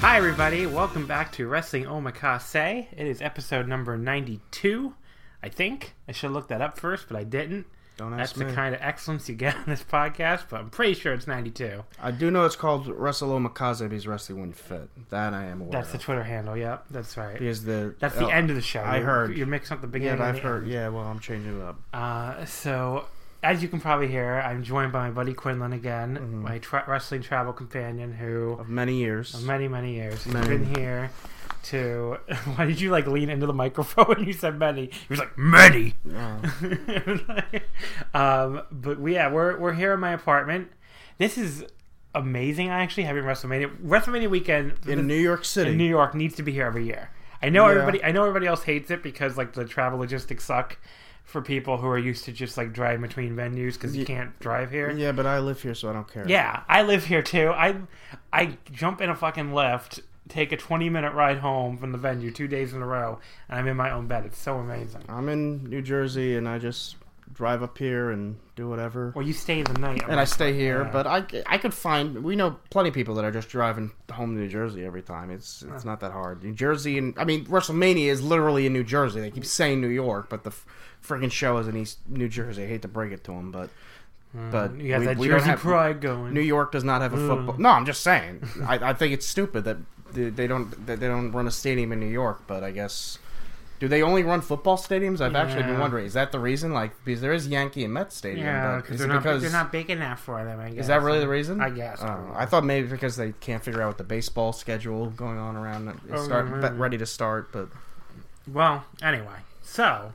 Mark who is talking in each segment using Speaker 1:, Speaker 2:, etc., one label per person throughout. Speaker 1: Hi, everybody. Welcome back to Wrestling Omakase. It is episode number 92, I think. I should look that up first, but I didn't.
Speaker 2: Don't
Speaker 1: That's
Speaker 2: ask
Speaker 1: the
Speaker 2: me.
Speaker 1: kind of excellence you get on this podcast, but I'm pretty sure it's 92.
Speaker 2: I do know it's called Russell Omakaze because Rusty wouldn't fit. That I am aware
Speaker 1: That's the
Speaker 2: of.
Speaker 1: Twitter handle. Yep, that's right.
Speaker 2: because the
Speaker 1: That's the
Speaker 2: oh,
Speaker 1: end of the show.
Speaker 2: I
Speaker 1: You're-
Speaker 2: heard.
Speaker 1: You're mixing up the
Speaker 2: Yeah,
Speaker 1: beginning.
Speaker 2: but
Speaker 1: and
Speaker 2: I've
Speaker 1: the
Speaker 2: heard.
Speaker 1: end.
Speaker 2: Yeah, well, I'm changing it up.
Speaker 1: Uh, so, as you can probably hear, I'm joined by my buddy Quinlan again, my tra- wrestling travel companion who,
Speaker 2: Of many years.
Speaker 1: for many, many years, has
Speaker 2: Many.
Speaker 1: been here to. Why did you like lean into the microphone when you said many? He was like, many!
Speaker 2: Uh,
Speaker 1: um, but we, yeah, we're we're here in my apartment. This is amazing. I actually having WrestleMania WrestleMania weekend
Speaker 2: in New York City.
Speaker 1: in New York needs to be here every year. I know
Speaker 2: Yeah.
Speaker 1: everybody. I know everybody else hates it because like the travel logistics suck for people who are used to just like driving between venues because you
Speaker 2: Ye-
Speaker 1: can't drive here.
Speaker 2: Yeah, but I live here, so I don't care.
Speaker 1: Yeah, I live here too. I I jump in a fucking lift, take a twenty minute ride home from the venue two days in a row, and I'm in my own bed. It's so amazing.
Speaker 2: I'm in New Jersey, and I just drive up here and do whatever.
Speaker 1: Well, you stay the night,
Speaker 2: and I stay here, but I, I could find we know plenty of people that are just driving home to New Jersey every time. It's it's not that hard. New Jersey and I mean WrestleMania is literally in New Jersey. They keep saying New York, but the f- friggin' show is in East New Jersey. I hate to break it to them, but but
Speaker 1: Hmm. you got
Speaker 2: we-
Speaker 1: that
Speaker 2: we don't
Speaker 1: Jersey
Speaker 2: have-
Speaker 1: pride Hmm. going.
Speaker 2: New York does not have a football. No, I'm just saying. I, I think it's stupid that they they don't that they don't run a stadium in New York, but I guess. Do they only run football stadiums? I've actually been
Speaker 1: Yeah.
Speaker 2: wondering. Is that the reason? Like, because there is Yankee and Met Stadium.
Speaker 1: Yeah,
Speaker 2: but
Speaker 1: because
Speaker 2: is
Speaker 1: they're,
Speaker 2: it
Speaker 1: not
Speaker 2: because
Speaker 1: they're not big enough for them. I guess
Speaker 2: is that really the reason?
Speaker 1: I guess.
Speaker 2: Oh, I thought maybe because they can't figure out what the baseball schedule going on around. that It's
Speaker 1: Oh,
Speaker 2: start,
Speaker 1: maybe.
Speaker 2: but ready to start, but
Speaker 1: Well, anyway, so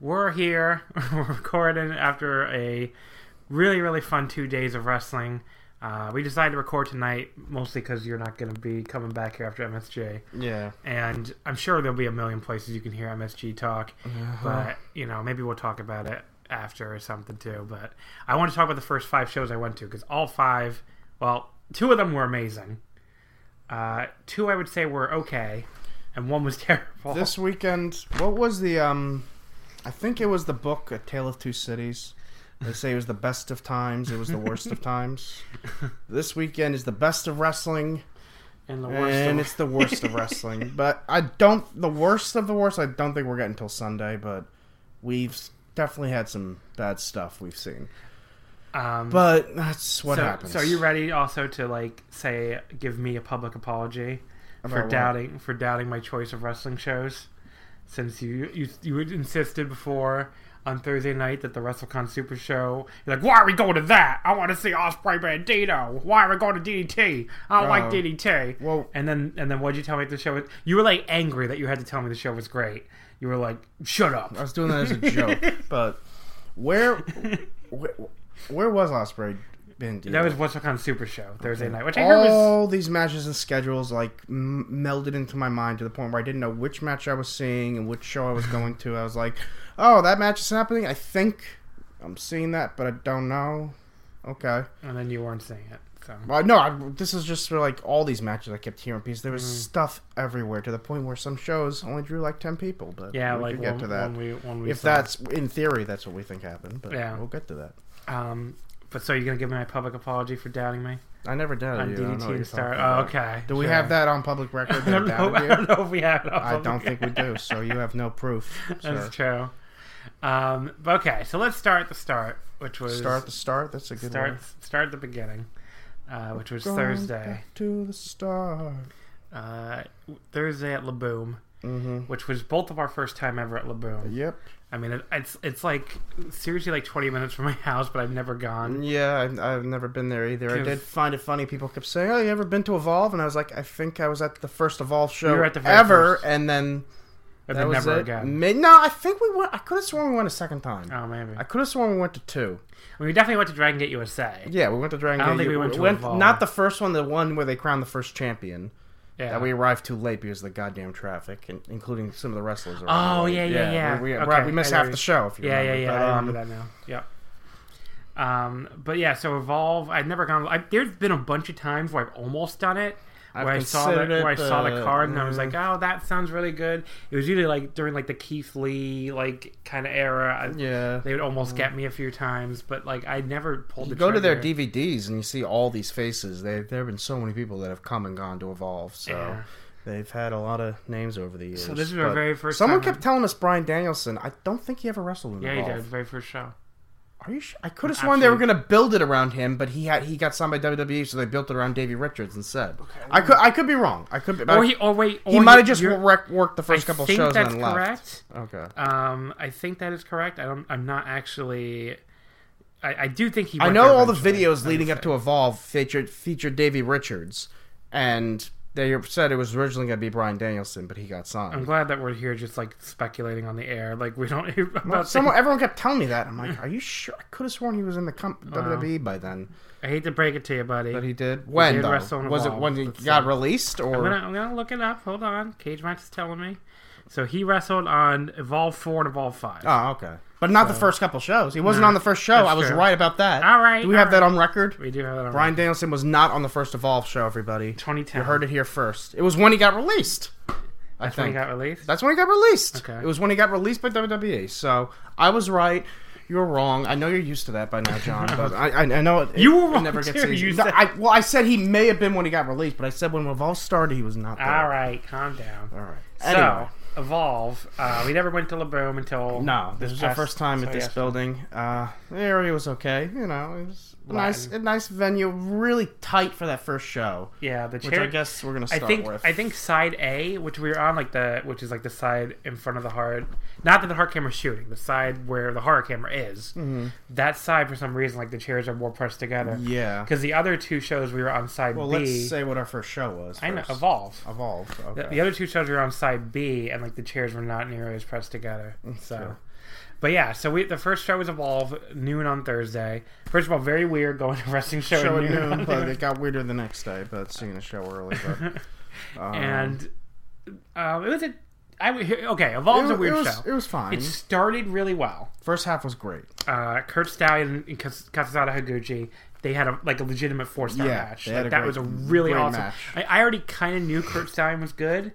Speaker 1: we're here. we're recording after a really really fun two days of wrestling. Uh, we decided to record tonight mostly because you're not going to be coming back here after MSG,
Speaker 2: yeah.
Speaker 1: and I'm sure there'll be a million places you can hear MSG talk.
Speaker 2: Uh-huh.
Speaker 1: But you know, maybe we'll talk about it after or something too. But I want to talk about the first five shows I went to because all five, well, two of them were amazing. Uh, two I would say were okay, and one was terrible.
Speaker 2: This weekend, what was the um? I think it was the book A Tale of Two Cities. They say it was the best of times. It was the worst of times. This weekend is the best of wrestling,
Speaker 1: and the worst.
Speaker 2: and
Speaker 1: of-
Speaker 2: it's the worst of wrestling. But I don't. The worst of the worst. I don't think we're getting till Sunday, but we've definitely had some bad stuff we've seen.
Speaker 1: um,
Speaker 2: But that's what
Speaker 1: so,
Speaker 2: happens.
Speaker 1: So are you ready also to like say give me a public apology for
Speaker 2: About what?
Speaker 1: doubting for doubting my choice of wrestling shows, since you you you insisted before. On Thursday night, that the WrestleCon Super Show, you're like, why are we going to that? I want to see Osprey Bandito. Why are we going to DDT? I don't like
Speaker 2: Oh.
Speaker 1: DDT.
Speaker 2: Well-
Speaker 1: and then and then what'd you tell me at the show? was- You were like angry that you had to tell me the show was great. You were like, shut up.
Speaker 2: I was doing that as a joke, but where, where Where was Osprey? Been
Speaker 1: That was WrestleCon Super Show Thursday night, which I heard was
Speaker 2: all these matches and schedules like m- melded into my mind to the point where I didn't know which match I was seeing and which show I was going to. I was like, "Oh, that match is happening. I think I'm seeing that, but I don't know." Okay.
Speaker 1: and then you weren't seeing it. So
Speaker 2: Well, no, I, this is just for like all these matches I kept hearing because there was
Speaker 1: Mm.
Speaker 2: stuff everywhere to the point where some shows only drew like ten people. But
Speaker 1: yeah,
Speaker 2: we
Speaker 1: like
Speaker 2: could
Speaker 1: when,
Speaker 2: get to that.
Speaker 1: when we when we
Speaker 2: if
Speaker 1: saw-
Speaker 2: that's in theory, that's what we think happened. But
Speaker 1: Yeah.
Speaker 2: we'll get to that.
Speaker 1: um, but so you're gonna give me my public apology for doubting me
Speaker 2: I never doubted
Speaker 1: on
Speaker 2: you. I don't know
Speaker 1: DDT
Speaker 2: what you're
Speaker 1: and Star.
Speaker 2: talking
Speaker 1: Oh,
Speaker 2: about.
Speaker 1: okay.
Speaker 2: Do we
Speaker 1: sure.
Speaker 2: have that on public record?
Speaker 1: I
Speaker 2: That I,
Speaker 1: don't, know, I
Speaker 2: doubted you?
Speaker 1: don't know if we have it. on
Speaker 2: I don't
Speaker 1: public
Speaker 2: think we do. So you have no proof. Sir.
Speaker 1: That's true. Um, but okay, so let's start at the start, which was
Speaker 2: Start at the start. That's a good
Speaker 1: start
Speaker 2: one.
Speaker 1: start at the beginning, uh, which was
Speaker 2: Going
Speaker 1: Thursday.
Speaker 2: back to the start.
Speaker 1: Uh, Thursday at Laboom,
Speaker 2: Mm-hmm.
Speaker 1: which was both of our first time ever at Laboom.
Speaker 2: Yep.
Speaker 1: I mean, it, it's it's like seriously like 20 minutes from my house, but I've never gone.
Speaker 2: Mm, Yeah, I've, I've never been there either. I
Speaker 1: Cause-
Speaker 2: did find it funny. People kept saying, "Oh, you ever been to Evolve?" And I was like, "I think I was at the first Evolve show
Speaker 1: You were at the very
Speaker 2: ever."
Speaker 1: first.
Speaker 2: And then
Speaker 1: But
Speaker 2: that
Speaker 1: then
Speaker 2: was
Speaker 1: never
Speaker 2: it.
Speaker 1: again.
Speaker 2: May- no, I think we went. I could have sworn we went a second time.
Speaker 1: Oh, maybe.
Speaker 2: I could have sworn we went to two.
Speaker 1: we definitely went to Dragon Gate USA.
Speaker 2: Yeah, we went to Dragon.
Speaker 1: I don't
Speaker 2: Gate.
Speaker 1: think we went to Evolve.
Speaker 2: Not the first one. The one where they crowned the first champion.
Speaker 1: Yeah.
Speaker 2: That we arrived too late because of the goddamn traffic, and including some of the wrestlers.
Speaker 1: Oh, yeah, yeah, yeah.
Speaker 2: We, we,
Speaker 1: Okay,
Speaker 2: we missed
Speaker 1: I
Speaker 2: half
Speaker 1: know.
Speaker 2: the show. If you
Speaker 1: yeah, yeah,
Speaker 2: remember.
Speaker 1: yeah.
Speaker 2: But,
Speaker 1: I
Speaker 2: um,
Speaker 1: remember that now. Yep. Um, but yeah, so Evolve. I've never gone. I, there's been a bunch of times where I've almost done it.
Speaker 2: I've
Speaker 1: where I saw the,
Speaker 2: considered it,
Speaker 1: where I saw the
Speaker 2: but,
Speaker 1: card and I was
Speaker 2: mm.
Speaker 1: like, oh, that sounds really good. It was usually like during like the Keith Lee like kind of era. I-
Speaker 2: Yeah. Mm.
Speaker 1: they would almost get me a few times, but like I never pulled
Speaker 2: You
Speaker 1: the.
Speaker 2: go to their
Speaker 1: trigger.
Speaker 2: DVDs and you see all these faces. They, there have been so many people that have come and gone to Evolve. So
Speaker 1: Yeah.
Speaker 2: they've had a lot of names over the years.
Speaker 1: So this is our
Speaker 2: But
Speaker 1: very first
Speaker 2: Someone
Speaker 1: time-
Speaker 2: kept telling us Brian Danielson. I don't think he ever wrestled in
Speaker 1: Yeah, you
Speaker 2: Evolve.
Speaker 1: did very first show.
Speaker 2: Are you sure? I could have
Speaker 1: I'm
Speaker 2: sworn they were
Speaker 1: absolutely-
Speaker 2: going to build it around him, but he had he got signed by WWE, so they built it around Davey Richards instead. I could I could be wrong. I could be. but
Speaker 1: Or he, or wait, or
Speaker 2: Uh, he might have just
Speaker 1: you're-
Speaker 2: wreck, worked the first
Speaker 1: I
Speaker 2: couple
Speaker 1: think
Speaker 2: shows
Speaker 1: that's
Speaker 2: and then
Speaker 1: correct.
Speaker 2: left. Okay.
Speaker 1: Um, I think that is correct. I don't, I'm not actually. I, I do think he.
Speaker 2: I
Speaker 1: went
Speaker 2: know
Speaker 1: there
Speaker 2: all the
Speaker 1: eventually.
Speaker 2: videos leading up to Evolve featured featured Davey Richards, and they said it was originally going to be Brian Danielson, but he got
Speaker 1: I'm
Speaker 2: signed.
Speaker 1: glad that we're here, just like speculating on the air. Like we don't hear about
Speaker 2: Well,
Speaker 1: things.
Speaker 2: someone, everyone kept telling me that. I'm like, are you sure? I could have sworn he was in the com- WWE by then,
Speaker 1: I hate to break it to you, buddy.
Speaker 2: Oh, but he did. When
Speaker 1: did
Speaker 2: though?
Speaker 1: wrestle in
Speaker 2: was it
Speaker 1: Evolve,
Speaker 2: when he
Speaker 1: let's
Speaker 2: got
Speaker 1: see.
Speaker 2: released or?
Speaker 1: I'm gonna, I'm gonna look it up. Hold on, Cage Match is telling me. So he wrestled on Evolve Four and Evolve Five.
Speaker 2: Oh, okay. But not the first couple shows. He wasn't on the first show.
Speaker 1: that's
Speaker 2: I was
Speaker 1: true.
Speaker 2: right about that.
Speaker 1: All right,
Speaker 2: Do we
Speaker 1: all
Speaker 2: have that
Speaker 1: right.
Speaker 2: on record?
Speaker 1: we do have that on
Speaker 2: Brian Danielson was not on the first Evolve show, everybody.
Speaker 1: 2010.
Speaker 2: You heard it here first. It was when he got released. I
Speaker 1: That's
Speaker 2: think.
Speaker 1: when he got released.
Speaker 2: That's when he got released.
Speaker 1: Okay.
Speaker 2: It was when he got released by WWE. So I was right. You're wrong. I know you're used to that by now, John. But I, I, I know it,
Speaker 1: You were
Speaker 2: it
Speaker 1: wrong,
Speaker 2: never gets
Speaker 1: too.
Speaker 2: easy.
Speaker 1: You
Speaker 2: No,
Speaker 1: said-
Speaker 2: I, well, I said he may have been when he got released, but I said when Revolve started, he was not. There.
Speaker 1: All right, calm down.
Speaker 2: All right.
Speaker 1: So
Speaker 2: Anyway.
Speaker 1: Evolve. Uh, we never went to Laboom until
Speaker 2: No, this was our
Speaker 1: past-
Speaker 2: first time
Speaker 1: so
Speaker 2: at this
Speaker 1: yeah.
Speaker 2: building. Uh, the area was okay. You know, it was a nice, a
Speaker 1: Latin.
Speaker 2: nice venue, really tight for that first show.
Speaker 1: Yeah, the chair.
Speaker 2: Which I guess we're gonna
Speaker 1: I
Speaker 2: start
Speaker 1: think
Speaker 2: with.
Speaker 1: I think side A, which we were on, like the which is like the side in front of the heart. Not that the heart camera's shooting, the side where the horror camera is.
Speaker 2: Mm-hmm.
Speaker 1: That side, for some reason, like the chairs are more pressed together.
Speaker 2: Yeah.
Speaker 1: Because the other two shows we were on side
Speaker 2: Well,
Speaker 1: B.
Speaker 2: let's say what our first show was.
Speaker 1: I know
Speaker 2: first.
Speaker 1: evolve.
Speaker 2: Evolve. Okay.
Speaker 1: The, the other two shows we were on side B, and like the chairs were not nearly as pressed together.
Speaker 2: Mm,
Speaker 1: So. But yeah, so we the first show was Evolve noon on Thursday. First of all, very weird going to a wrestling show,
Speaker 2: show
Speaker 1: at
Speaker 2: at
Speaker 1: noon,
Speaker 2: noon, but it got weirder the next day. But seeing the show early, but
Speaker 1: and um, it was a I would- okay. Evolve's
Speaker 2: it,
Speaker 1: a weird
Speaker 2: was,
Speaker 1: show.
Speaker 2: it was fine.
Speaker 1: It started really well.
Speaker 2: First half was great.
Speaker 1: Uh, Kurt Stallion and Kas- Katsutada Higuchi, they had a like a legitimate four star
Speaker 2: Yeah,
Speaker 1: match.
Speaker 2: they had
Speaker 1: Like,
Speaker 2: a
Speaker 1: that
Speaker 2: great-
Speaker 1: was a really
Speaker 2: great
Speaker 1: awesome.
Speaker 2: match.
Speaker 1: I, I already kind of knew Kurt Stallion was good.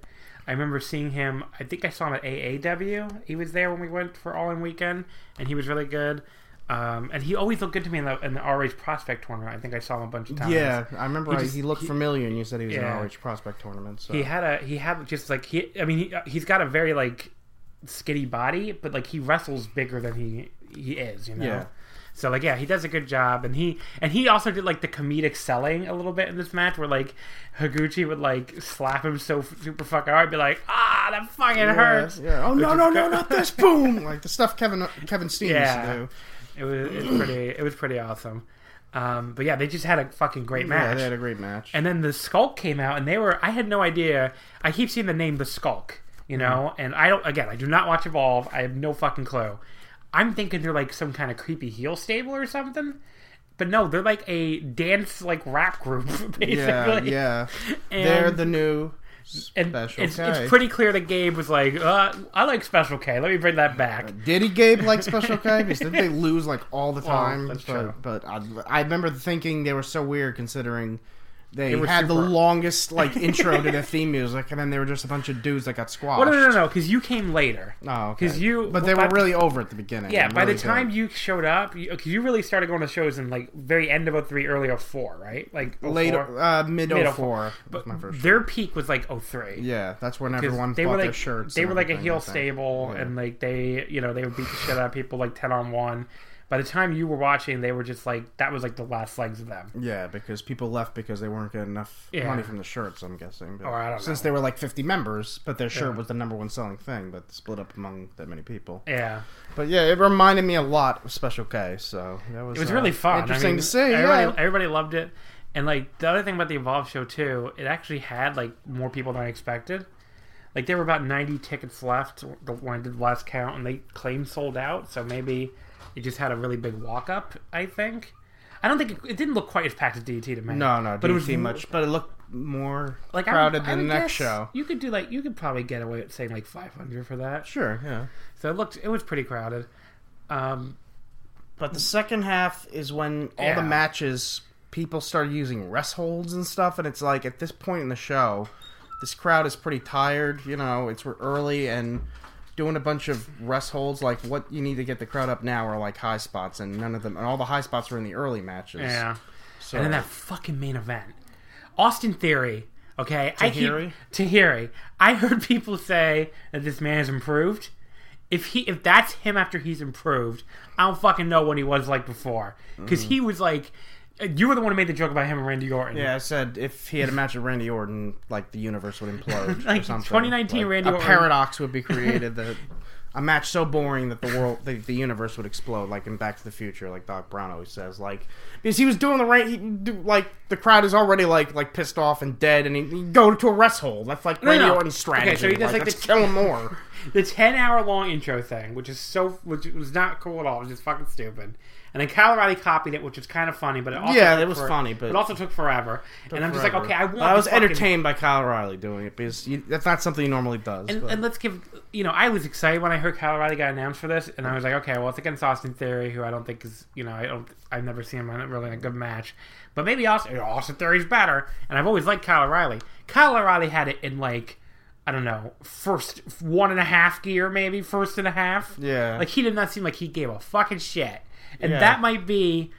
Speaker 1: I remember seeing him. I think I saw him at AAW. He was there when we went for All In Weekend, and he was really good. Um, and he always looked good to me in the, in the RH Prospect tournament. I think I saw him a bunch of times.
Speaker 2: Yeah, I remember
Speaker 1: He
Speaker 2: I-
Speaker 1: just-
Speaker 2: he looked
Speaker 1: he-
Speaker 2: familiar, and you said he was
Speaker 1: Yeah.
Speaker 2: in an RH prospect tournament. So
Speaker 1: he had a he had just like he i mean he, he's got a very like skinny body but like he wrestles bigger than he he is you know
Speaker 2: Yeah.
Speaker 1: so like yeah he does a good job and he and he also did like the comedic selling a little bit in this match where like higuchi would like slap him so f- super fucking hard be like ah that fucking hurts
Speaker 2: Yeah. yeah. Oh no, no, no, not this! Boom! Like the stuff Kevin Kevin Steen used
Speaker 1: yeah
Speaker 2: to do.
Speaker 1: it was it's pretty it was pretty awesome um but yeah they just had a fucking great match
Speaker 2: Yeah, they had a great match.
Speaker 1: And then the Skulk came out, and they were. I had no idea. I keep
Speaker 2: Mm-hmm.
Speaker 1: seeing the name the Skulk, you know, and I don't. Again, I do not watch Evolve. I have no fucking clue. I'm thinking they're like some kind of creepy heel stable or something. But no, they're like a dance like rap group basically.
Speaker 2: Yeah, yeah.
Speaker 1: And-
Speaker 2: They're the new
Speaker 1: And
Speaker 2: special
Speaker 1: it's,
Speaker 2: K.
Speaker 1: it's pretty clear that Gabe was like, uh, I like Special K. Let me bring that back.
Speaker 2: Did he Gabe like Special K? Because didn't they lose like all the time?
Speaker 1: that's
Speaker 2: but
Speaker 1: true.
Speaker 2: but I, I remember thinking they were so weird considering they
Speaker 1: were
Speaker 2: had the
Speaker 1: super-
Speaker 2: longest like intro to their theme music, and then they were just a bunch of dudes that got squashed.
Speaker 1: Well, Oh, no, no, no, no, because you came later.
Speaker 2: Oh, okay.
Speaker 1: 'Cause you-
Speaker 2: but they
Speaker 1: by-
Speaker 2: were really over at the beginning.
Speaker 1: Yeah,
Speaker 2: They
Speaker 1: by the
Speaker 2: really
Speaker 1: time
Speaker 2: did.
Speaker 1: you showed up, because you, really started going to shows in like very end of 03, early 04, right? Like 04.
Speaker 2: later uh, mid
Speaker 1: Mid
Speaker 2: 04 was
Speaker 1: But
Speaker 2: my first.
Speaker 1: their peak was like 03.
Speaker 2: yeah, that's when
Speaker 1: 'Cause
Speaker 2: everyone
Speaker 1: they
Speaker 2: bought
Speaker 1: were like
Speaker 2: their shirts.
Speaker 1: they
Speaker 2: and
Speaker 1: were like a
Speaker 2: everything, I
Speaker 1: heel
Speaker 2: think.
Speaker 1: stable,
Speaker 2: Yeah.
Speaker 1: and like they you know they would beat the shit out of people like ten on one. By the time you were watching, they were just like that was like the last legs of them.
Speaker 2: Yeah, because people left because they weren't getting enough
Speaker 1: Yeah.
Speaker 2: money from the shirts. I'm guessing. But
Speaker 1: Or I don't
Speaker 2: since
Speaker 1: know.
Speaker 2: they were like 50 members, but their shirt
Speaker 1: Yeah.
Speaker 2: was the number one selling thing, but split up among that many people.
Speaker 1: Yeah,
Speaker 2: But yeah, it reminded me a lot of Special K. So that was
Speaker 1: it was
Speaker 2: uh,
Speaker 1: really fun. I
Speaker 2: interesting
Speaker 1: mean,
Speaker 2: to see.
Speaker 1: Everybody,
Speaker 2: Yeah.
Speaker 1: everybody loved it, and like the other thing about the Evolve show too, it actually had like more people than I expected. Like there were about ninety tickets left when I did the last count, and they claimed sold out. So maybe it just had a really big walk up. I think. I don't think it, it didn't look quite as packed as DT to me.
Speaker 2: no, no,
Speaker 1: but it was
Speaker 2: too much. But it looked more
Speaker 1: like I
Speaker 2: crowded
Speaker 1: would, I
Speaker 2: than
Speaker 1: would
Speaker 2: the next
Speaker 1: guess
Speaker 2: show.
Speaker 1: You could do like you could probably get away with saying like 500 for that.
Speaker 2: Sure, yeah.
Speaker 1: So it looked it was pretty crowded. Um,
Speaker 2: But the second half is when all
Speaker 1: Yeah.
Speaker 2: the matches people start using rest holds and stuff, and it's like at this point in the show, this crowd is pretty tired. You know, it's we're early and doing a bunch of rest holds like what you need to get the crowd up now are like high spots, and none of them, and all the high spots are in the early matches.
Speaker 1: yeah.
Speaker 2: So,
Speaker 1: And then that fucking main event, Austin Theory. Okay, I keep
Speaker 2: Tahiri?
Speaker 1: Tahiri. I heard people say that this man has improved. If he if that's him after he's improved, I don't fucking know what he was like before because he was like. You were the one who made the joke about him and Randy Orton.
Speaker 2: Yeah, I said if he had a match with Randy Orton, like the universe would implode.
Speaker 1: Like,
Speaker 2: or something.
Speaker 1: 2019
Speaker 2: Like,
Speaker 1: Randy
Speaker 2: a
Speaker 1: Orton.
Speaker 2: paradox would be created that a match so boring that the world, the, the universe would explode, like in Back to the Future, like Doc Brown always says, like because he was doing the right, he, do- like the crowd is already like like pissed off and dead, and he, he go to a rest hole. That's like Randy
Speaker 1: no.
Speaker 2: Orton's strategy.
Speaker 1: Okay, so he does, like,
Speaker 2: let's
Speaker 1: the-
Speaker 2: kill him more.
Speaker 1: the 10 hour long intro thing, which is so, which was not cool at all. It was just fucking stupid. And then Kyle O'Reilly copied it, which was kind of funny, but it also
Speaker 2: Yeah,
Speaker 1: took
Speaker 2: it was funny, but-
Speaker 1: it also took forever. and I'm just like,
Speaker 2: Forever.
Speaker 1: okay, I
Speaker 2: But
Speaker 1: want.
Speaker 2: I
Speaker 1: the
Speaker 2: was
Speaker 1: fucking-
Speaker 2: entertained by Kyle O'Reilly doing it because you, that's not something he normally does.
Speaker 1: And,
Speaker 2: but-
Speaker 1: and let's give you know, I was excited when I heard Kyle O'Reilly got announced for this, and I was like, okay, well, it's against Austin Theory, who I don't think is, you know, I don't, I've never seen him in a- really in a good match, but maybe Austin, Austin Theory's better, and I've always liked Kyle O'Reilly. Kyle O'Reilly had it in like. I don't know, first one and a half gear, maybe first and a half.
Speaker 2: Yeah.
Speaker 1: like he did not seem like he gave a fucking shit, and
Speaker 2: Yeah.
Speaker 1: that might be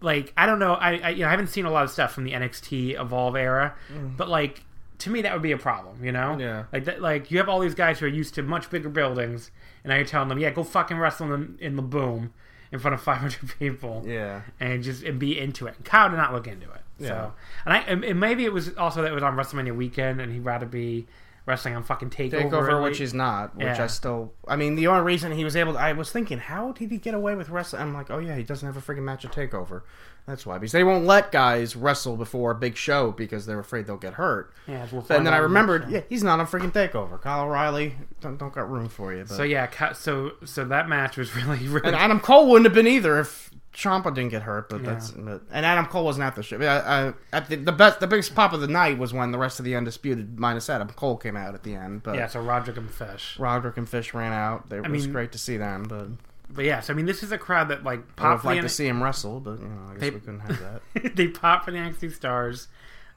Speaker 1: like I don't know. I, I you know I haven't seen a lot of stuff from the NXT Evolve era,
Speaker 2: Mm.
Speaker 1: but like to me that would be a problem. You know,
Speaker 2: Yeah.
Speaker 1: like that, like you have all these guys who are used to much bigger buildings, and now you're telling them, yeah, go fucking wrestle in, in the boom in front of 500 people,
Speaker 2: yeah.
Speaker 1: and just and be into it. And Kyle did not look into it.
Speaker 2: Yeah.
Speaker 1: So, and I and, and maybe it was also that it was on WrestleMania weekend, and he'd rather be wrestling on fucking Takeover,
Speaker 2: Takeover,
Speaker 1: like-
Speaker 2: which he's not, which
Speaker 1: Yeah.
Speaker 2: I still. I mean, the only reason he was able, to, I was thinking, how did he get away with wrestling? I'm like, oh yeah, he doesn't have a freaking match at Takeover. That's why, because they won't let guys wrestle before a big show because they're afraid they'll get hurt.
Speaker 1: Yeah, we'll find
Speaker 2: and then I
Speaker 1: out on the
Speaker 2: remembered,
Speaker 1: show.
Speaker 2: yeah, he's not on freaking Takeover. Kyle O'Reilly don't, don't got room for you. But.
Speaker 1: So yeah, Ky- so so that match was really really
Speaker 2: and Adam Cole wouldn't have been either if Ciampa didn't get hurt. But that's but, and Adam Cole wasn't at the show. I, I, at the, the best, the biggest pop of the night was when the rest of the undisputed minus Adam Cole came out at the end. But
Speaker 1: yeah. So Roderick and Fish.
Speaker 2: Roderick and Fish ran out. They, it was
Speaker 1: mean-
Speaker 2: great to see them, but
Speaker 1: But yes, I mean this is a crowd that like
Speaker 2: I would
Speaker 1: popped
Speaker 2: have
Speaker 1: for the
Speaker 2: liked
Speaker 1: N-
Speaker 2: to see him wrestle, but you know, I guess
Speaker 1: They-
Speaker 2: we couldn't have that.
Speaker 1: they pop for the NXT stars,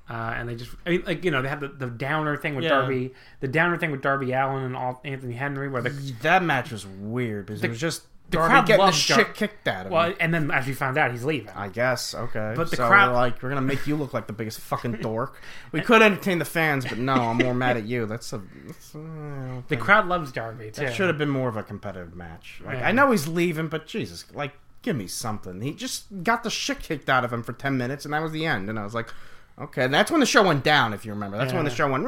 Speaker 1: uh, and they just I mean like you know they had the, the downer thing with
Speaker 2: Yeah.
Speaker 1: Darby, the downer thing with Darby Allen and all Anthony Henry, where the
Speaker 2: that match was weird because it was just
Speaker 1: the
Speaker 2: Darby
Speaker 1: crowd
Speaker 2: getting the
Speaker 1: loves Dar-
Speaker 2: shit kicked out of
Speaker 1: well,
Speaker 2: him.
Speaker 1: and then as we found out, he's leaving.
Speaker 2: I guess okay,
Speaker 1: But the
Speaker 2: so
Speaker 1: crowd-
Speaker 2: we're like we're gonna make you look like the biggest fucking dork. We could entertain the fans, but no, I'm more mad at you. That's a that's, uh, I don't
Speaker 1: the
Speaker 2: think-
Speaker 1: crowd loves Darby too.
Speaker 2: that should have been more of a competitive match. Like,
Speaker 1: Yeah.
Speaker 2: I know he's leaving, but Jesus, like give me something. He just got the shit kicked out of him for ten minutes, and that was the end. And I was like. Okay, and that's when the show went down. If you remember, that's when the
Speaker 1: Yeah.
Speaker 2: show went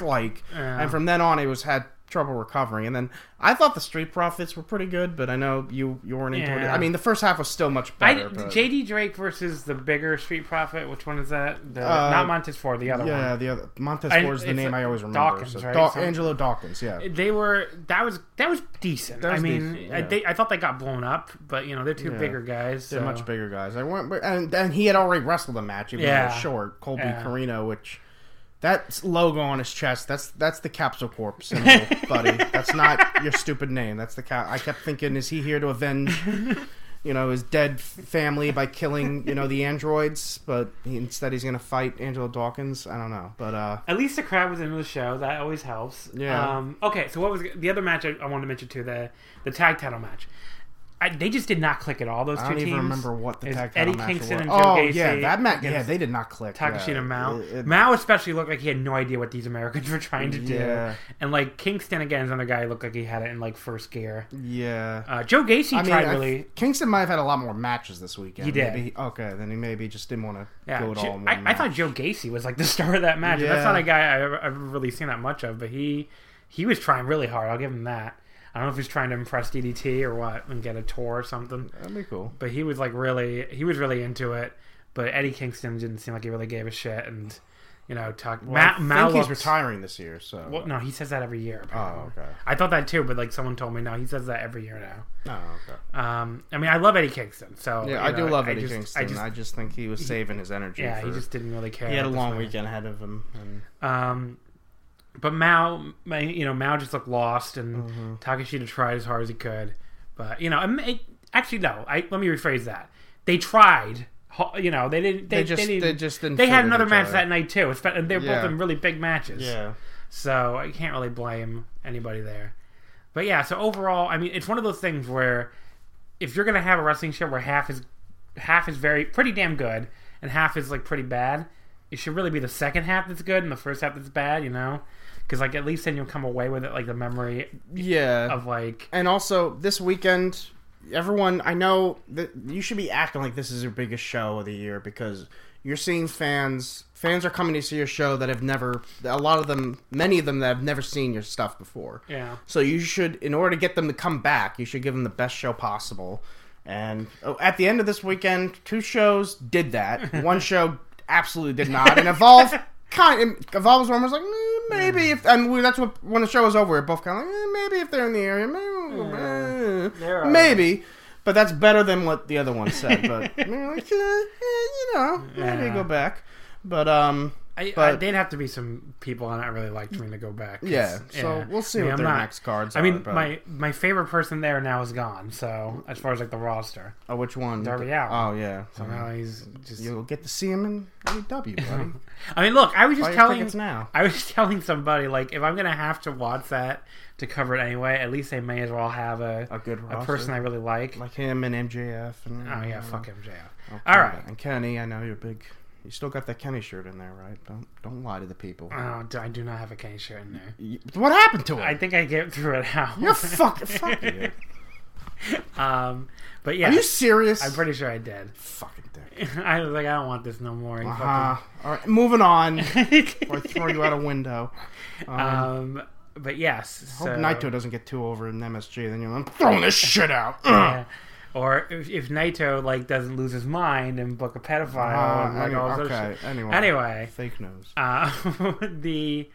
Speaker 2: like,
Speaker 1: Yeah.
Speaker 2: and from then on, it was had trouble recovering. And then I thought the Street Profits were pretty good, but I know you you weren't into it.
Speaker 1: Yeah.
Speaker 2: I mean, the first half was still much
Speaker 1: I,
Speaker 2: better. but-
Speaker 1: JD Drake versus the bigger Street Profit. Which one is that? The,
Speaker 2: Uh,
Speaker 1: not Montez Ford, the other
Speaker 2: yeah,
Speaker 1: one.
Speaker 2: the other Montez
Speaker 1: I-
Speaker 2: Ford's the
Speaker 1: it's
Speaker 2: name
Speaker 1: like
Speaker 2: I always remember.
Speaker 1: Dawkins,
Speaker 2: so-
Speaker 1: right?
Speaker 2: Daw-
Speaker 1: Something-
Speaker 2: Angelo Dawkins, yeah.
Speaker 1: They were that was that was decent.
Speaker 2: That was
Speaker 1: I mean,
Speaker 2: decent,
Speaker 1: I,
Speaker 2: yeah.
Speaker 1: they, I thought they got blown up, but you know they're two
Speaker 2: Yeah.
Speaker 1: bigger guys.
Speaker 2: They're
Speaker 1: so-
Speaker 2: much bigger guys. I went, but- and and he had already wrestled a match, even though it was
Speaker 1: Yeah.
Speaker 2: short. Colby
Speaker 1: Yeah.
Speaker 2: Carino, which that logo on his chest, that's that's the Capsule Corp symbol, buddy. That's not your stupid name. That's the cap. I kept thinking, is he here to avenge, you know, his dead family by killing, you know, the androids? But he, instead, he's gonna fight Angela Dawkins. I don't know, but uh,
Speaker 1: At least the crowd was into the show. That always helps.
Speaker 2: Yeah.
Speaker 1: Um, okay, so what was the other match I, I wanted to mention too? The the tag title match. I, they just did not click at all. Those
Speaker 2: I
Speaker 1: two
Speaker 2: don't
Speaker 1: teams.
Speaker 2: even remember what the
Speaker 1: It's
Speaker 2: tag title
Speaker 1: Eddie
Speaker 2: match
Speaker 1: Kingston
Speaker 2: was.
Speaker 1: and Joe
Speaker 2: oh
Speaker 1: Gacy
Speaker 2: yeah, that match. Yeah,
Speaker 1: against
Speaker 2: they did not click.
Speaker 1: Takashita
Speaker 2: yeah.
Speaker 1: Mao.
Speaker 2: It- it-
Speaker 1: Mao especially looked like he had no idea what these Americans were trying to do.
Speaker 2: Yeah.
Speaker 1: And like Kingston again is another guy who looked like he had it in like first gear.
Speaker 2: yeah.
Speaker 1: Uh, Joe Gacy
Speaker 2: I mean,
Speaker 1: tried
Speaker 2: I-
Speaker 1: really.
Speaker 2: Kingston might have had a lot more matches this weekend.
Speaker 1: He did.
Speaker 2: Maybe okay, then he maybe just didn't want to
Speaker 1: Yeah,
Speaker 2: go at
Speaker 1: Joe-
Speaker 2: all. In one
Speaker 1: I, I
Speaker 2: match.
Speaker 1: thought Joe Gacy was like the star of that match. and That's
Speaker 2: Yeah.
Speaker 1: not a guy I've, ever- I've really seen that much of, but he he was trying really hard. I'll give him that. I don't know if he's trying to impress DDT or what and get a tour or something,
Speaker 2: that'd be cool.
Speaker 1: but he was like really he was really into it. But Eddie Kingston didn't seem like he really gave a shit, and you know, talk.
Speaker 2: I
Speaker 1: Matt
Speaker 2: think
Speaker 1: Mal
Speaker 2: he's
Speaker 1: looked-
Speaker 2: retiring this year, so
Speaker 1: Well, no, he says that every year.
Speaker 2: oh okay,
Speaker 1: I thought that too, but like someone told me, no, he says that every year now.
Speaker 2: oh okay.
Speaker 1: Um, I mean, I love Eddie Kingston, so
Speaker 2: Yeah,
Speaker 1: you
Speaker 2: I do
Speaker 1: know,
Speaker 2: love Eddie
Speaker 1: just-
Speaker 2: Kingston.
Speaker 1: I just,
Speaker 2: think he was saving his energy.
Speaker 1: yeah,
Speaker 2: for,
Speaker 1: he just didn't really care.
Speaker 2: he had a
Speaker 1: at this
Speaker 2: long
Speaker 1: point.
Speaker 2: weekend ahead of him. And,
Speaker 1: Um, but Mao, Ma- you know, Mao just looked lost, and
Speaker 2: Mm-hmm.
Speaker 1: Takashita tried as hard as he could. But you know, it, ma- it, actually, no. I let me rephrase that. They tried. ho- You know, they didn't. They,
Speaker 2: They just-
Speaker 1: didn't,
Speaker 2: they just didn't
Speaker 1: They
Speaker 2: fit
Speaker 1: had
Speaker 2: with
Speaker 1: another
Speaker 2: each
Speaker 1: match
Speaker 2: other.
Speaker 1: that night too. It's, and they were
Speaker 2: Yeah.
Speaker 1: both in really big matches.
Speaker 2: yeah,
Speaker 1: So I can't really blame anybody there. But yeah, so overall, I mean, it's one of those things where if you're gonna have a wrestling show where half is half is very pretty damn good and half is like pretty bad, it should really be the second half that's good and the first half that's bad, you know? Because like at least then you'll come away with it like the memory
Speaker 2: yeah.
Speaker 1: of like
Speaker 2: and also this weekend everyone i know that you should be acting like this is your biggest show of the year because you're seeing fans fans are coming to see your show that have never a lot of them many of them that have never seen your stuff before
Speaker 1: yeah.
Speaker 2: so you should, in order to get them to come back, you should give them the best show possible. And oh, at the end of this weekend, two shows did that. One show absolutely did not. And Evolve kind of, Evolve was one was like eh, maybe if and we, that's what when the show was over, we're both kind of like eh, maybe if they're in the area, maybe, eh,
Speaker 1: they're all
Speaker 2: maybe. But that's better than what the other one said. But we were like, eh, eh, you know, maybe
Speaker 1: Yeah.
Speaker 2: go back. But um,
Speaker 1: I, I,
Speaker 2: But-
Speaker 1: they'd have to be some people on it really liked me to go back. 'cause-
Speaker 2: Yeah, so we'll see what
Speaker 1: I'm
Speaker 2: their next cards
Speaker 1: I mean,
Speaker 2: are, but-
Speaker 1: my my favorite person there now is gone. So as far as like the roster,
Speaker 2: oh, which one?
Speaker 1: Darby Allin.
Speaker 2: Oh yeah.
Speaker 1: so now he's just.
Speaker 2: You'll get to see him in AEW, buddy.
Speaker 1: I mean, look, I was just
Speaker 2: Buy your
Speaker 1: telling
Speaker 2: tickets now.
Speaker 1: I was telling somebody like if I'm gonna have to watch that to cover it anyway, at least they may as well have a
Speaker 2: A good
Speaker 1: a
Speaker 2: roster.
Speaker 1: person I really like.
Speaker 2: like uh, oh. him and MJF and
Speaker 1: oh yeah, fuck MJF. All right.
Speaker 2: and Kenny. I know you're big. You still got that Kenny shirt in there, right? Don't don't lie to the people.
Speaker 1: Oh, d- I do not have a Kenny shirt in there.
Speaker 2: You- what happened to him?
Speaker 1: I think I get through it out.
Speaker 2: you're fuck, fuck you.
Speaker 1: um, but yeah,
Speaker 2: Are you serious?
Speaker 1: I'm pretty sure I did.
Speaker 2: fucking dick.
Speaker 1: I was like, I don't want this no more. You
Speaker 2: Uh, all right, moving on. Or
Speaker 1: fucking-
Speaker 2: I throw you out a window.
Speaker 1: um, but yes, so,
Speaker 2: Hope Naito doesn't get too over in MSG. Then you're like, I'm throwing this shit out. Uh, Ugh.
Speaker 1: Yeah. Or if, if Naito like doesn't lose his mind and book a pedophile,
Speaker 2: Uh,
Speaker 1: and, like
Speaker 2: any-
Speaker 1: all this other
Speaker 2: okay,
Speaker 1: shit.
Speaker 2: anyway.
Speaker 1: Anyway,
Speaker 2: Fake news.
Speaker 1: uh, the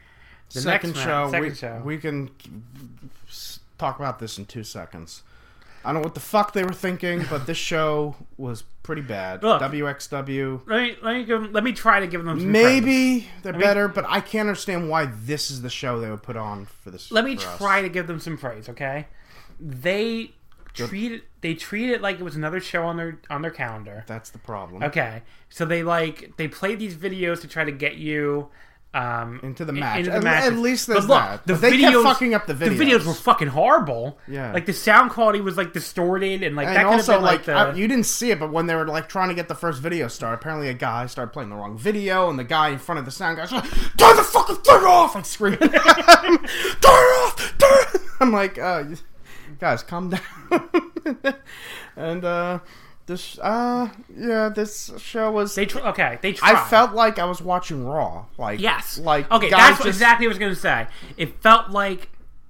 Speaker 1: the
Speaker 2: second
Speaker 1: next
Speaker 2: show,
Speaker 1: match, second
Speaker 2: we,
Speaker 1: show.
Speaker 2: we can s- talk about this in two seconds. I don't know what the fuck they were thinking, but this show was pretty bad.
Speaker 1: Look.
Speaker 2: WXW.
Speaker 1: let me let me give, 'em- let me try to give them some credit.
Speaker 2: Maybe they're better, but I can't understand why this is the show they would put on for this.
Speaker 1: Let me
Speaker 2: for us.
Speaker 1: try to give them some praise. Okay, they treat it they treat it like it was another show on their on their calendar.
Speaker 2: That's the problem.
Speaker 1: Okay, so they like they play these videos to try to get you um,
Speaker 2: Into the match.
Speaker 1: Into the
Speaker 2: At-
Speaker 1: matches.
Speaker 2: at least
Speaker 1: But
Speaker 2: there's
Speaker 1: look,
Speaker 2: that.
Speaker 1: The
Speaker 2: But they
Speaker 1: videos,
Speaker 2: kept fucking up the
Speaker 1: The videos
Speaker 2: videos.
Speaker 1: were fucking horrible.
Speaker 2: Yeah.
Speaker 1: like the sound quality was like distorted and like that
Speaker 2: And
Speaker 1: could
Speaker 2: also,
Speaker 1: have been
Speaker 2: like,
Speaker 1: like,
Speaker 2: I-
Speaker 1: the.
Speaker 2: you didn't see it, but when they were like trying to get the first video started, apparently a guy started playing the wrong video, and the guy in front of the sound guy was like, "Turn the fucking thing off!" I'm screaming, "Turn it off! Turn!" it-" I'm like, uh, "Guys, calm down." and uh, this, uh, yeah, this show was.
Speaker 1: they tr- okay, they tried.
Speaker 2: I felt like I was watching Raw. Like
Speaker 1: yes,
Speaker 2: like
Speaker 1: okay.
Speaker 2: guys
Speaker 1: That's what
Speaker 2: just-
Speaker 1: exactly what I was gonna say. It felt like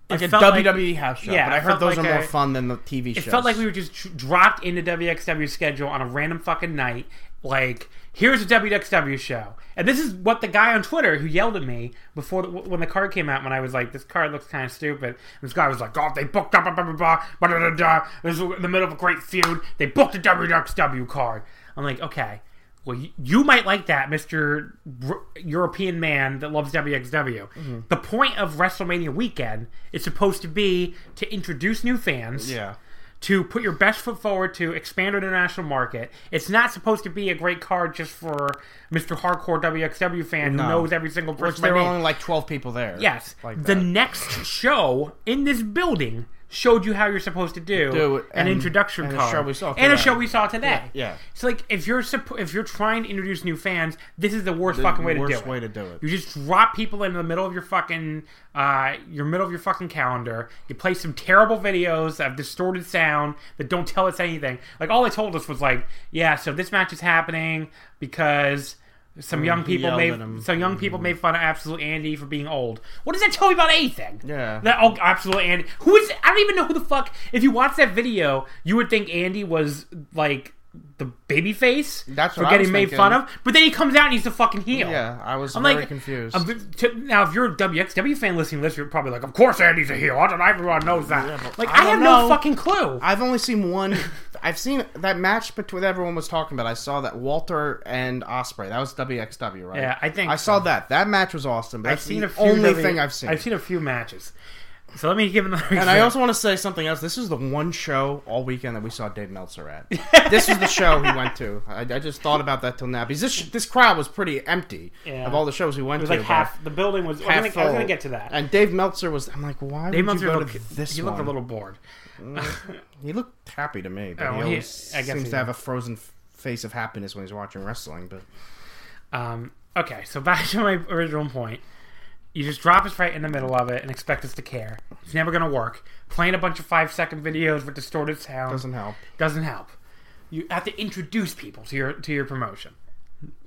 Speaker 2: like a
Speaker 1: felt like-
Speaker 2: WWE E house show.
Speaker 1: yeah,
Speaker 2: but I
Speaker 1: it
Speaker 2: heard
Speaker 1: felt
Speaker 2: those
Speaker 1: like
Speaker 2: are more
Speaker 1: a-
Speaker 2: fun than the TV shows.
Speaker 1: It felt like we were just tr- dropped into WXW's schedule on a random fucking night. Like, here's a WXW show. And this is what the guy on Twitter who yelled at me before the, when the card came out, when I was like, this card looks kind of stupid. And this guy was like, oh, they booked up, blah, blah, blah, blah, blah, blah, blah, blah. This is in the middle of a great feud. They booked a WXW card. I'm like, okay. Well, you, you might like that, Mr. R- European man that loves WXW.
Speaker 2: Mm-hmm.
Speaker 1: The point of WrestleMania weekend is supposed to be to introduce new fans
Speaker 2: Yeah.
Speaker 1: to put your best foot forward to expand our international market. It's not supposed to be a great card just for Mr. Hardcore WXW fan who knows every single person.
Speaker 2: Which
Speaker 1: by
Speaker 2: there were
Speaker 1: name.
Speaker 2: only like twelve people there.
Speaker 1: yes,
Speaker 2: Like
Speaker 1: the
Speaker 2: that.
Speaker 1: next show in this building showed you how you're supposed to do,
Speaker 2: Do it,
Speaker 1: an
Speaker 2: and-
Speaker 1: introduction
Speaker 2: and a
Speaker 1: card
Speaker 2: show we saw
Speaker 1: and a
Speaker 2: today.
Speaker 1: show we saw today.
Speaker 2: yeah.
Speaker 1: So like if you're suppo- if you're trying to introduce new fans, this is the worst fucking way to do
Speaker 2: worst
Speaker 1: it.
Speaker 2: way to do it.
Speaker 1: You just drop people in the middle of your fucking uh your middle of your fucking calendar. You play some terrible videos that have distorted sound that don't tell us anything. Like all they told us was like, yeah, so this match is happening because some young people
Speaker 2: Mm, yelled
Speaker 1: made
Speaker 2: at him.
Speaker 1: some young people made fun of Absolute Andy for being old. What does that tell you about anything?
Speaker 2: Yeah.
Speaker 1: That oh, Absolute Andy. Who is? I don't even know who the fuck. If you watch that video, you would think Andy was like the baby face
Speaker 2: That's
Speaker 1: for
Speaker 2: what I
Speaker 1: getting
Speaker 2: was
Speaker 1: made
Speaker 2: thinking.
Speaker 1: fun of, but then he comes out and he's the fucking heel.
Speaker 2: Yeah, I was
Speaker 1: I'm
Speaker 2: very
Speaker 1: like
Speaker 2: confused.
Speaker 1: I'm- to- now, if you're a WXW fan listening to this, you're probably like, "Of course, Andy's a heel. I don't, everyone knows that." like,
Speaker 2: I
Speaker 1: I,
Speaker 2: don't
Speaker 1: have no
Speaker 2: know.
Speaker 1: fucking clue.
Speaker 2: I've only seen one. I've seen that match between everyone was talking about. I saw that Walter and Osprey. That was WXW, right?
Speaker 1: Yeah, I think
Speaker 2: I saw that. That match was awesome. But
Speaker 1: I've
Speaker 2: that's
Speaker 1: seen
Speaker 2: the
Speaker 1: a few.
Speaker 2: only
Speaker 1: W-
Speaker 2: thing I've seen.
Speaker 1: I've seen a few matches. So let me give another.
Speaker 2: and I also want to say something else. This is the one show all weekend that we saw Dave Meltzer at. this is the show he went to. I, I just thought about that till now because this this crowd was pretty empty
Speaker 1: Yeah.
Speaker 2: of all the shows we went
Speaker 1: It was
Speaker 2: to.
Speaker 1: like
Speaker 2: but
Speaker 1: half. The building was. I was
Speaker 2: half
Speaker 1: going to
Speaker 2: full.
Speaker 1: get to that.
Speaker 2: And Dave Meltzer was. I'm like, why
Speaker 1: Dave
Speaker 2: would
Speaker 1: Meltzer
Speaker 2: you go
Speaker 1: looked,
Speaker 2: to this?
Speaker 1: he looked a
Speaker 2: one?
Speaker 1: little bored.
Speaker 2: He looked happy to me, but
Speaker 1: Oh,
Speaker 2: he
Speaker 1: he-
Speaker 2: always
Speaker 1: I guess
Speaker 2: seems
Speaker 1: he
Speaker 2: to have a frozen f- face of happiness when he's watching wrestling. But
Speaker 1: Um, okay, so back to my original point. You just drop us right in the middle of it and expect us to care. It's never going to work. Playing a bunch of five second videos with distorted sound
Speaker 2: doesn't help.
Speaker 1: doesn't help. You have to introduce people to your to your promotion.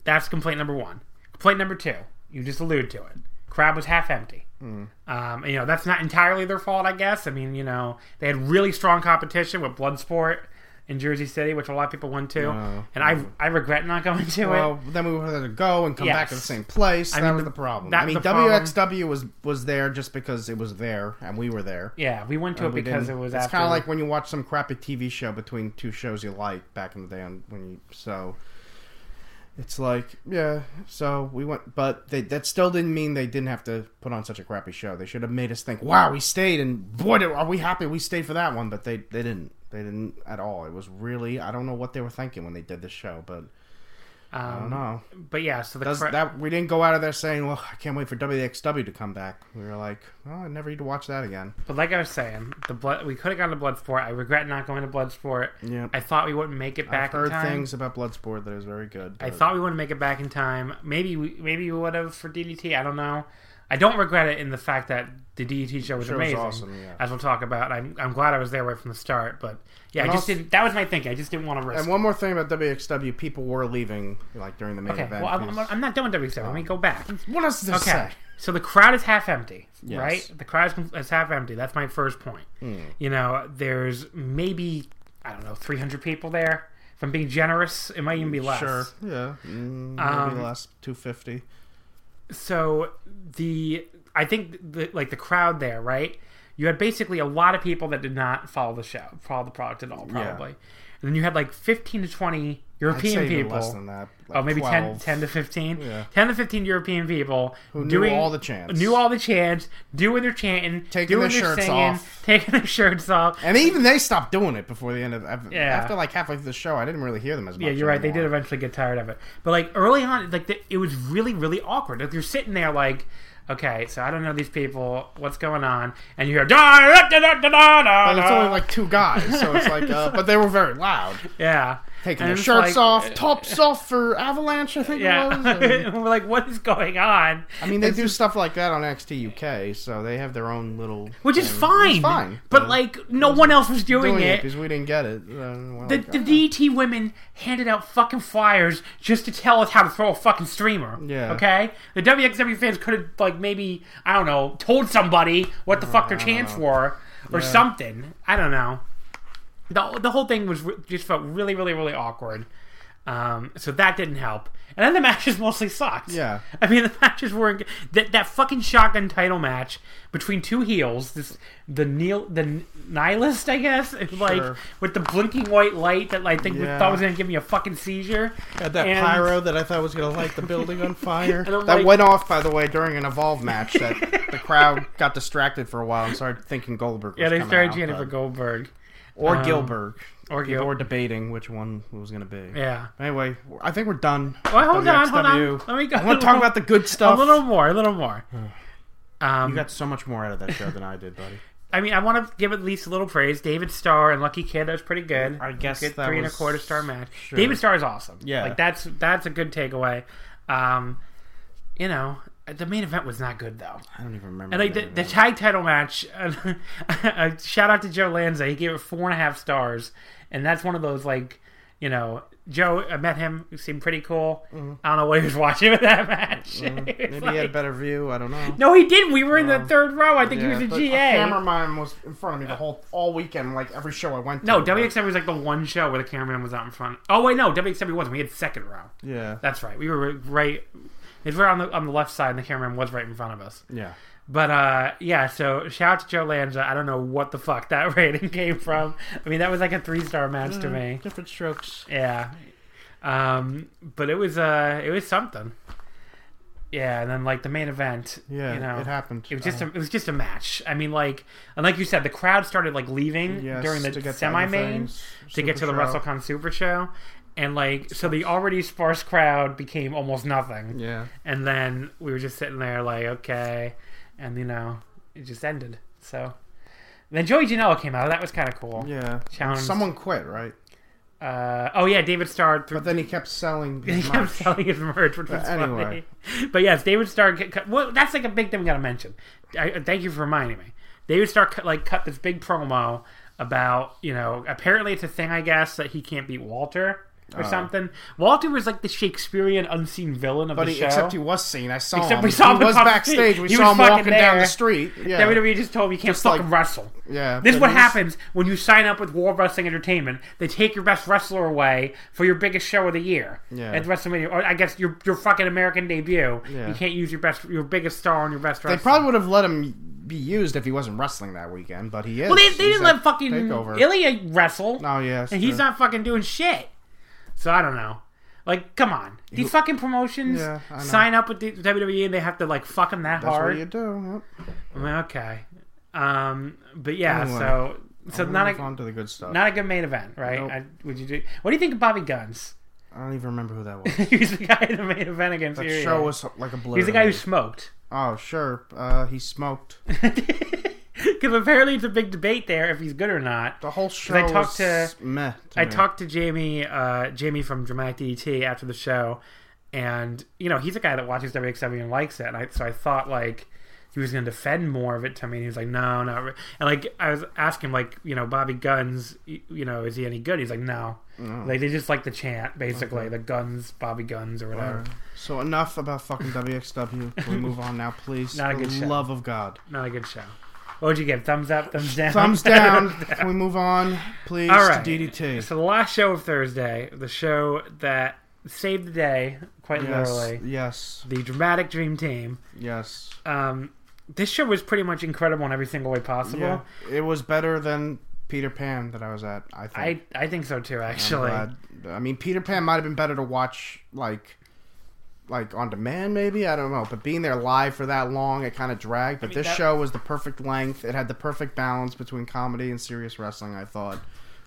Speaker 1: That's complaint number one. Complaint number two. You just alluded to it. Crowd was half empty.
Speaker 2: Hmm.
Speaker 1: Um, you know that's not entirely their fault, I guess. I mean, you know they had really strong competition with Bloodsport in Jersey City, which a lot of people went to,
Speaker 2: No.
Speaker 1: and I I regret not going to it.
Speaker 2: Oh, Well, then we had to go and come back to the
Speaker 1: Yes.
Speaker 2: same place. that
Speaker 1: mean,
Speaker 2: was
Speaker 1: the-
Speaker 2: the problem.
Speaker 1: that-
Speaker 2: I mean,
Speaker 1: the problem-
Speaker 2: WXW was was there just because it was there and we were there.
Speaker 1: Yeah, we went to it
Speaker 2: uh, We
Speaker 1: because it
Speaker 2: didn't-
Speaker 1: was
Speaker 2: It's
Speaker 1: after.
Speaker 2: kind of like when you watch some crappy TV show between two shows you like back in the day. On when you so, it's like yeah. So we went, but they, that still didn't mean they didn't have to put on such a crappy show. They should have made us think, wow, we stayed, and boy, do- are we happy we stayed for that one. But they they didn't. They didn't at all. It was really I don't know what they were thinking when they did this show, but I
Speaker 1: Um,
Speaker 2: don't know.
Speaker 1: but yeah, so the
Speaker 2: Does
Speaker 1: cra-
Speaker 2: that we didn't go out of there saying, well, I can't wait for WXW to come back. We were like, oh, I never need to watch that again.
Speaker 1: but like I was saying, the blood we could have gone to Bloodsport. I regret not going to Bloodsport.
Speaker 2: Yep.
Speaker 1: I thought we wouldn't make it back
Speaker 2: I've heard
Speaker 1: in time.
Speaker 2: things about Bloodsport that is very good.
Speaker 1: I
Speaker 2: but-
Speaker 1: thought we wouldn't make it back in time. Maybe we maybe we would have for DDT. I don't know. I don't regret it in the fact that the DDT show was
Speaker 2: Sure was
Speaker 1: amazing,
Speaker 2: awesome, yeah.
Speaker 1: as we'll talk about. I'm I'm glad I was there right from the start. But yeah, I
Speaker 2: And
Speaker 1: just
Speaker 2: also-
Speaker 1: didn't. That was my thinking. I just didn't want to risk.
Speaker 2: And one more thing about WXW, people were leaving like during the main
Speaker 1: okay,
Speaker 2: event. Um,
Speaker 1: well, I'm, I'm,
Speaker 2: 'cause-
Speaker 1: I'm not done with WXW. Let me go back.
Speaker 2: what else does this
Speaker 1: Okay.
Speaker 2: say?
Speaker 1: So the crowd is half empty,
Speaker 2: Yes. Hmm.
Speaker 1: right? The crowd is, is half empty. That's my first point. You know, there's maybe I don't know 300 people there. If I'm being generous, it might even be less.
Speaker 2: Sure, yeah, mm, maybe
Speaker 1: Um,
Speaker 2: less two fifty.
Speaker 1: So the I think the, like the crowd there, right? You had basically a lot of people that did not follow the show, follow the product at all, probably. And then you had like 15 to 20 European
Speaker 2: say even
Speaker 1: people.
Speaker 2: less than that. Like
Speaker 1: Oh, maybe 10,
Speaker 2: 12.
Speaker 1: 10 to 15?
Speaker 2: Yeah.
Speaker 1: 10 to 15 European people Who
Speaker 2: knew all the chants.
Speaker 1: Knew all the chants, doing their chanting,
Speaker 2: Taking
Speaker 1: doing
Speaker 2: their shirts
Speaker 1: singing,
Speaker 2: off.
Speaker 1: taking their shirts off.
Speaker 2: And even they stopped doing it before the end of. I've-
Speaker 1: Yeah.
Speaker 2: After like halfway through the show, I didn't really hear them as much.
Speaker 1: Yeah, you're right. They did
Speaker 2: anymore.
Speaker 1: eventually get tired of it, but like early on, like the, it was really, really awkward. Like you're sitting there, like, okay, so I don't know these people. What's going on? And you hear da da da da da da.
Speaker 2: But it's only like two guys, so it's like. Uh, but they were very loud.
Speaker 1: yeah.
Speaker 2: taking
Speaker 1: And
Speaker 2: their
Speaker 1: it's
Speaker 2: shirts
Speaker 1: like-
Speaker 2: off, tops off for Avalanche, I think it was.
Speaker 1: Yeah,
Speaker 2: I mean,
Speaker 1: we're like, what is going on?
Speaker 2: I mean, they do stuff like that on NXT UK, so they have their own little.
Speaker 1: Which is
Speaker 2: thing.
Speaker 1: fine.
Speaker 2: It's fine.
Speaker 1: But like, no one else was
Speaker 2: We're
Speaker 1: doing,
Speaker 2: doing it
Speaker 1: it.
Speaker 2: because we didn't get it. and we're
Speaker 1: The,
Speaker 2: like,
Speaker 1: the
Speaker 2: oh.
Speaker 1: DT women handed out fucking flyers just to tell us how to throw a fucking streamer.
Speaker 2: Yeah.
Speaker 1: Okay. The WXW fans could have like maybe I don't know told somebody what the
Speaker 2: Uh,
Speaker 1: fuck their chants were or something. I don't know. The the whole thing was re- just felt really really really awkward. Um, so that didn't help. And then the matches mostly sucked.
Speaker 2: Yeah.
Speaker 1: I mean the matches weren't that that fucking shotgun title match between two heels. This the Neil the nihilist I guess is like
Speaker 2: Sure.
Speaker 1: with the blinking white light that I think we
Speaker 2: Yeah.
Speaker 1: thought was gonna give me a fucking seizure.
Speaker 2: Had that
Speaker 1: And-
Speaker 2: pyro that I thought was going to light the building on fire.
Speaker 1: And I'm
Speaker 2: that
Speaker 1: like-
Speaker 2: went off, by the way, during an Evolve match. That the crowd got distracted for a while and started thinking Goldberg.
Speaker 1: Yeah,
Speaker 2: was
Speaker 1: they
Speaker 2: coming
Speaker 1: started
Speaker 2: out,
Speaker 1: chanting
Speaker 2: but-
Speaker 1: for Goldberg.
Speaker 2: or
Speaker 1: um,
Speaker 2: Gilbert.
Speaker 1: or
Speaker 2: People
Speaker 1: Gil-
Speaker 2: were debating which one was going to be.
Speaker 1: Yeah.
Speaker 2: Anyway, I think we're done.
Speaker 1: Well, hold on, hold on.
Speaker 2: WXW.
Speaker 1: Let me go-
Speaker 2: I want to talk about the good
Speaker 1: A
Speaker 2: stuff.
Speaker 1: little more, a little more. Um,
Speaker 2: You Oh, got so much more out of that show than I did, buddy.
Speaker 1: I mean, I want to give at least a little praise. David Starr and Lucky Kid, that's pretty good.
Speaker 2: I guess
Speaker 1: Good
Speaker 2: that
Speaker 1: three and a
Speaker 2: was-
Speaker 1: quarter star match.
Speaker 2: sure.
Speaker 1: David Starr is awesome.
Speaker 2: Yeah.
Speaker 1: like that's that's a good takeaway. Um, you know, the main event was not good though.
Speaker 2: I don't even remember.
Speaker 1: And like
Speaker 2: the
Speaker 1: the,
Speaker 2: name of
Speaker 1: the
Speaker 2: it.
Speaker 1: tag title match, uh, shout out to Joe Lanza. He gave it four and a half stars, and that's one of those like, you know, Joe. I met him. He seemed pretty cool. I don't know what he was watching with that match. It was
Speaker 2: Mm-hmm. Maybe he had a
Speaker 1: like-
Speaker 2: better view. I don't know.
Speaker 1: no, he didn't. We were in the third row. I think he was a
Speaker 2: but
Speaker 1: GA.
Speaker 2: cameraman was in front of me the whole all weekend, like every show I went to.
Speaker 1: No,
Speaker 2: but-
Speaker 1: WXW was like the one show where the cameraman was out in front. Oh wait, no, WXW wasn't. We had second row.
Speaker 2: Yeah.
Speaker 1: That's right. We were right. We were on the on the left side, and the cameraman was right in front of us.
Speaker 2: yeah.
Speaker 1: But uh, yeah, so shout out to Joe Lanza. I don't know what the fuck that rating came from. I mean, that was like a three star match
Speaker 2: Mm.
Speaker 1: to me.
Speaker 2: Different strokes.
Speaker 1: Yeah. Um, but it was uh, it was something. Yeah, and then like the main event.
Speaker 2: Yeah,
Speaker 1: you know,
Speaker 2: it happened.
Speaker 1: It was just
Speaker 2: Uh,
Speaker 1: a, it was just a match. I mean, like and like you said, the crowd started like leaving
Speaker 2: Yes,
Speaker 1: during
Speaker 2: to get to
Speaker 1: the
Speaker 2: other
Speaker 1: semi main
Speaker 2: things.
Speaker 1: to get to
Speaker 2: Super
Speaker 1: the
Speaker 2: show.
Speaker 1: WrestleCon Super Show, and like so the already sparse crowd became almost nothing.
Speaker 2: Yeah.
Speaker 1: And then we were just sitting there like, okay, and you know, it just ended. So then Joey Janela came out. That was kind of cool.
Speaker 2: Yeah.
Speaker 1: Challenge.
Speaker 2: Someone quit, right?
Speaker 1: Uh, oh yeah, David Starr through.
Speaker 2: But then he kept selling.
Speaker 1: He
Speaker 2: his
Speaker 1: kept
Speaker 2: merch.
Speaker 1: selling his merch, which was
Speaker 2: anyway.
Speaker 1: funny. But yes, David Starr. Get cut, well, that's like a big thing we got to mention. I, I- thank you for reminding me. David Starr cut, like cut this big promo about you know apparently it's a thing I guess that he can't beat Walter or
Speaker 2: Uh-huh.
Speaker 1: something. Walter was like the Shakespearean unseen villain of
Speaker 2: But
Speaker 1: the
Speaker 2: he,
Speaker 1: show.
Speaker 2: except he was seen. I saw
Speaker 1: Except
Speaker 2: him.
Speaker 1: we saw him
Speaker 2: Oh, he was
Speaker 1: on the
Speaker 2: backstage.
Speaker 1: street.
Speaker 2: We
Speaker 1: He
Speaker 2: saw
Speaker 1: was
Speaker 2: him
Speaker 1: fucking
Speaker 2: walking down the
Speaker 1: there. E
Speaker 2: street. Yeah.
Speaker 1: WWE just told him you can't
Speaker 2: like-
Speaker 1: fucking wrestle.
Speaker 2: Yeah,
Speaker 1: This is
Speaker 2: but
Speaker 1: what
Speaker 2: he's-
Speaker 1: happens when you sign up with World Wrestling Entertainment. They take your best wrestler away for your biggest show of the year
Speaker 2: Yeah.
Speaker 1: at WrestleMania, or I guess your your fucking American debut.
Speaker 2: Yeah.
Speaker 1: You can't use your best, your biggest star on your best
Speaker 2: They
Speaker 1: wrestler.
Speaker 2: probably would have let him be used if he wasn't wrestling that weekend, but he is.
Speaker 1: well, they, they
Speaker 2: He's
Speaker 1: didn't
Speaker 2: at
Speaker 1: let fucking
Speaker 2: takeover.
Speaker 1: Ilya wrestle.
Speaker 2: Oh yeah, that's
Speaker 1: and he's
Speaker 2: true.
Speaker 1: not fucking doing shit. So I don't know. Like, come on, these fucking promotions
Speaker 2: Yeah, I know.
Speaker 1: sign up with the WWE and they have to like fuck them that
Speaker 2: That's
Speaker 1: hard.
Speaker 2: what you do. Yep.
Speaker 1: I mean, okay, um, but yeah,
Speaker 2: Anyway,
Speaker 1: so so not
Speaker 2: Move
Speaker 1: a,
Speaker 2: on to the good stuff.
Speaker 1: Not a good main event, right?
Speaker 2: Nope.
Speaker 1: I, would you do? What do you think of Bobby Guns?
Speaker 2: I don't even remember who that was.
Speaker 1: he was the guy in the main event against
Speaker 2: That
Speaker 1: Uriah.
Speaker 2: show was like a blur.
Speaker 1: He's the
Speaker 2: to
Speaker 1: guy who
Speaker 2: me.
Speaker 1: smoked.
Speaker 2: Oh sure, uh, he smoked.
Speaker 1: Because apparently it's a big debate there if he's good or not.
Speaker 2: The whole show.
Speaker 1: I talked
Speaker 2: was
Speaker 1: to-
Speaker 2: meh. to
Speaker 1: I
Speaker 2: me.
Speaker 1: talked to Jamie, uh, Jamie from Dramatic DDT after the show, and you know he's a guy that watches WXW and likes it. And I, so I thought like he was going to defend more of it to me. And he was like, no, not re-. and like I was asking like you know Bobby Guns, y- you know is he any good? He's like, no.
Speaker 2: Oh.
Speaker 1: Like they just like the chant basically, the Guns, Bobby Guns or whatever.
Speaker 2: So enough about fucking WXW. Can we move on now, please?
Speaker 1: Not a
Speaker 2: For
Speaker 1: good
Speaker 2: the
Speaker 1: show.
Speaker 2: love of God.
Speaker 1: Not a good show. What would you give? Thumbs up, thumbs down.
Speaker 2: Thumbs down. E Can we move on, please?
Speaker 1: All right.
Speaker 2: To DDT.
Speaker 1: So the last show of Thursday, the show that saved the day, quite
Speaker 2: yes.
Speaker 1: literally,
Speaker 2: Yes.
Speaker 1: the dramatic dream team.
Speaker 2: Yes.
Speaker 1: Um, this show was pretty much incredible in every single way possible.
Speaker 2: Yeah. It was better than Peter Pan that I was at. I think.
Speaker 1: I I think so too,
Speaker 2: I'm
Speaker 1: actually.
Speaker 2: glad- I mean, Peter Pan might have been better to watch like like on demand, maybe I don't know. But being there live for that long, it kind of dragged. But this
Speaker 1: that-
Speaker 2: show was the perfect length. It had the perfect balance between comedy and serious wrestling. I thought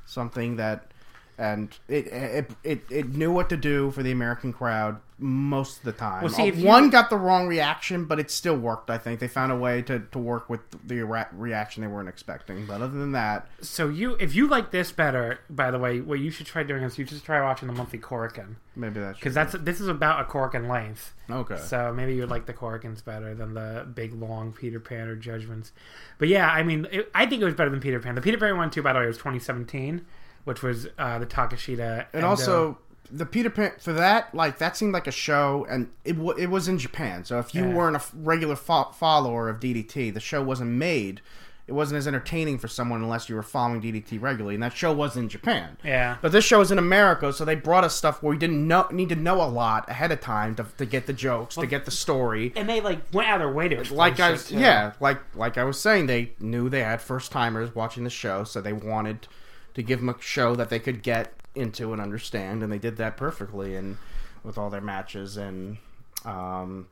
Speaker 2: something that and it it, it it knew what to do for the American crowd most of the time. Uh,
Speaker 1: Well, see, if you-
Speaker 2: One got the wrong reaction, but it still worked. I think they found a way to, to work with the ra- reaction they weren't expecting. But other than that,
Speaker 1: So you, if you like this better, by the way, what you should try doing is you just try watching the monthly Corican
Speaker 2: maybe that's
Speaker 1: because that's this is about a Corican length.
Speaker 2: okay.
Speaker 1: So maybe you'd like the Corrigans better than the big long Peter Pan or Judgments. But yeah, I mean, it, I think it was better than Peter Pan. The Peter Pan one too, by the way, was 2017, which was uh, the Takashita. uh,
Speaker 2: and also the Peter Pan for that like that seemed like a show, and it w- it was in Japan. So if you
Speaker 1: Yeah.
Speaker 2: weren't a f- regular fo- follower of DDT, the show wasn't made. It wasn't as entertaining for someone unless you were following DDT regularly, and that show was in Japan.
Speaker 1: Yeah.
Speaker 2: But this show is in America, so they brought us stuff where we didn't know, need to know a lot ahead of time to, to get the jokes, to get the story.
Speaker 1: and they like went out of their way to explain
Speaker 2: Like I
Speaker 1: shit,
Speaker 2: was,
Speaker 1: too.
Speaker 2: yeah, like like I was saying, they knew they had first timers watching the show, so they wanted to give them a show that they could get into and understand, and they did that perfectly, and with all their matches and, um,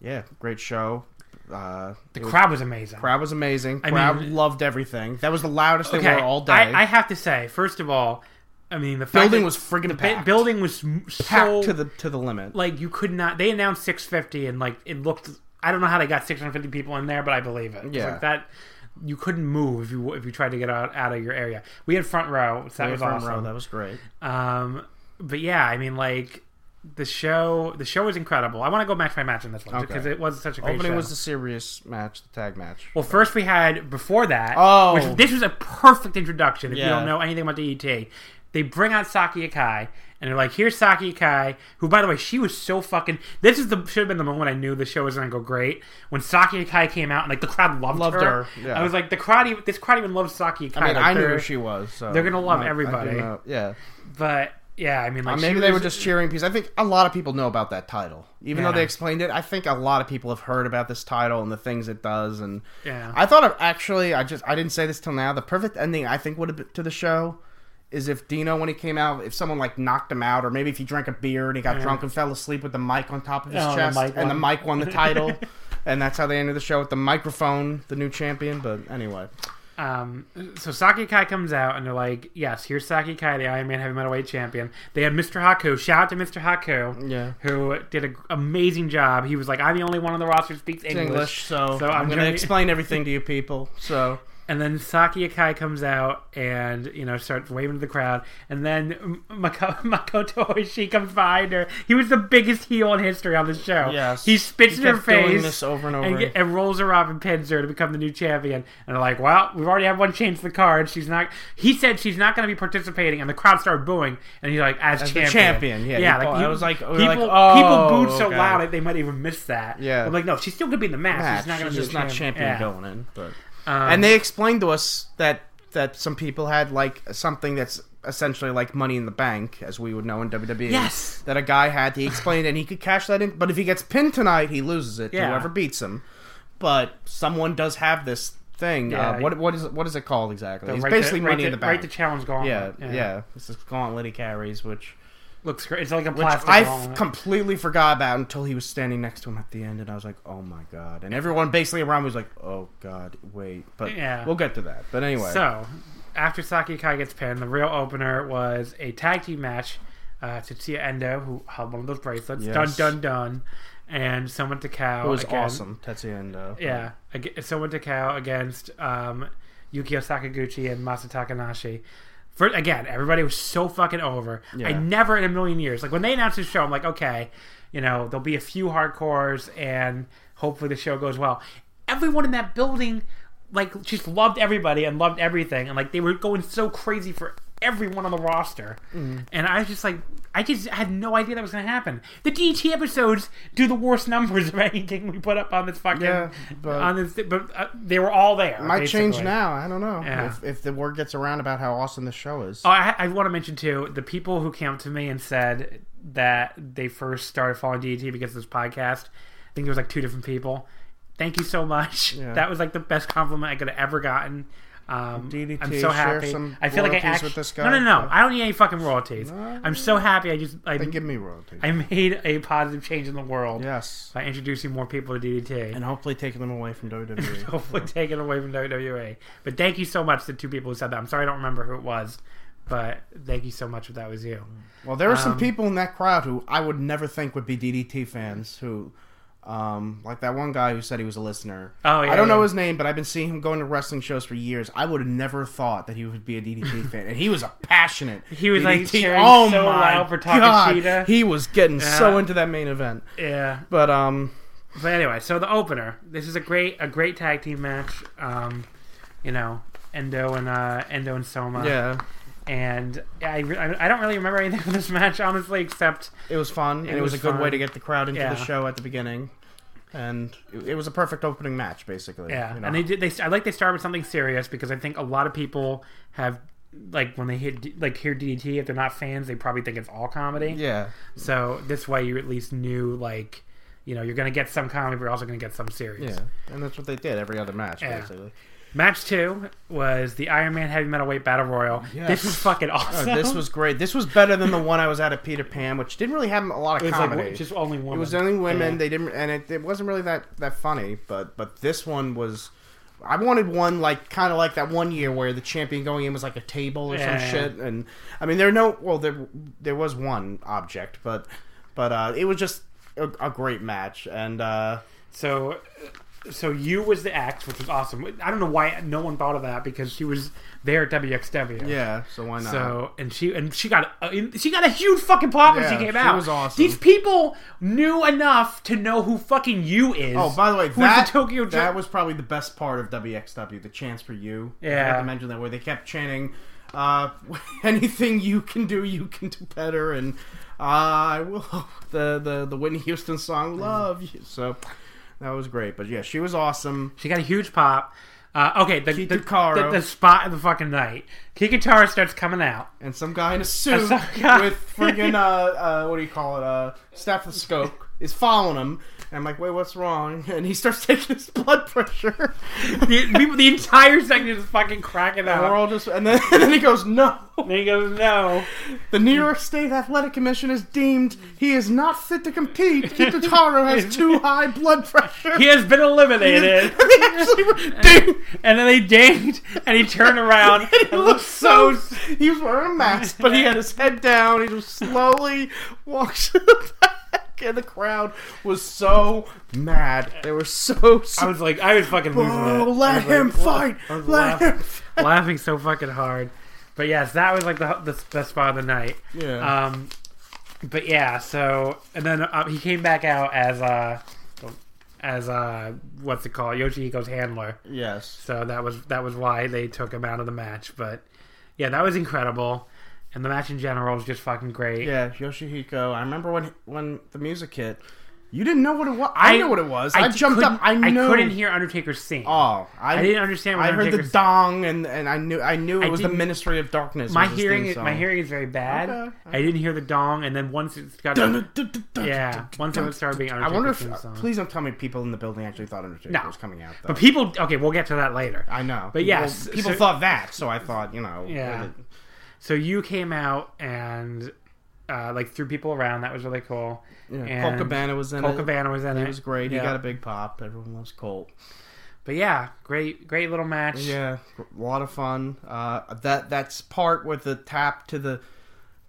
Speaker 2: yeah, great show. Uh,
Speaker 1: the
Speaker 2: it was-
Speaker 1: crowd was amazing.
Speaker 2: crowd was amazing. crowd
Speaker 1: mean-
Speaker 2: loved everything. That was the loudest they
Speaker 1: okay,
Speaker 2: were all day.
Speaker 1: I, I have to say, first of all, I mean the fact
Speaker 2: building
Speaker 1: that-
Speaker 2: was friggin'
Speaker 1: the
Speaker 2: packed.
Speaker 1: building was m- so
Speaker 2: packed to the to the limit.
Speaker 1: like you could not they announced 650 and like it looked i don't know how they got 650 people in there but i believe it It's
Speaker 2: Yeah.
Speaker 1: like that you couldn't move if you if you tried to get out, out of your area we had front row so that was
Speaker 2: Front
Speaker 1: awesome
Speaker 2: row, that was great.
Speaker 1: um but yeah i mean like the show the show was incredible i want to go match by match in this one because
Speaker 2: Okay.
Speaker 1: it was such a great
Speaker 2: Opening
Speaker 1: show
Speaker 2: was the serious match, the tag match.
Speaker 1: well, first we had before that.
Speaker 2: Oh.
Speaker 1: which, this was a perfect introduction. If you
Speaker 2: Yeah.
Speaker 1: don't know anything about DDT, they bring out Saki Akai, and they're like, "Here's Saki Akai." Who, by the way, she was so fucking. This is the should have been the moment I knew the show was gonna go great when Saki Akai came out, and like the crowd loved,
Speaker 2: Loved her, yeah.
Speaker 1: I was like, the crowd, even, this crowd even loves Saki Akai.
Speaker 2: I mean,
Speaker 1: Like,
Speaker 2: I knew
Speaker 1: they're-
Speaker 2: who she was. So
Speaker 1: they're gonna love
Speaker 2: I- I
Speaker 1: everybody.
Speaker 2: do know- yeah,
Speaker 1: but yeah, I mean, like
Speaker 2: Uh,
Speaker 1: she
Speaker 2: maybe they were
Speaker 1: was-
Speaker 2: just cheering because I think a lot of people know about that title, even
Speaker 1: Yeah.
Speaker 2: though they explained it. I think a lot of people have heard about this title and the things it does. And
Speaker 1: Yeah.
Speaker 2: I thought of actually, I just I didn't say this till now. The perfect ending I think would have been to the show. Is if Dino, when he came out, if someone like knocked him out, or maybe if he drank a beer and he got drunk and fell asleep with the mic on top of his
Speaker 1: Oh, the
Speaker 2: chest,
Speaker 1: mic
Speaker 2: and the
Speaker 1: won.
Speaker 2: mic won the title, and that's how they ended the show with the microphone, the new champion. But anyway,
Speaker 1: Um, so Saki Kai comes out and they're like, "Yes, here's Saki Kai, the Iron Man Heavy Metalweight Champion." They had Mr. Haku. Shout out to Mr. Haku,
Speaker 2: Yeah.
Speaker 1: who did an amazing job. He was like, "I'm the only one on the roster who speaks English,
Speaker 2: English, so, I'm, going to
Speaker 1: doing-
Speaker 2: explain everything to you people. So
Speaker 1: And then Saki Akai comes out and you know starts waving to the crowd, and then M- Mako- Makoto Oshii comes behind her. He was the biggest heel in history on the show.
Speaker 2: Yes.
Speaker 1: he spits
Speaker 2: He
Speaker 1: in her
Speaker 2: kept doing
Speaker 1: face
Speaker 2: this over and over.
Speaker 1: get- and rolls her up and pins her to become the new champion. And they're like, "Well, we've already had one change the card. She's not." He said she's not going to be participating, and the crowd started booing. And he's like, "As,
Speaker 2: the
Speaker 1: champion,
Speaker 2: champion, yeah, you
Speaker 1: like,
Speaker 2: thought-
Speaker 1: he-
Speaker 2: I was like- we were
Speaker 1: people,
Speaker 2: like, "Oh,
Speaker 1: people booed so
Speaker 2: okay."
Speaker 1: loud that they might even miss that.
Speaker 2: Yeah.
Speaker 1: I'm like, no, she's still going to be in the match.
Speaker 2: match,
Speaker 1: She's not going to be
Speaker 2: just
Speaker 1: the
Speaker 2: not champion
Speaker 1: Yeah. Um,
Speaker 2: going in. But and they explained to us that that some people had like something that's essentially like money in the bank, as we would know in WWE.
Speaker 1: Yes.
Speaker 2: that a guy had. He explained, and he could cash that in. But if he gets pinned tonight, he loses it. to
Speaker 1: Yeah.
Speaker 2: whoever beats him. But someone does have this thing.
Speaker 1: Yeah.
Speaker 2: Uh, what what is what is it called exactly?
Speaker 1: The
Speaker 2: it's
Speaker 1: right to-
Speaker 2: basically
Speaker 1: right
Speaker 2: money
Speaker 1: to-
Speaker 2: in the bank.
Speaker 1: Right to challenge gauntlet.
Speaker 2: yeah, yeah, yeah. This is gauntlet he carries, which.
Speaker 1: Looks great. It's like a
Speaker 2: Which
Speaker 1: plastic.
Speaker 2: I
Speaker 1: gauntlet.
Speaker 2: f- completely forgot about until he was standing next to him at the end, and I was like, "Oh my god!" And everyone basically around me was like, "Oh god, wait." But
Speaker 1: Yeah.
Speaker 2: we'll get to that. But anyway,
Speaker 1: So, after Saki Kai gets pinned, the real opener was a tag team match. Uh, Tetsuya Endo, who held one of those bracelets,
Speaker 2: Yes.
Speaker 1: dun dun dun, and Soma Takao.
Speaker 2: it was
Speaker 1: again.
Speaker 2: awesome, Tetsuya Endo.
Speaker 1: Yeah, ag- Soma Takao against um, Yukio Sakaguchi and Masa Takanashi. For, again, everybody was so fucking over. I
Speaker 2: Yeah.
Speaker 1: never in a million years, like when they announced the show, I'm like, okay, you know, there'll be a few hardcores and hopefully the show goes well. Everyone in that building, like, just loved everybody and loved everything. And, like, they were going so crazy for everyone on the roster. And I was just like, I just had no idea that was going to happen. The DT episodes do the worst numbers of anything we put up on this fucking
Speaker 2: Yeah, but-
Speaker 1: on this, but uh, they were all there.
Speaker 2: might change
Speaker 1: basically.
Speaker 2: now. I don't know
Speaker 1: Yeah.
Speaker 2: if, if the word gets around about how awesome the show is.
Speaker 1: Oh, I, I want to mention too the people who came up to me and said that they first started following DDT because of this podcast. I think there was like two different people. Thank you so much.
Speaker 2: Yeah.
Speaker 1: That was like the best compliment I could have ever gotten. Um,
Speaker 2: DDT,
Speaker 1: I'm so
Speaker 2: share
Speaker 1: happy.
Speaker 2: some
Speaker 1: I feel like I
Speaker 2: royalties
Speaker 1: actually
Speaker 2: with this
Speaker 1: no
Speaker 2: guy?
Speaker 1: no no. I don't need any fucking royalties. I'm so happy. I just I,
Speaker 2: They give me royalties.
Speaker 1: I made a positive change in the world
Speaker 2: yes,
Speaker 1: by introducing more people to DDT.
Speaker 2: and hopefully taking them away from E. WWE. Hmm.
Speaker 1: E. hopefully taken away from WWE. But thank you so much to two people who said that. I'm sorry I don't remember who it was, But thank you so much if that was you.
Speaker 2: Well, there were
Speaker 1: Um,
Speaker 2: some people in that crowd who I would never think would be DDT fans who. Um, like that one guy who said he was a listener.
Speaker 1: Oh, yeah,
Speaker 2: I don't know
Speaker 1: yeah.
Speaker 2: his name, but I've been seeing him going to wrestling shows for years. I would have never thought that he would be a DDT fan, and he was a passionate.
Speaker 1: He was, like,
Speaker 2: DDT.
Speaker 1: cheering
Speaker 2: oh
Speaker 1: so
Speaker 2: my
Speaker 1: loud for
Speaker 2: God.
Speaker 1: Takeshita.
Speaker 2: He was getting so
Speaker 1: Yeah.
Speaker 2: into that main event,
Speaker 1: Yeah.
Speaker 2: but um,
Speaker 1: But anyway, so the opener. This is a great a great tag team match. Um, you know, Endo and uh, Endo and Soma.
Speaker 2: yeah,
Speaker 1: And I, re- I I don't really remember anything from this match honestly, except
Speaker 2: it was fun, and it was,
Speaker 1: was
Speaker 2: a good way
Speaker 1: fun.
Speaker 2: to get the crowd into
Speaker 1: Yeah.
Speaker 2: the show at the beginning, and it, it was a perfect opening match, basically.
Speaker 1: yeah.
Speaker 2: you know.
Speaker 1: And they did. They I like they started with something serious because I think a lot of people have like when they hit like hear DDT if they're not fans they probably think it's all comedy.
Speaker 2: yeah,
Speaker 1: So this way you at least knew like you know you're gonna get some comedy but you're also gonna get some serious.
Speaker 2: yeah, and that's what they did every other match,
Speaker 1: Yeah.
Speaker 2: basically.
Speaker 1: Match two was the Iron Man Heavy Metal Weight Battle Royal.
Speaker 2: Yes.
Speaker 1: This was fucking
Speaker 2: Oh,
Speaker 1: awesome.
Speaker 2: this was great. This was better than the one I was at at Peter Pan, which didn't really have a lot of
Speaker 1: It was
Speaker 2: comedy.
Speaker 1: like just only one.
Speaker 2: it was only women. They didn't, and it, it wasn't really that that funny. But but this one was. I wanted one like kind of like that one year where the champion going in was like a table or
Speaker 1: Yeah,
Speaker 2: some
Speaker 1: yeah.
Speaker 2: shit, and I mean there are no well there there was one object, but but uh, it was just a, a great match, and uh,
Speaker 1: So, so you was the act, which was awesome. I don't know why no one thought of that because she was there at WXW.
Speaker 2: yeah, so why not?
Speaker 1: So and she and she got a, she got a huge fucking pop when
Speaker 2: Yeah,
Speaker 1: she came
Speaker 2: she
Speaker 1: out.
Speaker 2: was awesome.
Speaker 1: These people knew enough to know who fucking you is.
Speaker 2: Oh, by the way,
Speaker 1: who's
Speaker 2: that
Speaker 1: the Tokyo Dr-
Speaker 2: that was probably the best part of WXW, the chance for you. I forgot
Speaker 1: Yeah.
Speaker 2: to mention that where they kept chanting, uh, "Anything you can do, you can do better," and uh, I will. The the the Whitney Houston song
Speaker 1: Mm-hmm.
Speaker 2: "Love You." So that was great. But yeah, she was awesome.
Speaker 1: She got a huge pop. Uh, okay, the, the, the,
Speaker 2: Kikutaro.
Speaker 1: the spot of the fucking night. Kikitaro starts coming out.
Speaker 2: And some guy in a suit
Speaker 1: some guy-
Speaker 2: with friggin' uh, uh, what do you call it? Uh, stethoscope is following him. And I'm like, wait, what's wrong? And he starts taking his blood pressure.
Speaker 1: The, people, the entire section is fucking cracking
Speaker 2: And we're
Speaker 1: up.
Speaker 2: all just, and then, and then he goes, no.
Speaker 1: And he goes, no.
Speaker 2: The New York State Athletic Commission has deemed he is not fit to compete. Kitaro has too high blood pressure.
Speaker 1: He has been eliminated.
Speaker 2: They actually were- ding.
Speaker 1: And then they dinged, and he turned around
Speaker 2: He
Speaker 1: and looked
Speaker 2: looked
Speaker 1: so.
Speaker 2: so. He was wearing a mask, but he had his head down. He just slowly walked to the back, and the crowd was so mad. They were so.
Speaker 1: I
Speaker 2: so
Speaker 1: was like, I was fucking losing it.
Speaker 2: oh, let him fight!
Speaker 1: was
Speaker 2: Let him.
Speaker 1: laughing. Laughing so fucking hard. But yes, that was like the the best spot of the night.
Speaker 2: Yeah.
Speaker 1: Um, but yeah, so and then uh, he came back out as uh as uh what's it called Yoshihiko's handler.
Speaker 2: Yes.
Speaker 1: So that was that was why they took him out of the match. But yeah, that was incredible, and the match in general was just fucking great.
Speaker 2: Yeah, Yoshihiko. I remember when when the music hit. You didn't know what it was. I, knew what it was. I, jumped up.
Speaker 1: couldn't-
Speaker 2: I knew.
Speaker 1: couldn't hear Undertaker sing.
Speaker 2: Oh, I,
Speaker 1: I didn't understand what
Speaker 2: I heard the
Speaker 1: Undertaker's-
Speaker 2: dong, and, and I knew I knew it
Speaker 1: I
Speaker 2: was the
Speaker 1: didn't-
Speaker 2: Ministry of Darkness.
Speaker 1: my
Speaker 2: was his
Speaker 1: hearing,
Speaker 2: theme
Speaker 1: is, my
Speaker 2: song.
Speaker 1: hearing is very bad.
Speaker 2: Okay.
Speaker 1: I didn't hear the dong, and then once it's got,
Speaker 2: Dun, dun, dun, dun, dun,
Speaker 1: yeah,
Speaker 2: dun,
Speaker 1: once
Speaker 2: dun,
Speaker 1: it started being
Speaker 2: dun. I
Speaker 1: Undertaker's
Speaker 2: wonder if. uh,
Speaker 1: theme song.
Speaker 2: Please don't tell me people in the building actually thought Undertaker
Speaker 1: No.
Speaker 2: was coming out. Though.
Speaker 1: but people, okay, we'll get to that later.
Speaker 2: I know.
Speaker 1: But
Speaker 2: people,
Speaker 1: yes,
Speaker 2: people
Speaker 1: so-
Speaker 2: thought that, so I thought you know.
Speaker 1: Yeah.
Speaker 2: it-
Speaker 1: So you came out and uh, like threw people around. That was really cool.
Speaker 2: Yeah.
Speaker 1: And
Speaker 2: Colt Cabana was in
Speaker 1: Colt
Speaker 2: it.
Speaker 1: Cabana was in it.
Speaker 2: He was great.
Speaker 1: Yeah.
Speaker 2: He got a big pop. Everyone loves Colt.
Speaker 1: But yeah, great, great little match.
Speaker 2: Yeah, a lot of fun. Uh, that that's part with the tap to the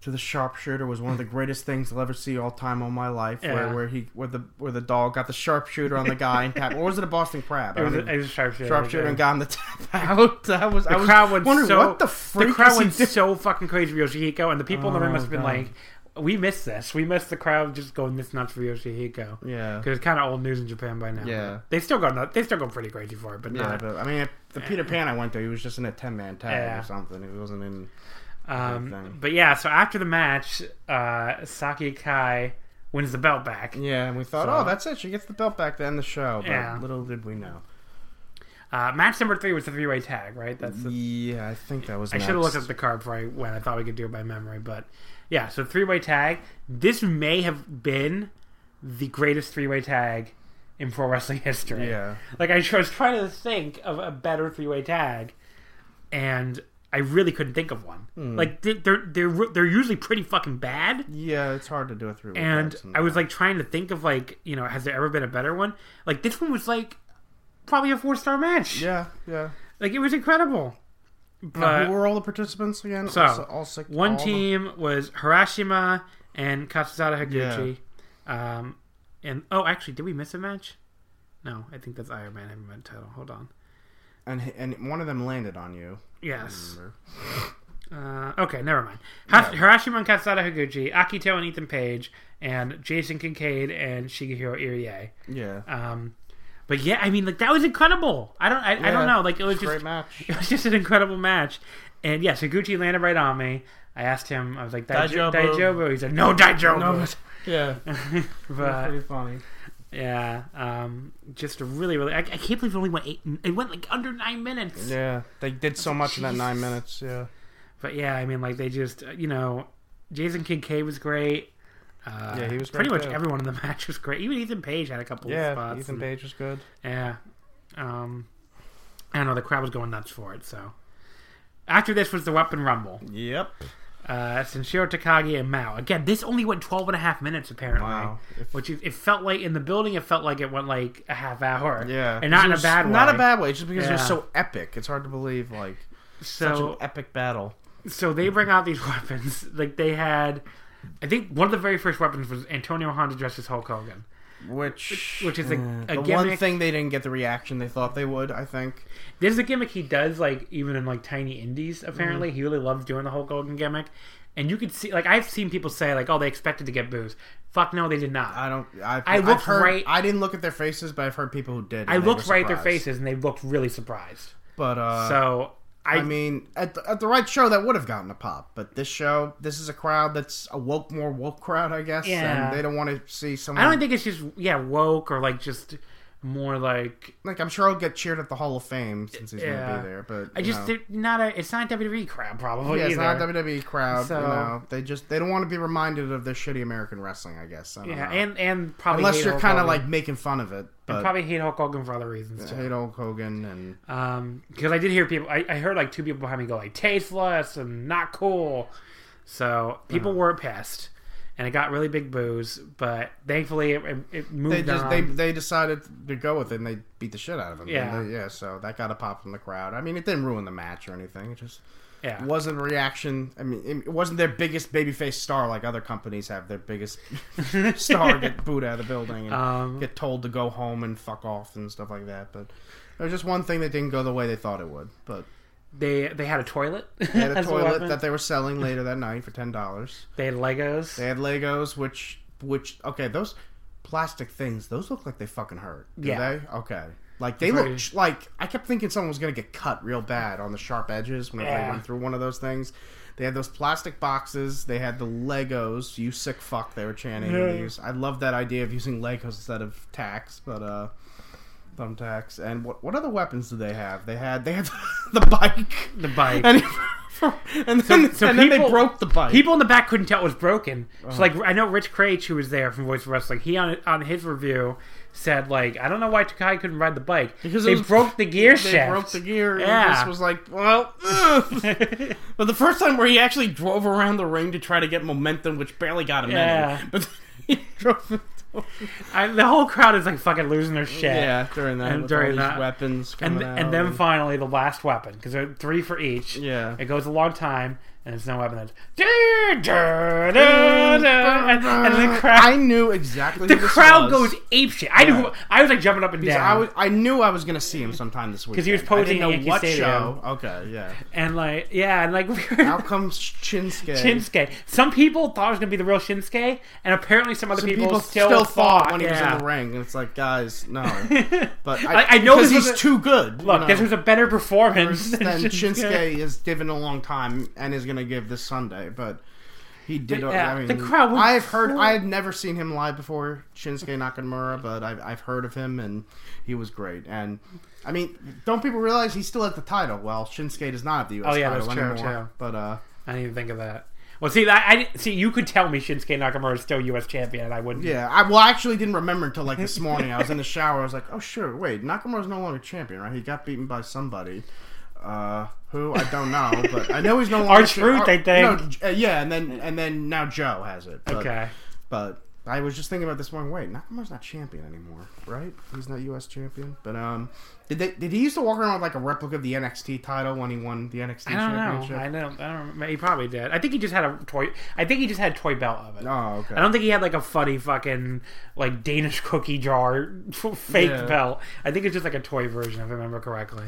Speaker 2: to the sharpshooter was one of the greatest things I'll ever see all time on my life.
Speaker 1: Yeah.
Speaker 2: Where, where he where the where the dog got the sharpshooter on the guy and tap. Or was it a Boston crab?
Speaker 1: It was, it was a sharpshooter.
Speaker 2: sharpshooter and got him to tap out. That was I
Speaker 1: The
Speaker 2: was
Speaker 1: crowd went
Speaker 2: wondering
Speaker 1: so
Speaker 2: what the freak
Speaker 1: crowd
Speaker 2: is he
Speaker 1: went
Speaker 2: doing?
Speaker 1: so fucking crazy for Yoshihiko, and the people in the room
Speaker 2: Oh,
Speaker 1: must have been
Speaker 2: God.
Speaker 1: like, "We missed this. We missed the crowd just going this nuts for Yoshihiko."
Speaker 2: Yeah.
Speaker 1: because it's kind of old news in Japan by now.
Speaker 2: Yeah.
Speaker 1: they still go nut- They still go pretty crazy for it, but
Speaker 2: Yeah,
Speaker 1: not.
Speaker 2: but I mean, if the Peter Pan I went to, he was just in a ten man tag
Speaker 1: Yeah.
Speaker 2: or something. He wasn't in.
Speaker 1: um,
Speaker 2: thing.
Speaker 1: but yeah, so after the match, uh, Saki Kai wins the belt back.
Speaker 2: Yeah, and we thought,
Speaker 1: So-
Speaker 2: oh, that's it. She gets the belt back to end the show. But
Speaker 1: Yeah.
Speaker 2: little did we know.
Speaker 1: Uh, match number three was the three way tag, right? That's the,
Speaker 2: Yeah, I think that was.
Speaker 1: I
Speaker 2: next.
Speaker 1: should have looked at the card before I went. I thought we could do it by memory, but yeah. So three way tag. This may have been the greatest three way tag in pro wrestling history.
Speaker 2: Yeah.
Speaker 1: Like I was trying to think of a better three way tag, and I really couldn't think of one. Like they- they're they're they're usually pretty fucking bad.
Speaker 2: Hmm. Yeah, it's hard to do it through.
Speaker 1: And
Speaker 2: regrets
Speaker 1: I was like trying to think of like you know has there ever been a better one? Like this one was like probably a four star match.
Speaker 2: yeah, yeah,
Speaker 1: Like it was incredible.
Speaker 2: Now,
Speaker 1: But
Speaker 2: who were all the participants again?
Speaker 1: so
Speaker 2: all, all six.
Speaker 1: one
Speaker 2: all of them?
Speaker 1: team was Hiroshima and Katsusada Higuchi. Um, and oh, actually, did we miss a match? No, I think that's Iron Man. I haven't met title. Hold on.
Speaker 2: and and one of them landed on you.
Speaker 1: Yes.
Speaker 2: remember.
Speaker 1: Uh, okay, never mind. Ha- Hiroshima and Katsusada Higuchi, Akito and Ethan Page, and Jason Kincaid and Shigehiro Irie.
Speaker 2: Yeah,
Speaker 1: Um, but yeah, I mean, like that was incredible. I don't, I, I
Speaker 2: Yeah,
Speaker 1: don't know. Like it was
Speaker 2: great
Speaker 1: just,
Speaker 2: match.
Speaker 1: it was just an incredible match. And yeah, so Gucci landed right on me. I asked him, I was like, "Daijo-
Speaker 2: Daijobu."
Speaker 1: Daijobu. He said, no, Daijobu.
Speaker 2: Yeah,
Speaker 1: but
Speaker 2: pretty funny.
Speaker 1: yeah, um, just a really, really, I, I can't believe it only went eight, it went like under nine minutes.
Speaker 2: Yeah, they did so much in that nine
Speaker 1: Jesus.
Speaker 2: minutes. Yeah,
Speaker 1: But yeah, I mean, like they just, uh, you know, Jason Kincaid was great. Uh,
Speaker 2: Yeah, he was
Speaker 1: pretty
Speaker 2: great,
Speaker 1: much
Speaker 2: too.
Speaker 1: everyone in the match was great. Even Ethan Page had a couple of
Speaker 2: yeah.
Speaker 1: spots.
Speaker 2: Ethan
Speaker 1: and-
Speaker 2: Page was good.
Speaker 1: Yeah. Um, I don't know. The crowd was going nuts for it. So after this was the Weapon Rumble.
Speaker 2: Yep.
Speaker 1: Uh, Senshiro Takagi and Mao. Again, this only went 12 and a half minutes apparently.
Speaker 2: Wow. If-
Speaker 1: Which it, it felt like in the building, it felt like it went like a half hour.
Speaker 2: Yeah,
Speaker 1: And not in a
Speaker 2: It's
Speaker 1: bad way.
Speaker 2: Not a bad way, just because
Speaker 1: Yeah.
Speaker 2: they're so epic. It's hard to believe, like such an
Speaker 1: So
Speaker 2: epic battle.
Speaker 1: so they bring out these weapons. Like they had, I think one of the very first weapons was Antonio Honda dressed as Hulk Hogan,
Speaker 2: Which,
Speaker 1: which is a, a
Speaker 2: Mm. the
Speaker 1: gimmick.
Speaker 2: one thing they didn't get the reaction they thought they would. I think.
Speaker 1: There's a gimmick he does like even in like tiny
Speaker 2: Mm-hmm.
Speaker 1: indies. Apparently, he really loves doing the Hulk Hogan gimmick, and you could see like I've seen people say like, "Oh, they expected to get booze." Fuck no, they did not.
Speaker 2: I
Speaker 1: I,
Speaker 2: don't. I've,
Speaker 1: I
Speaker 2: I've
Speaker 1: looked
Speaker 2: heard,
Speaker 1: right-
Speaker 2: I didn't look at their faces, but I've heard people who did. and they
Speaker 1: looked
Speaker 2: were
Speaker 1: right at their
Speaker 2: surprised.
Speaker 1: faces, and they looked really surprised.
Speaker 2: But uh,
Speaker 1: so I,
Speaker 2: I mean, at the, at the right show, that would have gotten a pop. But this show, this is a crowd that's a woke, more woke crowd, I guess.
Speaker 1: Yeah.
Speaker 2: And they don't want to see someone.
Speaker 1: I don't think it's just yeah woke or like just more like
Speaker 2: like I'm sure he'll get cheered at the Hall of Fame since he's
Speaker 1: Yeah.
Speaker 2: gonna be there. But
Speaker 1: I
Speaker 2: you
Speaker 1: just
Speaker 2: know.
Speaker 1: they're not a it's not a WWE crowd probably
Speaker 2: yeah, it's not
Speaker 1: either.
Speaker 2: a WWE crowd.
Speaker 1: So-
Speaker 2: You know, they just they don't want to be reminded of their shitty American wrestling. I guess. I don't
Speaker 1: yeah,
Speaker 2: know.
Speaker 1: and and probably
Speaker 2: E unless
Speaker 1: hate
Speaker 2: you're
Speaker 1: Hulk
Speaker 2: kind of
Speaker 1: Hogan.
Speaker 2: like making fun of it, but
Speaker 1: And probably hate Hulk Hogan for other reasons too.
Speaker 2: hate Hulk Hogan and
Speaker 1: Um, because I did hear people, I, I heard like two people behind me go like tasteless and not cool. So people
Speaker 2: Uh-huh.
Speaker 1: were pissed, and it got really big boos. But thankfully, it, it- it moved
Speaker 2: they just
Speaker 1: on.
Speaker 2: they they decided to go with it and they beat the shit out of him.
Speaker 1: Yeah.
Speaker 2: And they- yeah. So that got a pop from the crowd. I mean, it didn't ruin the match or anything. It just
Speaker 1: yeah,
Speaker 2: wasn't a reaction. I mean, it wasn't their biggest babyface star like other companies have their biggest star get booed out of the building and
Speaker 1: Um,
Speaker 2: get told to go home and fuck off and stuff like that. But there was just one thing that didn't go the way they thought it would. But
Speaker 1: they they had a toilet.
Speaker 2: they had a
Speaker 1: as
Speaker 2: toilet
Speaker 1: weapon.
Speaker 2: that they were selling later that night for ten dollars.
Speaker 1: they had Legos.
Speaker 2: They had Legos, which which okay, those plastic things, those look like they fucking hurt. Do
Speaker 1: Yeah.
Speaker 2: they? Okay. Like they
Speaker 1: Very-
Speaker 2: look like I kept thinking someone was gonna get cut real bad on the sharp edges whenever
Speaker 1: Yeah.
Speaker 2: they went through one of those things. They had those plastic boxes. They had the Legos. You sick fuck. They were chanting.
Speaker 1: Yeah.
Speaker 2: These. I love that idea of using Legos instead of tacks, but uh, thumbtacks. And what what other weapons do they have? They had they had the bike.
Speaker 1: the bike.
Speaker 2: And, and then,
Speaker 1: so
Speaker 2: and then they
Speaker 1: people-
Speaker 2: broke the bike. Oh.
Speaker 1: People in the back couldn't tell it was broken. So like I know Rich Craich, who was there from Voice of Wrestling, he on on his review said like I don't know why Takai couldn't ride the bike
Speaker 2: Because it
Speaker 1: they
Speaker 2: was-
Speaker 1: broke the gear
Speaker 2: they
Speaker 1: shaft.
Speaker 2: broke the gear.
Speaker 1: Yeah.
Speaker 2: And this was like, well, ugh. but the first time where he actually drove around the ring to try to get momentum, which barely got him
Speaker 1: Yeah.
Speaker 2: in. But he drove it. over.
Speaker 1: I, the whole crowd is like fucking losing their shit.
Speaker 2: Yeah, during that,
Speaker 1: And
Speaker 2: with
Speaker 1: during
Speaker 2: all these
Speaker 1: that.
Speaker 2: weapons
Speaker 1: and
Speaker 2: coming out
Speaker 1: and then finally the last weapon because there are three for each.
Speaker 2: Yeah.
Speaker 1: it goes a long time, and it's no weapon. That's and, and the
Speaker 2: I
Speaker 1: crowd,
Speaker 2: knew exactly.
Speaker 1: the
Speaker 2: who this
Speaker 1: crowd
Speaker 2: was.
Speaker 1: goes apeshit. I knew,
Speaker 2: Yeah.
Speaker 1: I was like jumping up and
Speaker 2: So
Speaker 1: down,
Speaker 2: I, was, I knew I was going to see him sometime this week
Speaker 1: 'Cause he was posing
Speaker 2: I
Speaker 1: at
Speaker 2: didn't
Speaker 1: Yankee
Speaker 2: know what
Speaker 1: Stadium.
Speaker 2: show. Okay, yeah.
Speaker 1: and like yeah, and like we
Speaker 2: How
Speaker 1: were
Speaker 2: comes Shinsuke?
Speaker 1: Shinsuke. Some people thought it was gonna be the real Shinsuke, and apparently some other
Speaker 2: Some
Speaker 1: people,
Speaker 2: people
Speaker 1: still,
Speaker 2: thought when he was
Speaker 1: yeah.
Speaker 2: in the ring, and it's like, guys, no. But
Speaker 1: I- I know
Speaker 2: because
Speaker 1: this was
Speaker 2: he's
Speaker 1: a-
Speaker 2: too good. you
Speaker 1: Look,
Speaker 2: know,
Speaker 1: this was a better performance
Speaker 2: than
Speaker 1: than
Speaker 2: Shinsuke is given a long time and is going to give this Sunday, but. He did.
Speaker 1: Yeah,
Speaker 2: I mean,
Speaker 1: the crowd was
Speaker 2: I've heard.
Speaker 1: full.
Speaker 2: I had never seen him live before, Shinsuke Nakamura, but I've, I've heard of him, and he was great. And I mean, don't people realize he's still at the title? Well, Shinsuke does not have the U.S.
Speaker 1: Oh, yeah,
Speaker 2: title
Speaker 1: that's true,
Speaker 2: anymore.
Speaker 1: too.
Speaker 2: But uh,
Speaker 1: I didn't even think of that. Well, see, I, I didn't- see. You could tell me Shinsuke Nakamura is still U.S. champion, and I wouldn't.
Speaker 2: Yeah, I, well, I actually didn't remember until like this morning. I was in the shower. I was like, "Oh, sure. Wait, Nakamura's no longer champion, right? He got beaten by somebody, uh, who I don't know, but I know he's no longer
Speaker 1: Our truth, I
Speaker 2: Ar-
Speaker 1: think.
Speaker 2: No, J- uh, yeah, and then and then now Joe has it. But,
Speaker 1: Okay.
Speaker 2: but I was just thinking about this one. Wait, Nakamura's not champion anymore, right? He's not U.S. champion. But um, did they did he used to walk around with like a replica of the NXT title when he won the NXT
Speaker 1: I don't know.
Speaker 2: championship?
Speaker 1: I don't. I don't. remember. He probably did. I think he just had a toy. I think he just had a toy belt of it.
Speaker 2: Oh, okay.
Speaker 1: I don't think he had like a funny fucking like Danish cookie jar fake
Speaker 2: Yeah.
Speaker 1: belt. I think it's just like a toy version, if I remember correctly.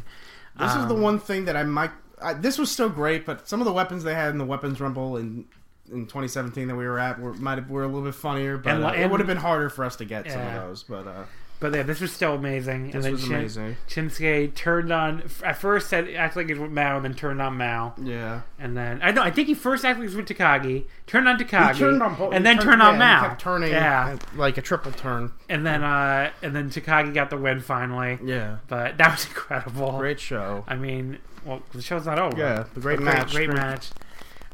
Speaker 2: This is
Speaker 1: Um,
Speaker 2: the one thing that I might. I, this was still great, but some of the weapons they had in the weapons rumble in in 2017 that we were at were might have, were a little bit funnier, but
Speaker 1: And
Speaker 2: uh,
Speaker 1: li-
Speaker 2: it
Speaker 1: and-
Speaker 2: would have been harder for us to get some
Speaker 1: Yeah.
Speaker 2: of those. But uh,
Speaker 1: But yeah, this was still amazing. and
Speaker 2: this
Speaker 1: then
Speaker 2: was
Speaker 1: Shin-
Speaker 2: amazing.
Speaker 1: Shinsuke turned on. f- At first, said acted like it was Mao, and then turned on Mao,
Speaker 2: Yeah,
Speaker 1: and then I know. I think he first acted like it was with Takagi, turned on Takagi,
Speaker 2: He turned on both,
Speaker 1: and
Speaker 2: he
Speaker 1: then turned, on
Speaker 2: yeah,
Speaker 1: Mao.
Speaker 2: he kept turning, uh,
Speaker 1: yeah.
Speaker 2: like a triple turn.
Speaker 1: And then uh, and then Takagi got the win finally.
Speaker 2: Yeah,
Speaker 1: But that was incredible.
Speaker 2: great show.
Speaker 1: I mean, well, the show's not over.
Speaker 2: Yeah, the great
Speaker 1: But
Speaker 2: match.
Speaker 1: Great, match.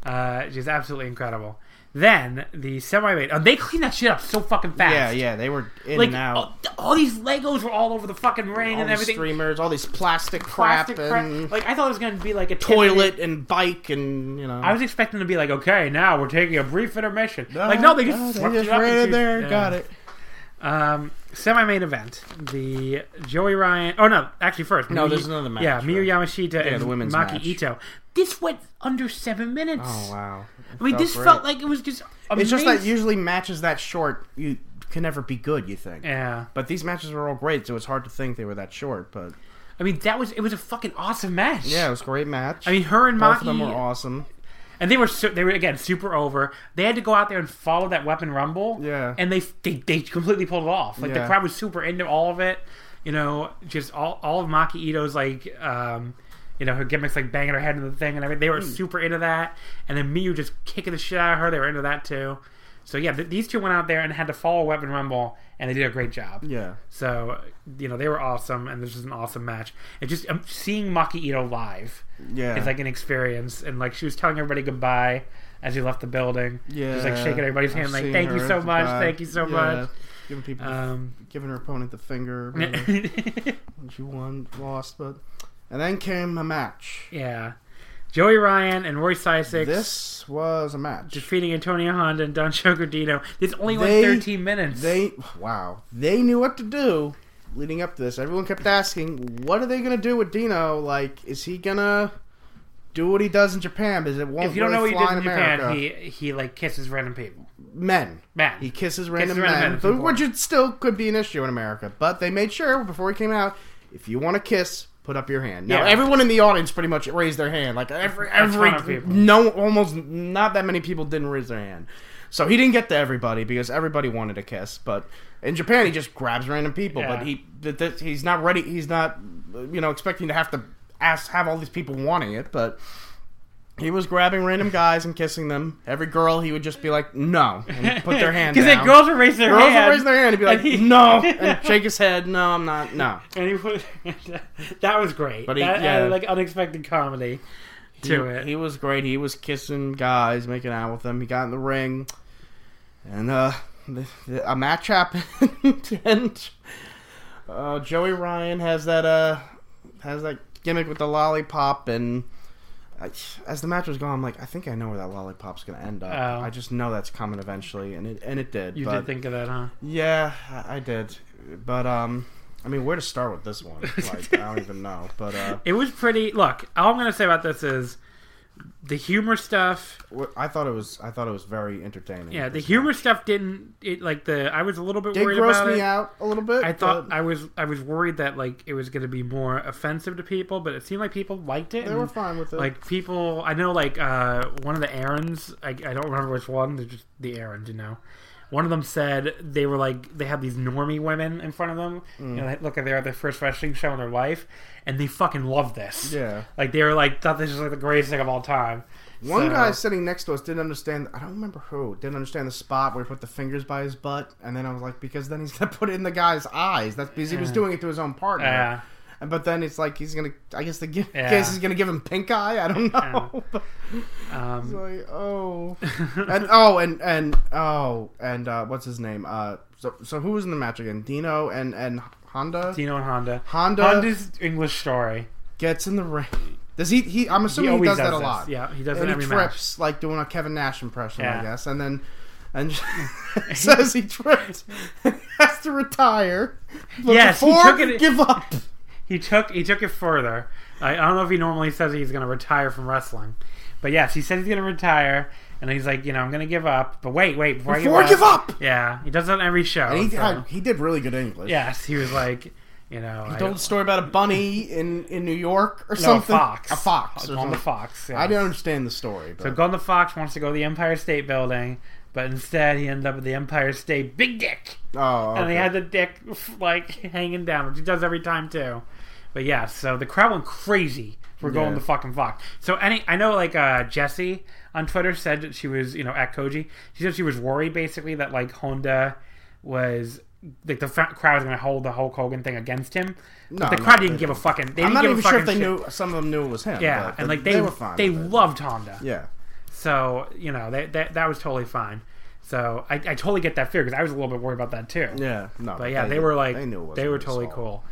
Speaker 1: Uh, just absolutely incredible. Then the semi main. Oh, they cleaned that shit up so fucking fast.
Speaker 2: yeah, yeah, they were in
Speaker 1: Like
Speaker 2: and out.
Speaker 1: all, all these Legos were all over the fucking ring
Speaker 2: all
Speaker 1: and
Speaker 2: these
Speaker 1: everything.
Speaker 2: streamers, all these plastic crap,
Speaker 1: Plastic crap.
Speaker 2: and
Speaker 1: Like I thought it was gonna be like a 10 minute-
Speaker 2: toilet and bike and you know.
Speaker 1: I was expecting to be like, okay, now we're taking a brief intermission.
Speaker 2: No,
Speaker 1: like no, they just
Speaker 2: no,
Speaker 1: swept
Speaker 2: Oh, they just
Speaker 1: it up
Speaker 2: ran
Speaker 1: and
Speaker 2: in there,
Speaker 1: yeah.
Speaker 2: got it.
Speaker 1: Um, semi-main event. The Joey Ryan. Oh no, actually first.
Speaker 2: No, there's another match,
Speaker 1: Yeah, Miyu
Speaker 2: right.
Speaker 1: Yamashita and
Speaker 2: the women's
Speaker 1: Maki
Speaker 2: match.
Speaker 1: Ito. This went under seven minutes.
Speaker 2: Oh wow!
Speaker 1: I mean,
Speaker 2: Felt
Speaker 1: this
Speaker 2: great.
Speaker 1: felt like it was just. Amazing.
Speaker 2: It's just that usually matches that short, you can never be good. You think?
Speaker 1: Yeah,
Speaker 2: But these matches were all great, so it's hard to think they were that short. But
Speaker 1: I mean that was it was a fucking awesome match.
Speaker 2: yeah, it was a great match.
Speaker 1: I mean her and
Speaker 2: both
Speaker 1: Maki,
Speaker 2: of them were awesome.
Speaker 1: and they were so, they were again super over. They had to go out there and follow that Weapon Rumble.
Speaker 2: Yeah.
Speaker 1: and they they, they completely pulled it off. Like the
Speaker 2: Yeah.
Speaker 1: crowd was super into all of it. You know, just all all of Maki Ito's like. um you know, her gimmicks like banging her head into the thing and everything. They
Speaker 2: Hmm.
Speaker 1: were super into that. And then Miyu just kicking the shit out of her. They were into that too. So, yeah, th- these two went out there and had to follow Weapon Rumble, and they did a great job.
Speaker 2: Yeah,
Speaker 1: So you know they were awesome, and this was an awesome match. And just um, seeing Maki Ito live
Speaker 2: yeah.
Speaker 1: is like an experience. And like she was telling everybody goodbye as she left the building. she was like
Speaker 2: Yeah,
Speaker 1: shaking everybody's
Speaker 2: I've
Speaker 1: hand, like
Speaker 2: seen
Speaker 1: thank you
Speaker 2: her
Speaker 1: so
Speaker 2: at the
Speaker 1: much,
Speaker 2: back.
Speaker 1: thank you so
Speaker 2: Yeah,
Speaker 1: much.
Speaker 2: Giving people,
Speaker 1: Um,
Speaker 2: giving her opponent the finger. whatever.
Speaker 1: yeah,
Speaker 2: she won, lost, but and then came a match.
Speaker 1: Joey Ryan and Roy Sysek
Speaker 2: This was a match.
Speaker 1: defeating Antonio Honda and Don Shogardino. This only went
Speaker 2: They-
Speaker 1: 13 minutes.
Speaker 2: They wow, they knew what to do leading up to this. Everyone kept asking, "What are they going to do with Dino? Like, is he gonna do what he does in Japan? Is it won't
Speaker 1: if you don't know what
Speaker 2: really
Speaker 1: he
Speaker 2: fly
Speaker 1: did in
Speaker 2: America?
Speaker 1: Japan, he he like kisses random people.
Speaker 2: men.
Speaker 1: Man,
Speaker 2: He kisses random
Speaker 1: random
Speaker 2: men,
Speaker 1: men,
Speaker 2: but-
Speaker 1: people.
Speaker 2: which it still could be an issue in America. But they made sure before he came out, if you want to kiss, put up your hand. Now
Speaker 1: Yeah.
Speaker 2: everyone in the audience pretty much raised their hand. Like every
Speaker 1: A ton
Speaker 2: every
Speaker 1: of people.
Speaker 2: no, almost not that many people didn't raise their hand. So he didn't get to everybody because everybody wanted a kiss. But in Japan, he just grabs random people.
Speaker 1: Yeah.
Speaker 2: But he th- th- he's not ready. He's not you know expecting to have to ask have all these people wanting it, but. He was grabbing random guys and kissing them. Every girl, he would just be like, "No," and put their hand.
Speaker 1: because then
Speaker 2: down.
Speaker 1: girls would raise their
Speaker 2: girls
Speaker 1: hand.
Speaker 2: would raise their hand and be like,
Speaker 1: And he-
Speaker 2: "No," and shake his head. No, I'm not. No.
Speaker 1: And he put, that was great.
Speaker 2: But he-
Speaker 1: that
Speaker 2: yeah.
Speaker 1: added, like unexpected comedy to
Speaker 2: he,
Speaker 1: it.
Speaker 2: he was great. He was kissing guys, making out with them. He got in the ring, and uh, the, the, a match happened. and uh, Joey Ryan has that uh, has that gimmick with the lollipop, and I, as the match was going, I'm like, I think I know where that lollipop's gonna end up.
Speaker 1: Oh.
Speaker 2: I just know that's coming eventually, and it and it did.
Speaker 1: you
Speaker 2: but-
Speaker 1: did think of that, huh?
Speaker 2: Yeah, I I did, but um, I mean, where to start with this one? Like, I don't even know. But uh,
Speaker 1: It was pretty. Look, all I'm gonna say about this is the humor stuff.
Speaker 2: wh- I thought it was, I thought it was very entertaining.
Speaker 1: Yeah, the humor stuff didn't. It like the. I was a little bit
Speaker 2: did
Speaker 1: worried
Speaker 2: gross
Speaker 1: about
Speaker 2: me
Speaker 1: it.
Speaker 2: out a little bit.
Speaker 1: I thought
Speaker 2: but
Speaker 1: I was I was worried that like it was gonna be more offensive to people, but it seemed like people liked it.
Speaker 2: they
Speaker 1: and,
Speaker 2: were fine with it.
Speaker 1: Like people, I know like uh, one of the errands. I, I don't remember which one. They're just the errand, you know. One of them said they were like they had these normie women in front of them.
Speaker 2: Mm.
Speaker 1: You know, like, look, they're at their first wrestling show in their life, and they fucking love this.
Speaker 2: Yeah.
Speaker 1: like they were like thought this was like the greatest thing of all time.
Speaker 2: one
Speaker 1: So-
Speaker 2: guy sitting next to us didn't understand. I don't remember who didn't understand the spot where he put the fingers by his butt, and then I was like, because then he's gonna put it in the guy's eyes. That's because he was doing it to his own partner.
Speaker 1: Yeah.
Speaker 2: And But then it's like he's gonna. I guess the gi-
Speaker 1: Yeah.
Speaker 2: guess he's gonna give him pink eye. I don't know. But-
Speaker 1: um,
Speaker 2: It's like, oh, and oh, and and oh, and uh, what's his name? Uh, so so who was in the match again? Dino and and Honda
Speaker 1: Dino and Honda.
Speaker 2: Honda-
Speaker 1: Honda's English story.
Speaker 2: gets in the ring. Does he? He? I'm assuming he,
Speaker 1: always
Speaker 2: does, that
Speaker 1: does
Speaker 2: a
Speaker 1: this.
Speaker 2: lot.
Speaker 1: Yeah, he does it
Speaker 2: and he
Speaker 1: every match.
Speaker 2: trips like doing a Kevin Nash impression,
Speaker 1: Yeah.
Speaker 2: I guess, and then. and says he tripped, has to retire. But
Speaker 1: Yes, he
Speaker 2: before
Speaker 1: took it-
Speaker 2: give up.
Speaker 1: He took he took it further. I, I don't know if he normally says he's going to retire from wrestling, but yes, he said he's going to retire, and he's like, you know, I'm going to give up. But wait, wait, before,
Speaker 2: Before I give up.
Speaker 1: Yeah, he does that on every show.
Speaker 2: And he,
Speaker 1: so-
Speaker 2: I- he did really good English.
Speaker 1: yes, he was like, you know, I,
Speaker 2: told a story about a bunny in, in New York or
Speaker 1: no,
Speaker 2: something.
Speaker 1: a fox,
Speaker 2: A fox. or
Speaker 1: on the
Speaker 2: something.
Speaker 1: fox.
Speaker 2: I
Speaker 1: yes.
Speaker 2: didn't understand the story. But
Speaker 1: So Golden Fox wants to go to the Empire State Building, but instead he ended up at the Empire State Big Dick,
Speaker 2: oh,
Speaker 1: and he
Speaker 2: okay.
Speaker 1: had the dick like hanging down, which he does every time too. But yeah, so the crowd went crazy for Golden
Speaker 2: Yeah.
Speaker 1: the fucking Fox. So any, I know like uh, Jesse on Twitter said that she was, you know, at Koji. She said she was worried basically that like Honda was. Like the fa- crowd was going to hold the Hulk Hogan thing against him, but
Speaker 2: No,
Speaker 1: the
Speaker 2: no,
Speaker 1: crowd
Speaker 2: they
Speaker 1: didn't give a fucking. They
Speaker 2: I'm
Speaker 1: didn't
Speaker 2: not
Speaker 1: give a
Speaker 2: even sure if
Speaker 1: fucking
Speaker 2: they
Speaker 1: shit.
Speaker 2: knew. Some of them knew it was him.
Speaker 1: Yeah,
Speaker 2: but
Speaker 1: and
Speaker 2: they-
Speaker 1: like they
Speaker 2: were fine.
Speaker 1: They
Speaker 2: with it.
Speaker 1: loved Honda.
Speaker 2: Yeah.
Speaker 1: So you know that that, that was totally fine. So I, I totally get that fear because I was a little bit worried about that too.
Speaker 2: Yeah. No.
Speaker 1: But yeah, they, were like they,
Speaker 2: knew it
Speaker 1: were
Speaker 2: wasn't his
Speaker 1: totally
Speaker 2: fault.
Speaker 1: cool.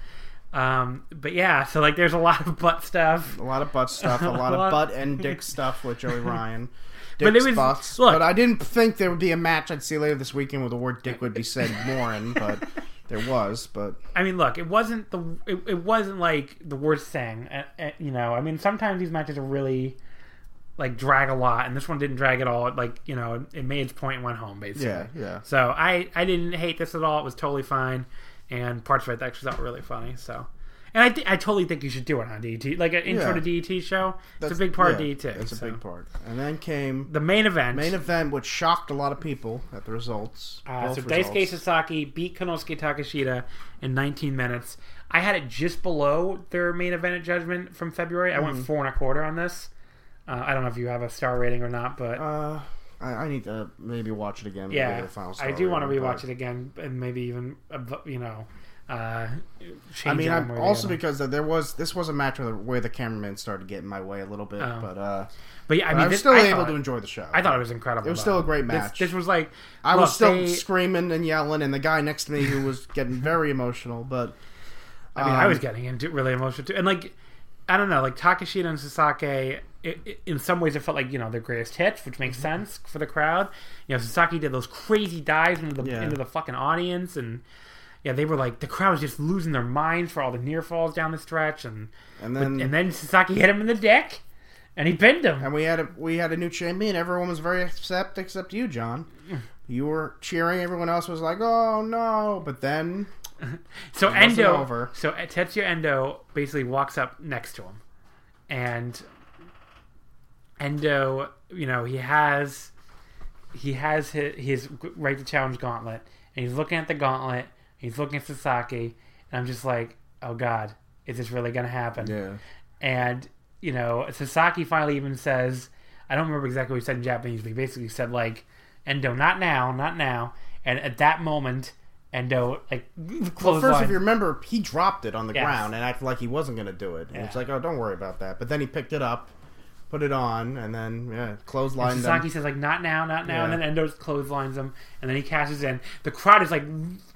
Speaker 1: Um, but yeah, so like there's a lot of butt stuff.
Speaker 2: A lot of butt stuff, a lot of butt and dick stuff with Joey Ryan.
Speaker 1: But it
Speaker 2: Dick's
Speaker 1: was-
Speaker 2: butts.
Speaker 1: look-
Speaker 2: but I didn't think there would be a match I'd see later this weekend where the word dick would be said more in, but there was. But
Speaker 1: I mean, look, it wasn't the it, it wasn't like the worst thing. Uh, uh, you know, I mean, sometimes these matches are really like drag a lot, and this one didn't drag at all. It, like you know, it made its point and went home basically.
Speaker 2: yeah, yeah.
Speaker 1: So I I didn't hate this at all. It was totally fine, and parts of it actually felt really funny. So, and I, thi- I totally think you should do it on DET, like an intro
Speaker 2: Yeah.
Speaker 1: to DET show.
Speaker 2: That's
Speaker 1: it's a big part
Speaker 2: yeah,
Speaker 1: of DET.
Speaker 2: It's
Speaker 1: so.
Speaker 2: a big part. And then came
Speaker 1: The main event.
Speaker 2: main event, which shocked a lot of people at the results.
Speaker 1: Uh,
Speaker 2: both
Speaker 1: so
Speaker 2: results.
Speaker 1: Daisuke Sasaki beat Konosuke Takashita in 19 minutes. I had it just below their main event at Judgment from February. I
Speaker 2: Mm-hmm.
Speaker 1: went four and a quarter on this. Uh, I don't know if you have a star rating or not, but
Speaker 2: Uh, I, I need to maybe watch it again. and give it
Speaker 1: yeah,
Speaker 2: a final
Speaker 1: I
Speaker 2: star
Speaker 1: do want to
Speaker 2: rating,
Speaker 1: rewatch
Speaker 2: but-
Speaker 1: it again and maybe even uh, you know. Uh,
Speaker 2: I
Speaker 1: change
Speaker 2: mean,
Speaker 1: it one
Speaker 2: I'm
Speaker 1: way or the
Speaker 2: also
Speaker 1: other.
Speaker 2: because there was this was a match where the, where the cameraman started getting in my way a little bit,
Speaker 1: Oh.
Speaker 2: but uh,
Speaker 1: But yeah, I
Speaker 2: I
Speaker 1: mean,
Speaker 2: am
Speaker 1: this,
Speaker 2: still
Speaker 1: I
Speaker 2: able
Speaker 1: thought,
Speaker 2: to enjoy the show.
Speaker 1: I thought it was incredible.
Speaker 2: It was
Speaker 1: though.
Speaker 2: still a great
Speaker 1: This-
Speaker 2: match.
Speaker 1: This, was like
Speaker 2: I was
Speaker 1: look,
Speaker 2: still
Speaker 1: they-
Speaker 2: screaming and yelling, and the guy next to me who was getting very emotional. But
Speaker 1: I mean, I
Speaker 2: Um,
Speaker 1: was getting into really emotional too, and like I don't know, like Takashita and Sasaki. It, it- in some ways, it felt like you know their greatest hits, which makes sense for the crowd. You know, Sasaki did those crazy dives into the
Speaker 2: Yeah.
Speaker 1: into the fucking audience, and yeah, they were like the crowd was just losing their minds for all the near falls down the stretch, and
Speaker 2: and then
Speaker 1: and
Speaker 2: and,
Speaker 1: then Sasaki hit him in the dick, and he pinned him.
Speaker 2: we had a we had a new champion. Everyone was very except except you, John. You were cheering. Everyone else was like, "Oh no!" But then
Speaker 1: So
Speaker 2: wasn't
Speaker 1: Endo,
Speaker 2: over.
Speaker 1: so Tetsuya Endo basically walks up next to him, and Endo, you know, he has he has his, his right to challenge gauntlet, and he's looking at the gauntlet, he's looking at Sasaki, and I'm just like, oh god, is this really gonna happen? And you know, Sasaki finally even says, I don't remember exactly what he said in Japanese, but he basically said like, "Endo, not now, not now." And at that moment, Endo like closed
Speaker 2: First,
Speaker 1: line.
Speaker 2: if you remember, he dropped it on the
Speaker 1: Yes.
Speaker 2: ground and acted like he wasn't going to do it. And it's like, oh, don't worry about that. But then he picked it up, put it on, and then yeah, clotheslined
Speaker 1: Sasaki
Speaker 2: him,
Speaker 1: says like not now, not now, and
Speaker 2: Yeah.
Speaker 1: then Endo clotheslines him, and then he cashes in. The crowd is like,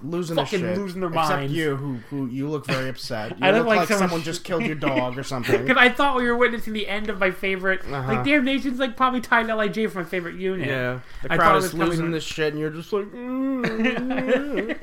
Speaker 2: losing
Speaker 1: fucking
Speaker 2: their shit.
Speaker 1: losing their
Speaker 2: Except
Speaker 1: minds.
Speaker 2: you, who who you look very upset. You
Speaker 1: I look
Speaker 2: look,
Speaker 1: like
Speaker 2: like,
Speaker 1: someone-
Speaker 2: someone, just killed your dog or something.
Speaker 1: because I thought we were witnessing the end of my favorite,
Speaker 2: Uh-huh.
Speaker 1: like Damnation's like probably tied to Lij from my favorite unit.
Speaker 2: the
Speaker 1: I
Speaker 2: crowd
Speaker 1: thought
Speaker 2: is
Speaker 1: it was
Speaker 2: losing
Speaker 1: coming-
Speaker 2: this shit, and you're just like, mm.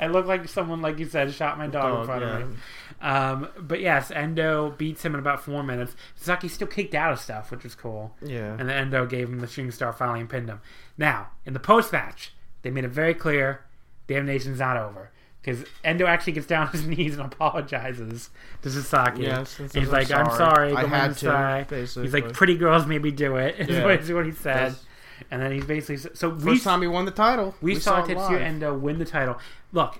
Speaker 1: I look like someone like you said shot my dog in
Speaker 2: Dog,
Speaker 1: front
Speaker 2: yeah.
Speaker 1: of me. Um, but yes, Endo beats him in about four minutes. Sasaki still kicked out of stuff, which was cool.
Speaker 2: Yeah.
Speaker 1: and then Endo gave him the shooting star finally and pinned him. Now in the post match, they made it very clear Damnation's not over. Because Endo actually gets down on his knees and apologizes to Sasaki.
Speaker 2: Yes,
Speaker 1: he's
Speaker 2: and says,
Speaker 1: like,
Speaker 2: "I'm
Speaker 1: "I'm sorry,
Speaker 2: sorry. I
Speaker 1: go
Speaker 2: had to,"
Speaker 1: inside." He's
Speaker 2: basically.
Speaker 1: like, "Pretty girls maybe do it." Is
Speaker 2: Yeah.
Speaker 1: what- is what he said.
Speaker 2: Yes.
Speaker 1: And then he's basically so we
Speaker 2: first time he won the title.
Speaker 1: we, saw,
Speaker 2: it
Speaker 1: Tetsuya
Speaker 2: live.
Speaker 1: Endo win the title. Look,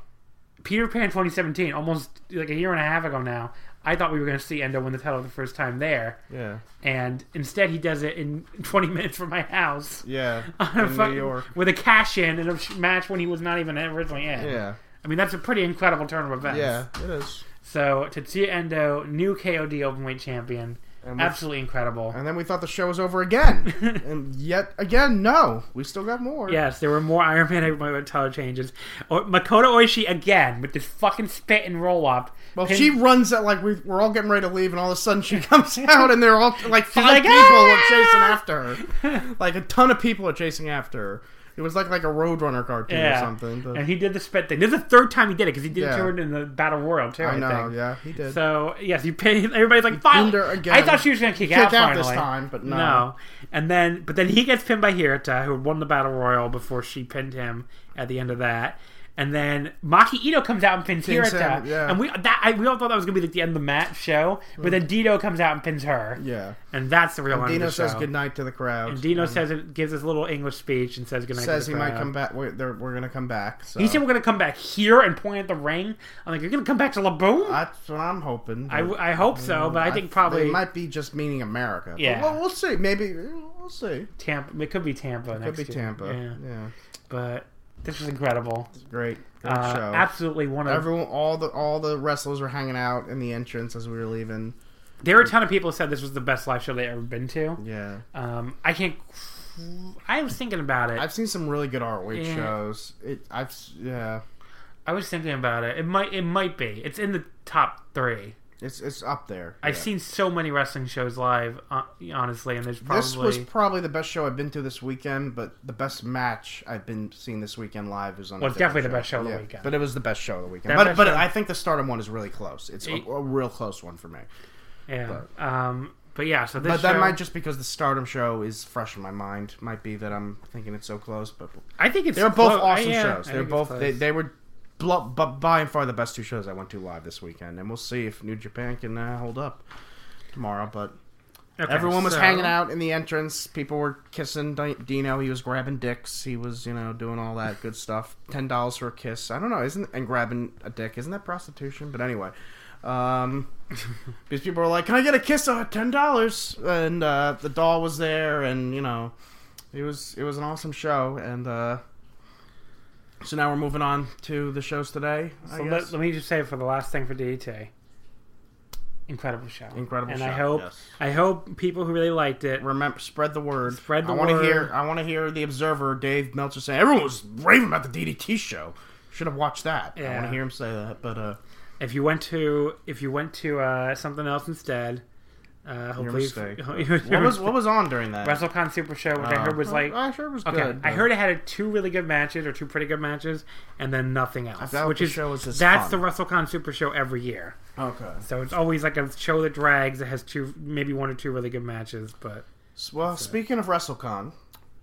Speaker 1: Peter Pan 2017, almost like a year and a half ago now, I thought we were going to see Endo win the title the first time there.
Speaker 2: yeah,
Speaker 1: And instead, he does it in 20 minutes from my house.
Speaker 2: yeah,
Speaker 1: On a
Speaker 2: in
Speaker 1: fucking-
Speaker 2: New York.
Speaker 1: With a cash in in a sh- match when he was not even originally in.
Speaker 2: Yeah,
Speaker 1: I mean, that's a pretty incredible turn of events.
Speaker 2: yeah, it is.
Speaker 1: So, Tetsuya Endo, new KOD Openweight Champion.
Speaker 2: And we-
Speaker 1: Absolutely incredible.
Speaker 2: And then we thought the show was over again, and yet again, no, we still got more.
Speaker 1: Yes, there were more Iron Man Openweight title changes. Or, Makoto Oishi again with this fucking spit and roll up.
Speaker 2: Well,
Speaker 1: Pin-
Speaker 2: she runs at like we, we're all getting ready to leave, and all of a sudden she comes out, and they're all like five
Speaker 1: like,
Speaker 2: people are
Speaker 1: "Ah!"
Speaker 2: chasing after her. Like a ton of people are chasing after her. It was like like a Roadrunner cartoon
Speaker 1: yeah.
Speaker 2: or something. but-
Speaker 1: And he did the spit thing. This is the third time he did it because he did
Speaker 2: Yeah.
Speaker 1: it to it in the Battle Royal too. I,
Speaker 2: I know,
Speaker 1: think.
Speaker 2: yeah, he did.
Speaker 1: So yes, you pay. Everybody's like, "Fine."
Speaker 2: her again.
Speaker 1: I thought she was gonna kick,
Speaker 2: Kick
Speaker 1: out,
Speaker 2: out
Speaker 1: finally.
Speaker 2: this time, but no.
Speaker 1: And then, but then he gets pinned by Hirata, who had won the battle royal before she pinned him at the end of that. And then Maki Ito comes out and pins
Speaker 2: Pins
Speaker 1: Hirata,
Speaker 2: him, yeah.
Speaker 1: and we that I, we all thought that was gonna be like the end of the match show. But then Dino comes out and pins her.
Speaker 2: Mm. Yeah.
Speaker 1: And that's the real end
Speaker 2: Dino
Speaker 1: of the
Speaker 2: says
Speaker 1: show.
Speaker 2: goodnight to the crowd.
Speaker 1: And Dino says it gives this little English speech and says goodnight.
Speaker 2: says
Speaker 1: to
Speaker 2: he
Speaker 1: the
Speaker 2: might
Speaker 1: crowd.
Speaker 2: come back. We're, they're- we're gonna come back. So
Speaker 1: He said we're gonna come back here and point at the ring. I'm like, you're gonna come back to Laboon? I,
Speaker 2: that's what I'm hoping.
Speaker 1: I, hope so, but I think probably
Speaker 2: Mm, they might be just meaning America. But,
Speaker 1: Yeah.
Speaker 2: well, we'll see. Maybe we'll see.
Speaker 1: Tampa. It could be Tampa.
Speaker 2: Could
Speaker 1: next
Speaker 2: be
Speaker 1: year.
Speaker 2: Tampa. Yeah,
Speaker 1: Yeah. But this was incredible.
Speaker 2: great, great
Speaker 1: Uh,
Speaker 2: show.
Speaker 1: absolutely one of.
Speaker 2: Everyone, all the all the wrestlers were hanging out in the entrance as we were leaving.
Speaker 1: there were a ton of people who said this was the best live show they ever been to.
Speaker 2: Yeah,
Speaker 1: Um, I can't. I was thinking about it.
Speaker 2: I've seen some really good artwork
Speaker 1: Yeah.
Speaker 2: shows. It, I've s- yeah,
Speaker 1: I was thinking about it. It might. It might be. It's in the top three.
Speaker 2: it's it's up there.
Speaker 1: I've
Speaker 2: Yeah.
Speaker 1: seen so many wrestling shows live, uh, honestly, and there's probably
Speaker 2: This was probably the best show I've been to this weekend, but the best match I've been seeing this weekend live is on.
Speaker 1: Well, it's
Speaker 2: a different
Speaker 1: definitely the best show of the weekend.
Speaker 2: But it was the best show of the weekend.
Speaker 1: That
Speaker 2: but
Speaker 1: best
Speaker 2: but
Speaker 1: show-
Speaker 2: I think the Stardom one is really close. It's a,
Speaker 1: It-
Speaker 2: a real close one for me.
Speaker 1: yeah. um, but yeah. So this
Speaker 2: But that
Speaker 1: show-
Speaker 2: might just because the Stardom show is fresh in my mind. Might be that I'm thinking it's so close, but
Speaker 1: I think it's.
Speaker 2: they were both
Speaker 1: close.
Speaker 2: awesome
Speaker 1: Yeah,
Speaker 2: shows.
Speaker 1: I
Speaker 2: They're
Speaker 1: think it's
Speaker 2: both
Speaker 1: close.
Speaker 2: they, they were. blo- bu- By and far the best two shows I went to live this weekend, and we'll see if New Japan can uh, hold up tomorrow. But
Speaker 1: Okay,
Speaker 2: Everyone was
Speaker 1: so-
Speaker 2: hanging out in the entrance. People were kissing Di- Dino. He was grabbing dicks. He was, you know, doing all that good stuff. Ten dollars for a kiss. I don't know. Isn't and grabbing a dick? Isn't that prostitution? But anyway, um, these people were like, "Can I get a kiss? Uh, ten dollars." And uh, the doll was there, and you know, it was it was an awesome show. And uh, so now we're moving on to the shows today. I
Speaker 1: So
Speaker 2: guess.
Speaker 1: let, let me just say for the last thing for DDT, incredible show,
Speaker 2: Incredible
Speaker 1: and
Speaker 2: show,
Speaker 1: I hope
Speaker 2: yes.
Speaker 1: I hope people who really liked it.
Speaker 2: Remember, spread the word.
Speaker 1: Spread the
Speaker 2: I wanna
Speaker 1: word.
Speaker 2: hear. I want to hear the Observer, Dave Meltzer, say everyone was raving about the DDT show. Should have watched that. I want
Speaker 1: Yeah.
Speaker 2: to hear him say that. But uh,
Speaker 1: If you went to if you went to uh, something else instead, uh,
Speaker 2: your
Speaker 1: hopefully
Speaker 2: mistake. what was what was on during that?
Speaker 1: WrestleCon Super Show, which I
Speaker 2: Uh,
Speaker 1: heard was like.
Speaker 2: I heard it was
Speaker 1: Okay,
Speaker 2: good.
Speaker 1: I
Speaker 2: but
Speaker 1: heard it had two really good matches or two pretty good matches, and then nothing else.
Speaker 2: thought
Speaker 1: Which
Speaker 2: the
Speaker 1: is
Speaker 2: show was just
Speaker 1: that's
Speaker 2: fun.
Speaker 1: the WrestleCon Super Show every year,
Speaker 2: Okay.
Speaker 1: so it's always like a show that drags. It has two, maybe one or two really good matches, but
Speaker 2: S- Well, speaking of WrestleCon,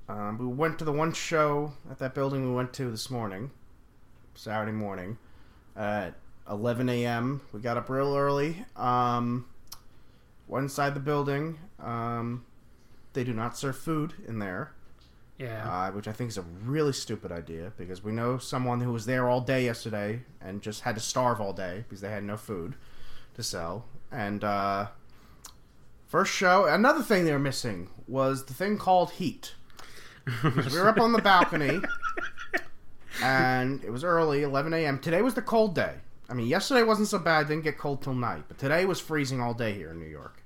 Speaker 2: um, we went to the one show at that building we went to this morning, Saturday morning, at 11 a.m. We got up real early. Um, went inside the building. Um, they do not serve food in there,
Speaker 1: yeah,
Speaker 2: uh, which I think is a really stupid idea because we know someone who was there all day yesterday and just had to starve all day because they had no food to sell. And uh, first show, another thing they were missing was the thing called heat. Because we were up on the balcony, and it was early, 11 a.m. Today was the cold day. I mean, yesterday wasn't so bad; didn't get cold till night. But today was freezing all day here in New York.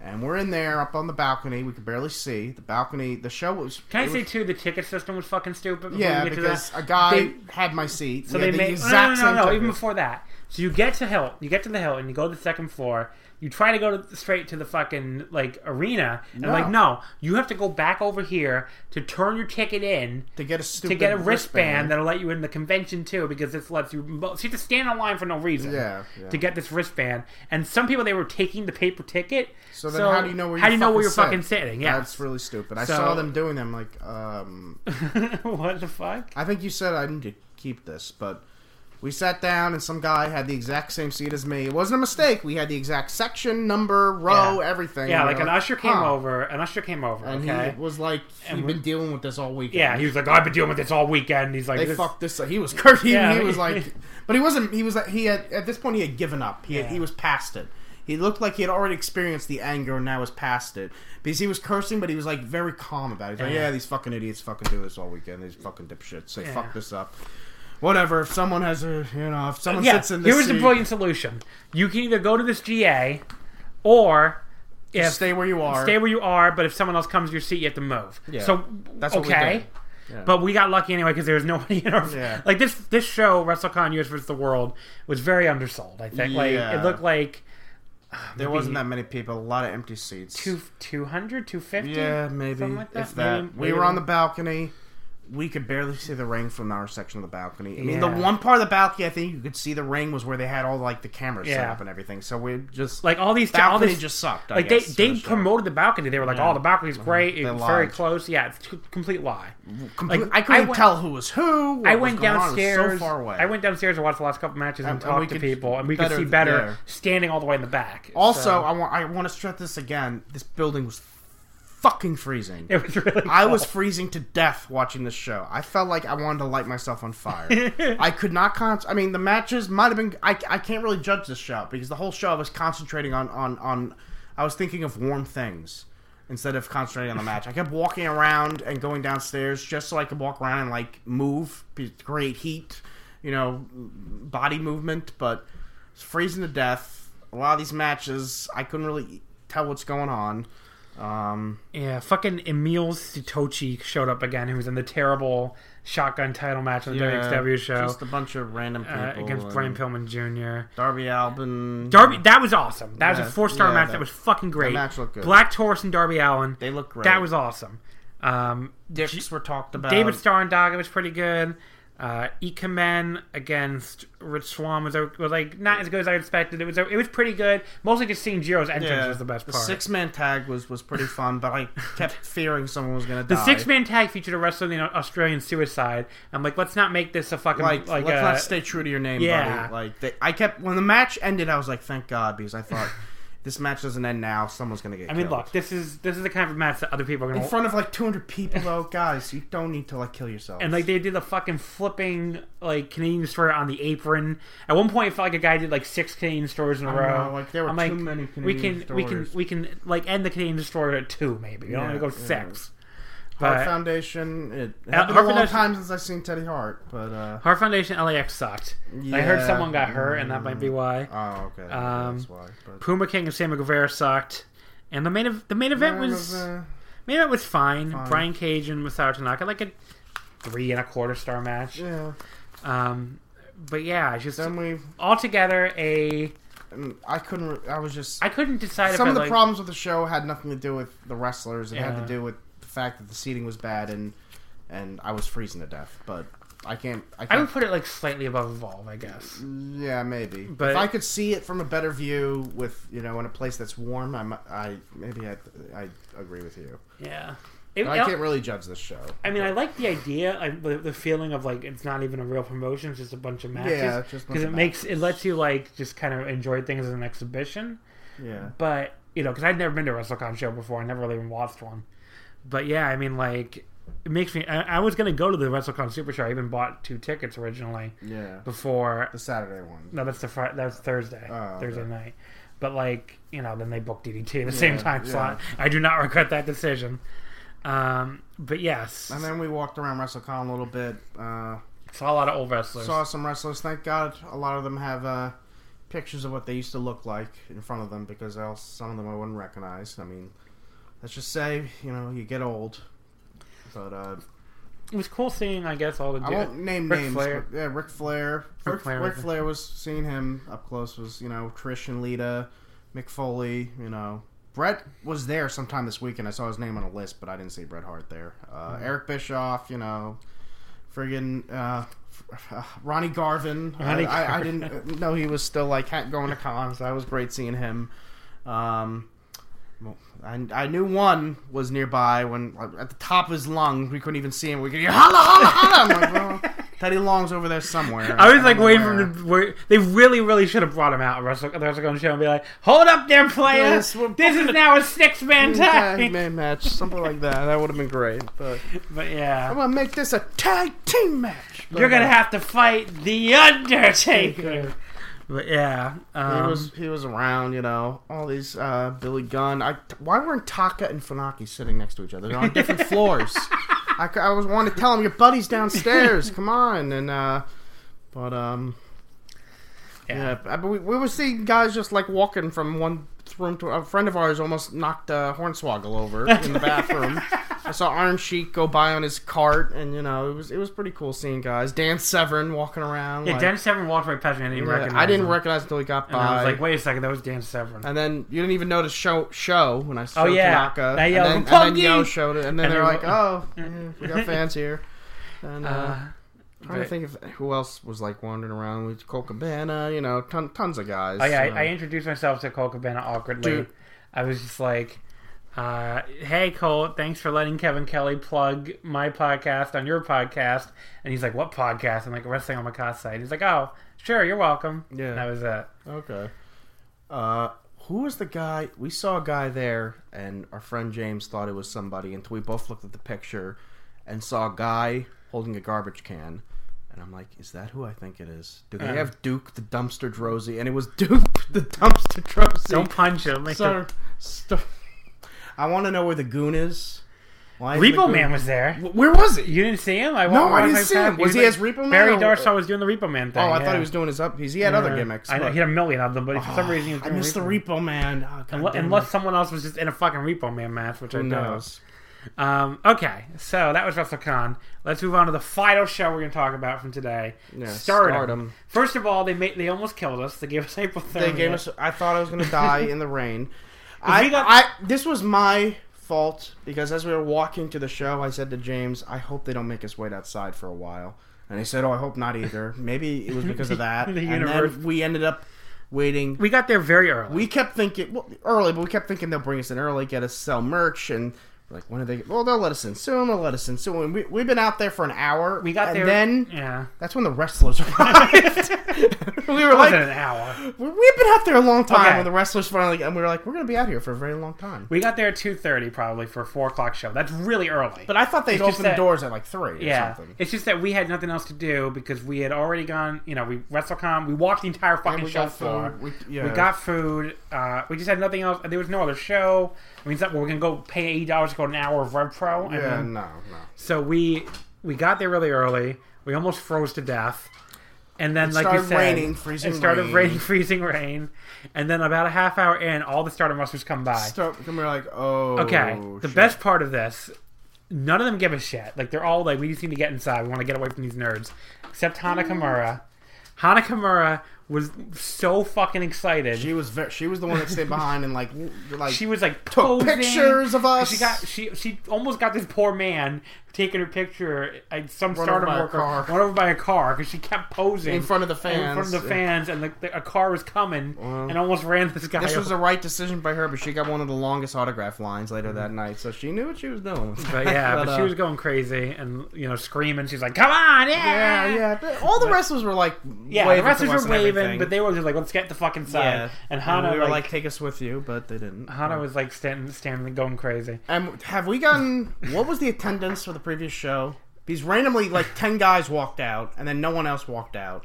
Speaker 2: And we're in there up on the balcony. We could barely see the balcony. The show was.
Speaker 1: Can I
Speaker 2: it
Speaker 1: say
Speaker 2: was-
Speaker 1: too? The ticket system was fucking stupid. before
Speaker 2: Yeah,
Speaker 1: we get to
Speaker 2: because
Speaker 1: that.
Speaker 2: a guy
Speaker 1: They-
Speaker 2: had my seat.
Speaker 1: so
Speaker 2: We
Speaker 1: they
Speaker 2: had the
Speaker 1: made
Speaker 2: exact
Speaker 1: no, no, no, no,
Speaker 2: same
Speaker 1: even
Speaker 2: ticket.
Speaker 1: before that. So you get to Hill, you get to the Hill, and you go to the second floor. You try to go to, straight to the fucking like arena, and
Speaker 2: No.
Speaker 1: like no, you have to go back over here to turn your ticket in.
Speaker 2: to get a
Speaker 1: To
Speaker 2: stupid
Speaker 1: get a wristband that'll let you in the convention too, because this lets you. mo- So you have to stand in line for no reason.
Speaker 2: Yeah, yeah.
Speaker 1: To get this wristband, and some people they were taking the paper ticket.
Speaker 2: So then, how do you know where?
Speaker 1: how
Speaker 2: you
Speaker 1: do you know where you're
Speaker 2: sit?
Speaker 1: fucking sitting? Yeah.
Speaker 2: that's really stupid. I
Speaker 1: So-
Speaker 2: saw them doing them. Like, um,
Speaker 1: what the fuck?
Speaker 2: I think you said I need to keep this, but we sat down and some guy had the exact same seat as me. It wasn't a mistake. We had the exact section, number, row, Oh, everything.
Speaker 1: Yeah,
Speaker 2: And we
Speaker 1: like
Speaker 2: were
Speaker 1: an usher came
Speaker 2: huh.
Speaker 1: over. An usher came over.
Speaker 2: and
Speaker 1: okay.
Speaker 2: he was like, "We've been dealing with this all weekend."
Speaker 1: yeah, he was like, I've been dealing with this all weekend. He's like,
Speaker 2: They
Speaker 1: this-
Speaker 2: fucked this. Up. He was curt. He,
Speaker 1: Yeah.
Speaker 2: he was like, but he wasn't. He was like, he had at this point he had given up. He had, he was past it. He looked like he had already experienced the anger and now was past it because he was cursing, but he was like very calm about it. He's like, yeah, these fucking idiots fucking do this all weekend. These fucking dipshits. They fuck this up. Whatever. If someone has a, you know, if someone
Speaker 1: yeah.
Speaker 2: sits in
Speaker 1: here
Speaker 2: this
Speaker 1: was the
Speaker 2: seat,
Speaker 1: brilliant solution. You can either go to this GA, or if
Speaker 2: stay where you are.
Speaker 1: stay where you are. But if someone else comes to your seat, you have to move.
Speaker 2: Yeah.
Speaker 1: So
Speaker 2: That's what we
Speaker 1: okay.
Speaker 2: did. Yeah.
Speaker 1: But we got lucky anyway because there was nobody in our
Speaker 2: Yeah.
Speaker 1: like this. This show, WrestleCon US vs. the World, was very undersold. I think like
Speaker 2: Yeah.
Speaker 1: it looked like
Speaker 2: there wasn't that many people. A lot of empty seats.
Speaker 1: two 200, 250?
Speaker 2: Yeah, maybe.
Speaker 1: something like that.
Speaker 2: If that.
Speaker 1: Maybe-
Speaker 2: we
Speaker 1: maybe
Speaker 2: were on
Speaker 1: more.
Speaker 2: the balcony. we could barely see the ring from our section of the balcony. I mean,
Speaker 1: Yeah.
Speaker 2: the one part of the balcony I think you could see the ring was where they had all like the cameras set
Speaker 1: Yeah.
Speaker 2: up and everything. So we just
Speaker 1: Like all these, all
Speaker 2: balcony
Speaker 1: this
Speaker 2: just sucked. I
Speaker 1: Like
Speaker 2: guess,
Speaker 1: they,
Speaker 2: for
Speaker 1: they
Speaker 2: the show.
Speaker 1: promoted the balcony. They were like, "Oh, the balcony's great.
Speaker 2: They
Speaker 1: It's very
Speaker 2: lied.
Speaker 1: close." Yeah, it's a complete lie.
Speaker 2: Comple-
Speaker 1: like,
Speaker 2: I couldn't
Speaker 1: I went-
Speaker 2: tell who was who. what
Speaker 1: I
Speaker 2: was
Speaker 1: went
Speaker 2: going on. It was
Speaker 1: downstairs.
Speaker 2: so far away.
Speaker 1: I went downstairs and watched the last couple matches and,
Speaker 2: And- and
Speaker 1: talked
Speaker 2: we
Speaker 1: to
Speaker 2: could-
Speaker 1: people, and we
Speaker 2: better-
Speaker 1: could see better
Speaker 2: yeah.
Speaker 1: standing all the way in the back.
Speaker 2: Also,
Speaker 1: So,
Speaker 2: I want I want to stress this again. This building was fucking freezing.
Speaker 1: it was really.
Speaker 2: I was
Speaker 1: cold.
Speaker 2: freezing to death watching this show. I felt like I wanted to light myself on fire. I could not con. I mean, the matches might have been. I, I can't really judge this show because the whole show I was concentrating on on on. I was thinking of warm things instead of concentrating on the match. I kept walking around and going downstairs just so I could walk around and like move, be- create heat, you know, body movement. But it's freezing to death. A lot of these matches, I couldn't really tell what's going on. Um,
Speaker 1: Yeah, fucking Emil Sitochi showed up again, who was in the terrible shotgun title match on the WXW show
Speaker 2: Uh, Just a bunch of random people
Speaker 1: uh, against
Speaker 2: and
Speaker 1: Brian Pillman Jr.
Speaker 2: Darby Albin.
Speaker 1: Darby, that was awesome. That
Speaker 2: Yeah,
Speaker 1: was a four star
Speaker 2: yeah,
Speaker 1: match.
Speaker 2: that-
Speaker 1: That, was fucking great.
Speaker 2: match looked good.
Speaker 1: Black Taurus and Darby Allen.
Speaker 2: they look great.
Speaker 1: That was awesome. Um,
Speaker 2: dicks were talked about.
Speaker 1: David Starr and Daga was pretty good. Uh, Ikemen against Rich Swan was, o- was like not as good as I expected. It was uh, it was pretty good. Mostly just seeing Jiro's entrance
Speaker 2: yeah,
Speaker 1: was the best
Speaker 2: the
Speaker 1: part.
Speaker 2: six man tag was was pretty fun, but I kept fearing someone was gonna die.
Speaker 1: the six man tag featured a wrestler named Australian Suicide. I'm like, let's not make this a fucking
Speaker 2: like,
Speaker 1: like,
Speaker 2: let's
Speaker 1: uh,
Speaker 2: not stay true to your name,
Speaker 1: yeah.
Speaker 2: buddy. Like they, I kept when the match ended, I was like, thank God, because I thought this match doesn't end now. Someone's gonna get.
Speaker 1: I mean,
Speaker 2: killed.
Speaker 1: look, this is this is the kind of match that other people are
Speaker 2: in
Speaker 1: gonna
Speaker 2: front of like 200 people, though, guys, you don't need to like kill yourself.
Speaker 1: And like they did the fucking flipping like Canadian destroyer on the apron. At one point, it felt like a guy did like six Canadian destroyers in a
Speaker 2: I
Speaker 1: row.
Speaker 2: know, like, there were
Speaker 1: I'm
Speaker 2: too
Speaker 1: like,
Speaker 2: many
Speaker 1: we
Speaker 2: Canadian
Speaker 1: can we can
Speaker 2: destroyers.
Speaker 1: we can like end the Canadian destroyer at two maybe. You don't
Speaker 2: Yeah,
Speaker 1: have to go
Speaker 2: yeah.
Speaker 1: six.
Speaker 2: Hart
Speaker 1: But Hart,
Speaker 2: Foundation. It,
Speaker 1: Uh,
Speaker 2: it's been a
Speaker 1: Hart
Speaker 2: long
Speaker 1: Foundation-
Speaker 2: time since I've seen Teddy Hart, but uh,
Speaker 1: Foundation LAX sucked. I
Speaker 2: Yeah.
Speaker 1: heard someone got hurt, and that might be why.
Speaker 2: oh okay,
Speaker 1: Um,
Speaker 2: that's why. But,
Speaker 1: Puma King and Sammy Guevara sucked. And the main ev- the main event was
Speaker 2: Uh,
Speaker 1: main event was fine.
Speaker 2: fine.
Speaker 1: Brian Cage and Masato Tanaka like a three and a quarter star match.
Speaker 2: yeah.
Speaker 1: Um, but yeah, it's just
Speaker 2: Then we,
Speaker 1: altogether a
Speaker 2: mm, I couldn't. re- I was just
Speaker 1: I couldn't decide.
Speaker 2: some
Speaker 1: if
Speaker 2: of the
Speaker 1: I, like,
Speaker 2: problems with the show had nothing to do with the wrestlers. It had
Speaker 1: Yeah.
Speaker 2: to do with the fact that the seating was bad and and I was freezing to death. But I can't. I
Speaker 1: I
Speaker 2: can't.
Speaker 1: would put it like slightly above Evolve, I guess.
Speaker 2: yeah, maybe. But
Speaker 1: But-
Speaker 2: if I could see it from a better view, with you know, in a place that's warm, I, mi- I maybe I, I agree with you.
Speaker 1: Yeah. It,
Speaker 2: But I
Speaker 1: I,
Speaker 2: can't really judge this show.
Speaker 1: I mean, I like the idea, I, the, the feeling of like it's not even a real promotion; it's just a bunch of matches.
Speaker 2: Yeah, it's just a bunch
Speaker 1: because
Speaker 2: of
Speaker 1: it makes it lets you like just kind of enjoy things as an exhibition.
Speaker 2: Yeah.
Speaker 1: But you know, because I'd never been to a WrestleCon show before, I never really even watched one. But yeah, I mean, like it makes me. I, I was gonna go to the WrestleCon Super Show. I even bought two tickets originally
Speaker 2: Yeah.
Speaker 1: before.
Speaker 2: The Saturday one.
Speaker 1: No, that's the Friday. That's Thursday.
Speaker 2: Oh, okay.
Speaker 1: Thursday night. But like you know, then they booked DDT the same
Speaker 2: Yeah,
Speaker 1: time
Speaker 2: yeah.
Speaker 1: slot. I do not regret that decision. Um, but yes,
Speaker 2: And then we walked around WrestleCon a little bit. Uh,
Speaker 1: saw a lot of old wrestlers.
Speaker 2: saw some wrestlers. Thank God, a lot of them have uh, pictures of what they used to look like in front of them because else some of them I wouldn't recognize. I mean, let's just say you know you get old. But uh,
Speaker 1: it was cool seeing, I guess, all the
Speaker 2: I won't
Speaker 1: dudes.
Speaker 2: name
Speaker 1: Ric
Speaker 2: names.
Speaker 1: Flair.
Speaker 2: But, yeah, Ric Flair. Ric, Ric Flair.
Speaker 1: Flair.
Speaker 2: was seeing him up close. Was you know Trish and Lita, Mick Foley. You know Brett was there sometime this weekend. I saw his name on a list, but I didn't see Bret Hart there. Uh, Eric Bischoff. You know, friggin' uh, uh, Ronnie Garvin.
Speaker 1: Ronnie
Speaker 2: I, I, I didn't uh, know he was still like ha- going to cons. That was great seeing him. Um, well, I, I knew one was nearby when like, at the top of his lung we couldn't even see him. We could hear holla holla holla. I'm like, well, Teddy Long's over there somewhere.
Speaker 1: I was like
Speaker 2: don't know
Speaker 1: waiting
Speaker 2: where.
Speaker 1: for them. To, wait- they really, really should have brought him out at Wrestle, the WrestleCon show and be like, "Hold up, there, player.
Speaker 2: Yes, we're
Speaker 1: this is now a six-man
Speaker 2: tag
Speaker 1: tag."
Speaker 2: man match, something like that. That would have been great. But
Speaker 1: But
Speaker 2: I'm
Speaker 1: yeah,
Speaker 2: gonna make this a tag team match. But,
Speaker 1: you're gonna
Speaker 2: uh,
Speaker 1: have to fight the Undertaker. But yeah, um,
Speaker 2: He was he was around, you know. All these uh, Billy Gunn. I why weren't Taka and Funaki sitting next to each other? They're on different floors. I, c- I was wanting to tell him your buddy's downstairs. Come on, and uh, but um, yeah,
Speaker 1: yeah.
Speaker 2: but- but we, we were seeing guys just like walking from one room to a friend of ours almost knocked uh, Hornswoggle over in the bathroom. I saw Iron Sheik go by on his cart, and you know it was it was pretty cool seeing guys. Dan Severn walking around.
Speaker 1: Yeah,
Speaker 2: like-
Speaker 1: Dan Severn walked right past me. I didn't
Speaker 2: yeah,
Speaker 1: recognize.
Speaker 2: I didn't
Speaker 1: him.
Speaker 2: recognize until he got by.
Speaker 1: And I was like, "Wait a second, that was Dan Severn."
Speaker 2: And then you didn't even notice show show when I showed
Speaker 1: Oh, yeah.
Speaker 2: Tanaka.
Speaker 1: They
Speaker 2: and
Speaker 1: yelled,
Speaker 2: then, and then Yo
Speaker 1: "Punky!"
Speaker 2: showed it, and then
Speaker 1: And
Speaker 2: they're
Speaker 1: they
Speaker 2: like,
Speaker 1: were-
Speaker 2: "Oh, yeah, we got fans here." And uh,
Speaker 1: but-
Speaker 2: trying to think of who else was like wandering around with Cole Cabana, you know, ton, tons of guys.
Speaker 1: Oh yeah,
Speaker 2: you know.
Speaker 1: I, I introduced myself to Cole Cabana awkwardly.
Speaker 2: Dude.
Speaker 1: I was just like, uh, "Hey Cole, thanks for letting Kevin Kelly plug my podcast on your podcast." And he's like, "What podcast?" I'm like, "Wrestling on my cast site." He's like, "Oh, sure, you're welcome."
Speaker 2: Yeah.
Speaker 1: and that was that.
Speaker 2: Okay. Uh, who was the guy? We saw a guy there, and our friend James thought it was somebody until we both looked at the picture and saw a guy holding a garbage can. And I'm like, is that who I think it is? Do they
Speaker 1: Uh.
Speaker 2: have Duke the Dumpster Drosy? And it was Duke the Dumpster Drosy.
Speaker 1: Don't punch him. Like,
Speaker 2: Sir, st- I want to know where the goon is. Why is the
Speaker 1: Repo
Speaker 2: goon-
Speaker 1: Man was there.
Speaker 2: Where was it?
Speaker 1: You didn't see him? I
Speaker 2: No,
Speaker 1: walked
Speaker 2: I
Speaker 1: around
Speaker 2: didn't
Speaker 1: my
Speaker 2: see
Speaker 1: path.
Speaker 2: him. Was he
Speaker 1: was-
Speaker 2: as Repo Man
Speaker 1: Barry
Speaker 2: or-
Speaker 1: Darsaw was doing the Repo Man thing.
Speaker 2: Oh, I
Speaker 1: yeah.
Speaker 2: thought he was doing his up. He's, he had other gimmicks.
Speaker 1: I know
Speaker 2: but- Ah, Oh,
Speaker 1: he had a million of them, but for some reason he was
Speaker 2: I
Speaker 1: doing
Speaker 2: missed the Repo Man. Oh, God
Speaker 1: Unle-
Speaker 2: damn it.
Speaker 1: Unless someone else was just in a fucking Repo Man match, which I
Speaker 2: Who
Speaker 1: know.
Speaker 2: knows?
Speaker 1: Um, okay, so that was WrestleCon. Let's move on to the final show we're going to talk about from today.
Speaker 2: Yeah,
Speaker 1: Stardom.
Speaker 2: Stardom.
Speaker 1: First of all, they made they almost killed us. They gave us hypothermia.
Speaker 2: They gave us. I thought I was gonna die in the rain. I,
Speaker 1: we got-
Speaker 2: I this was my fault because as we were walking to the show, I said to James, "I hope they don't make us wait outside for a while." And he said, "Oh, I hope not either." Maybe it was because of that.
Speaker 1: The
Speaker 2: and
Speaker 1: universe.
Speaker 2: then we ended up waiting.
Speaker 1: We got there very early.
Speaker 2: We kept thinking well, early, but we kept thinking they'll bring us in early, get us sell merch, and we're like when are they? Well, they'll let us in soon. They'll let us in soon. And we we've been out there for an hour.
Speaker 1: we got
Speaker 2: and
Speaker 1: there.
Speaker 2: Then
Speaker 1: yeah,
Speaker 2: that's when the wrestlers arrived. we were
Speaker 1: it wasn't
Speaker 2: like,
Speaker 1: an hour.
Speaker 2: we- We've been out there a long time
Speaker 1: Okay.
Speaker 2: when the wrestlers finally, and we were like, we're gonna be out here for a very long time.
Speaker 1: We got there at two thirty probably for a four o'clock show. That's really early.
Speaker 2: But I thought they'd
Speaker 1: It's just
Speaker 2: open
Speaker 1: that-
Speaker 2: the doors at like three or
Speaker 1: yeah,
Speaker 2: something.
Speaker 1: it's just that we had nothing else to do because we had already gone. You know, we WrestleCon. We walked the entire fucking
Speaker 2: And we
Speaker 1: show
Speaker 2: got
Speaker 1: floor.
Speaker 2: food. We, yeah.
Speaker 1: We got food. Uh, we just had nothing else. There was no other show. I mean, it's not, we're gonna go pay eighty dollars to go an hour of Rev Pro.
Speaker 2: Yeah,
Speaker 1: And then,
Speaker 2: no, no.
Speaker 1: so we we got there really early. We almost froze to death, and then like you
Speaker 2: started
Speaker 1: said,
Speaker 2: raining, freezing
Speaker 1: it started
Speaker 2: rain.
Speaker 1: raining, freezing rain, and then about a half hour in, all the Stardom wrestlers come by.
Speaker 2: So, and we were like, oh,
Speaker 1: okay, the
Speaker 2: shit.
Speaker 1: best part of this, none of them give a shit. Like they're all like, we just need to get inside. We want to get away from these nerds, except Hana Kimura. Hana Kimura was so fucking excited.
Speaker 2: She was very, she was the one that stayed behind and like w- like
Speaker 1: she was like
Speaker 2: Took
Speaker 1: posing.
Speaker 2: pictures of us.
Speaker 1: She got she she almost got this poor man taking her picture. At some
Speaker 2: Run
Speaker 1: stardom
Speaker 2: over by a
Speaker 1: worker
Speaker 2: car.
Speaker 1: run over by a car because she kept posing
Speaker 2: In front of the
Speaker 1: in front of
Speaker 2: fans.
Speaker 1: the fans, and the, the, a car was coming and almost ran this guy.
Speaker 2: This was
Speaker 1: over.
Speaker 2: the right decision by her, but she got one of the longest autograph lines later that night, so she knew what she was doing.
Speaker 1: Mm. but yeah, but, she
Speaker 2: uh,
Speaker 1: was going crazy and you know screaming. She's like, "Come on, yeah,
Speaker 2: Yeah, yeah. but All the wrestlers were like,
Speaker 1: Yeah,
Speaker 2: waving
Speaker 1: the wrestlers
Speaker 2: to us
Speaker 1: were
Speaker 2: and
Speaker 1: waving,
Speaker 2: everything.
Speaker 1: but they were just like, "Let's get the fucking side."
Speaker 2: yeah.
Speaker 1: And Hana,
Speaker 2: we were
Speaker 1: like,
Speaker 2: like, take us with you, but they didn't.
Speaker 1: Hana was like standing, standing, going crazy.
Speaker 2: Um, have we gotten what was the attendance for the previous show? Because randomly, like ten guys walked out, and then no one else walked out,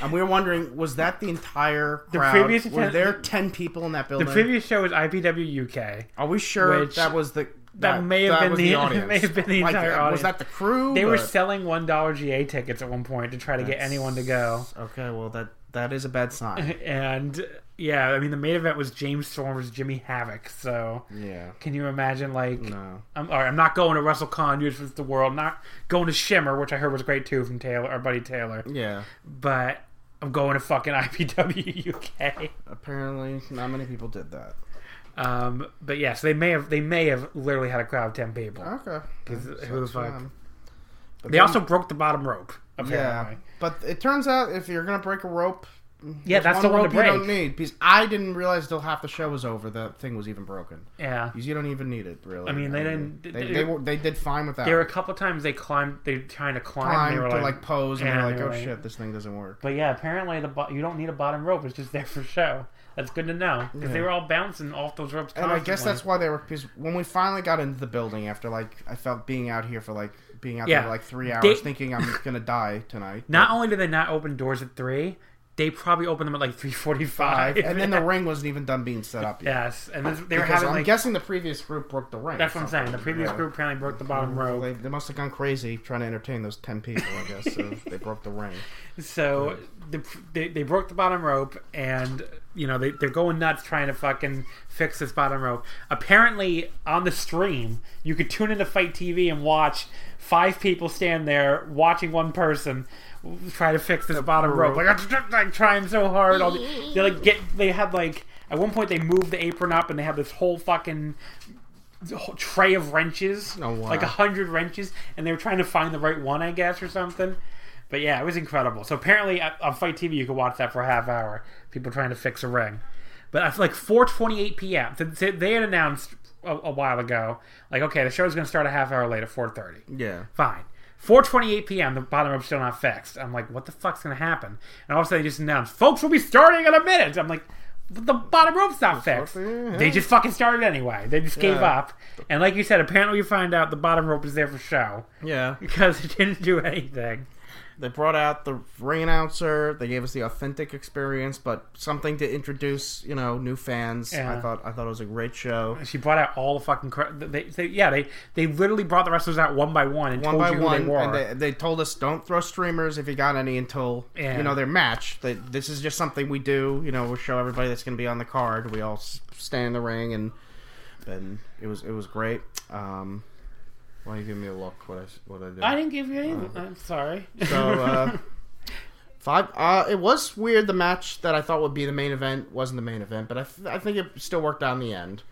Speaker 2: and we were wondering was that the entire crowd?
Speaker 1: previous
Speaker 2: were
Speaker 1: atten-
Speaker 2: there ten people in that
Speaker 1: The
Speaker 2: building?
Speaker 1: previous show was IPW UK.
Speaker 2: Are we sure
Speaker 1: which-
Speaker 2: that was the
Speaker 1: that may have been
Speaker 2: was
Speaker 1: the-
Speaker 2: audience?
Speaker 1: may have been the
Speaker 2: Like,
Speaker 1: entire
Speaker 2: uh,
Speaker 1: audience.
Speaker 2: Was that the crew?
Speaker 1: They were
Speaker 2: But-
Speaker 1: selling one dollar GA tickets at one point to try to get anyone to go.
Speaker 2: okay. Well, that that is a bad sign.
Speaker 1: And yeah, I mean the main event was James Storm's Jimmy Havoc. So
Speaker 2: yeah.
Speaker 1: can you imagine like
Speaker 2: No.
Speaker 1: I'm all right, I'm not going to WrestleCon, News with the World, not going to Shimmer, which I heard was great too from Taylor, our buddy Taylor,
Speaker 2: Yeah.
Speaker 1: but I'm going to fucking IPW UK.
Speaker 2: Apparently, not many people did that.
Speaker 1: Um, but yes, they may have they may have literally had a crowd of ten people.
Speaker 2: Okay.
Speaker 1: who the fuck?
Speaker 2: fine.
Speaker 1: They also broke the bottom rope. Apparently.
Speaker 2: Yeah, but it turns out if you're gonna break a rope,
Speaker 1: Yeah, that's the one to
Speaker 2: You don't
Speaker 1: break.
Speaker 2: need because I didn't realize till half the show was over that thing was even broken.
Speaker 1: Yeah.
Speaker 2: Because you don't even need it really. I
Speaker 1: mean, they didn't-
Speaker 2: They,
Speaker 1: they-
Speaker 2: they, were- they did fine with that.
Speaker 1: There were a couple times they climbed. They were trying to climb.
Speaker 2: time
Speaker 1: and they were
Speaker 2: to
Speaker 1: like,
Speaker 2: like, pose and
Speaker 1: yeah,
Speaker 2: they're like,
Speaker 1: they were
Speaker 2: oh
Speaker 1: like-
Speaker 2: shit, this thing doesn't work.
Speaker 1: But yeah, apparently the bo- you don't need a bottom rope. It's just there for show. That's good to know because they
Speaker 2: Yeah.
Speaker 1: were all bouncing off those ropes.
Speaker 2: and I guess
Speaker 1: constantly.
Speaker 2: that's why they were because when we finally got into the building after like I felt being out here for like being out
Speaker 1: Yeah.
Speaker 2: there for like three hours
Speaker 1: They-
Speaker 2: thinking I'm gonna die tonight.
Speaker 1: not only did they not open doors at three, they probably opened them at like three forty-five.
Speaker 2: and then the ring wasn't even done being set up yet.
Speaker 1: yes, and this, they were
Speaker 2: Because
Speaker 1: having
Speaker 2: I'm
Speaker 1: like
Speaker 2: guessing the previous group broke the ring.
Speaker 1: that's what I'm saying. The previous
Speaker 2: Yeah.
Speaker 1: group apparently broke the bottom
Speaker 2: Well,
Speaker 1: rope.
Speaker 2: they, they must have gone crazy trying to entertain those 10 people, I guess. so they broke the ring.
Speaker 1: So the, they, they broke the bottom rope, and you know they they're going nuts trying to fucking fix this bottom rope. Apparently, on the stream, you could tune into Fight TV and watch five people stand there watching one person try to fix this bottom rope. Like, like trying so hard. All the, they like get they had like at one point they moved the apron up, and they had this whole fucking tray of wrenches,
Speaker 2: Oh, wow.
Speaker 1: like a hundred wrenches, and they were trying to find the right one, I guess, or something. But yeah, it was incredible. So apparently at- on Fight TV, you could watch that for a half hour. People trying to fix a ring, but I feel like 4:28 p.m. th- th- They had announced a, a while ago, like, okay, the show's going to start a half hour late at 4:30
Speaker 2: Yeah.
Speaker 1: fine. 4:28 p.m. The bottom rope's still not fixed. I'm like, what the fuck's gonna happen? And all of a sudden, they just announced, "Folks, we'll be starting in a minute." I'm like, but the bottom rope's not fixed.
Speaker 2: yeah.
Speaker 1: They just fucking started anyway. They just gave
Speaker 2: Yeah.
Speaker 1: up. And like you said, apparently you find out the bottom rope is there for show
Speaker 2: Yeah.
Speaker 1: because it didn't do anything.
Speaker 2: They brought out the ring announcer. They gave us the authentic experience, but something to introduce, you know, new fans.
Speaker 1: Yeah.
Speaker 2: I thought I thought it was a great show.
Speaker 1: She brought out all the fucking. Cr- they, they, yeah, they they literally brought the wrestlers out one by one and
Speaker 2: One
Speaker 1: told
Speaker 2: by
Speaker 1: you who
Speaker 2: one,
Speaker 1: they were.
Speaker 2: and they, they told us don't throw streamers if you got any until
Speaker 1: Yeah.
Speaker 2: you know their match. They, this is just something we do. You know, we show everybody that's going to be on the card. We all s- stand in the ring, and and it was it was great. Um, why are you giving me a look? What I s- what I did?
Speaker 1: I didn't give you any. I'm sorry.
Speaker 2: So uh, five. Uh, it was weird. The match that I thought would be the main event wasn't the main event, but I, th- I think it still worked out in the end.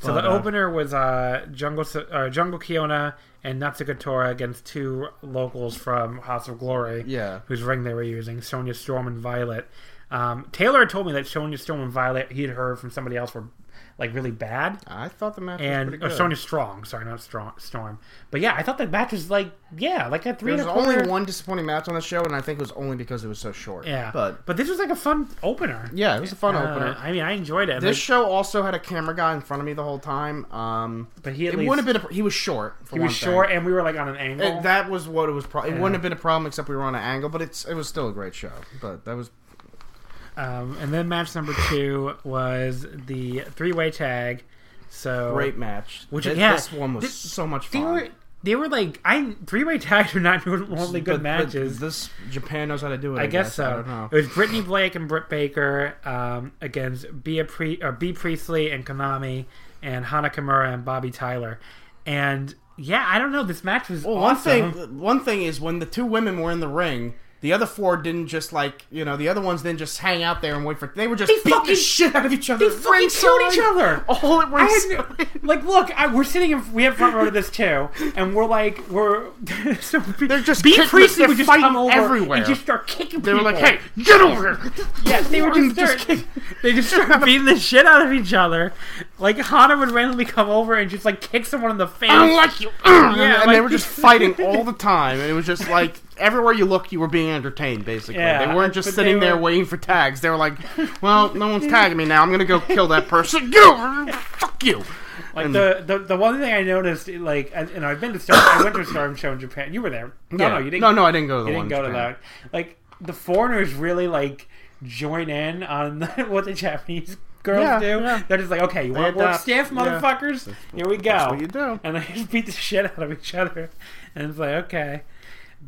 Speaker 1: So
Speaker 2: But,
Speaker 1: the
Speaker 2: uh,
Speaker 1: opener was uh, Jungle S- uh, Jungle Kiona and Natsukatora against two locals from House of Glory,
Speaker 2: Yeah.
Speaker 1: whose ring they were using, Sonya Storm and Violet. Um, Taylor had told me that Sonya Storm and Violet he'd heard from somebody else were like really bad,
Speaker 2: I thought the match was
Speaker 1: and
Speaker 2: pretty
Speaker 1: or
Speaker 2: good.
Speaker 1: Sonya Strong, sorry, not Strong Storm. But yeah, I thought the match was like yeah, like a three and
Speaker 2: There
Speaker 1: a
Speaker 2: was
Speaker 1: quarter.
Speaker 2: only one disappointing match on the show, and I think it was only because it was so short.
Speaker 1: yeah,
Speaker 2: but
Speaker 1: but this was like a fun opener.
Speaker 2: yeah, it was a fun
Speaker 1: Uh,
Speaker 2: opener.
Speaker 1: I mean, I enjoyed it.
Speaker 2: This show also had a camera guy in front of me the whole time. Um,
Speaker 1: But he at
Speaker 2: it
Speaker 1: least-
Speaker 2: wouldn't have been. A, he was short. For
Speaker 1: Like, it was
Speaker 2: one thing.
Speaker 1: short, and we were like on an angle.
Speaker 2: It- that was what it was. Pro- It wouldn't have been a problem except we were on an angle, but it's it was still a great show. But that was
Speaker 1: Um, and then match number two was the three-way tag. So
Speaker 2: great match.
Speaker 1: Which-
Speaker 2: this,
Speaker 1: yeah.
Speaker 2: this one was
Speaker 1: This-
Speaker 2: so much
Speaker 1: They
Speaker 2: fun.
Speaker 1: were they were like I three-way tags are not normally good
Speaker 2: But- but
Speaker 1: matches.
Speaker 2: this Japan knows how to do it.
Speaker 1: I guess, so.
Speaker 2: I don't know.
Speaker 1: It was Brittany Blake and Britt Baker um, against Bea Pri- or B Priestley and Konami and Hana Kimura and Bobby Tyler. And yeah, I don't know. This match was
Speaker 2: Well, one
Speaker 1: awesome.
Speaker 2: thing, one thing is when the two women were in the ring, the other four didn't just like you know the other ones didn't just hang out there and wait for. They were just
Speaker 1: They
Speaker 2: beating
Speaker 1: fucking-
Speaker 2: the shit out of each other.
Speaker 1: They fucking killed each other.
Speaker 2: All at
Speaker 1: I
Speaker 2: once.
Speaker 1: had, no- like, look, I, we're sitting in, we have front row to this too, and we're like, we're, so
Speaker 2: They're just
Speaker 1: Bea
Speaker 2: kicking-
Speaker 1: Priestley
Speaker 2: they're
Speaker 1: would just
Speaker 2: fighting
Speaker 1: come over
Speaker 2: everywhere.
Speaker 1: and just start kicking
Speaker 2: They were
Speaker 1: people.
Speaker 2: like, "Hey, get over here!"
Speaker 1: yes, they were just,
Speaker 2: Just
Speaker 1: start, they just start beating the shit out of each other. Like, Hana would randomly come over and just, like, kick someone in the face.
Speaker 2: I don't like you. and they
Speaker 1: like-
Speaker 2: were just fighting all the time, and it was just like everywhere you looked, you were being entertained. Basically,
Speaker 1: Yeah,
Speaker 2: they weren't just
Speaker 1: but
Speaker 2: sitting
Speaker 1: they
Speaker 2: there
Speaker 1: were-
Speaker 2: waiting for tags. They were like, "Well, no one's tagging me now. I'm gonna go kill that person. Get over! here. Fuck you!"
Speaker 1: Like the, the the one thing I noticed, like, and and I've been to Storm, I went to a Storm show in Japan. You were there? No, no, you didn't.
Speaker 2: No, no, I didn't go to the
Speaker 1: You
Speaker 2: one.
Speaker 1: didn't go
Speaker 2: in
Speaker 1: to
Speaker 2: Japan.
Speaker 1: that. Like the foreigners really like join in on what the Japanese girls
Speaker 2: Yeah,
Speaker 1: do.
Speaker 2: yeah.
Speaker 1: They're just like, okay, you want to work
Speaker 2: adapt.
Speaker 1: stiff,
Speaker 2: Yeah.
Speaker 1: motherfuckers? Here we go.
Speaker 2: what you do.
Speaker 1: And they just beat the shit out of each other. And it's like, okay,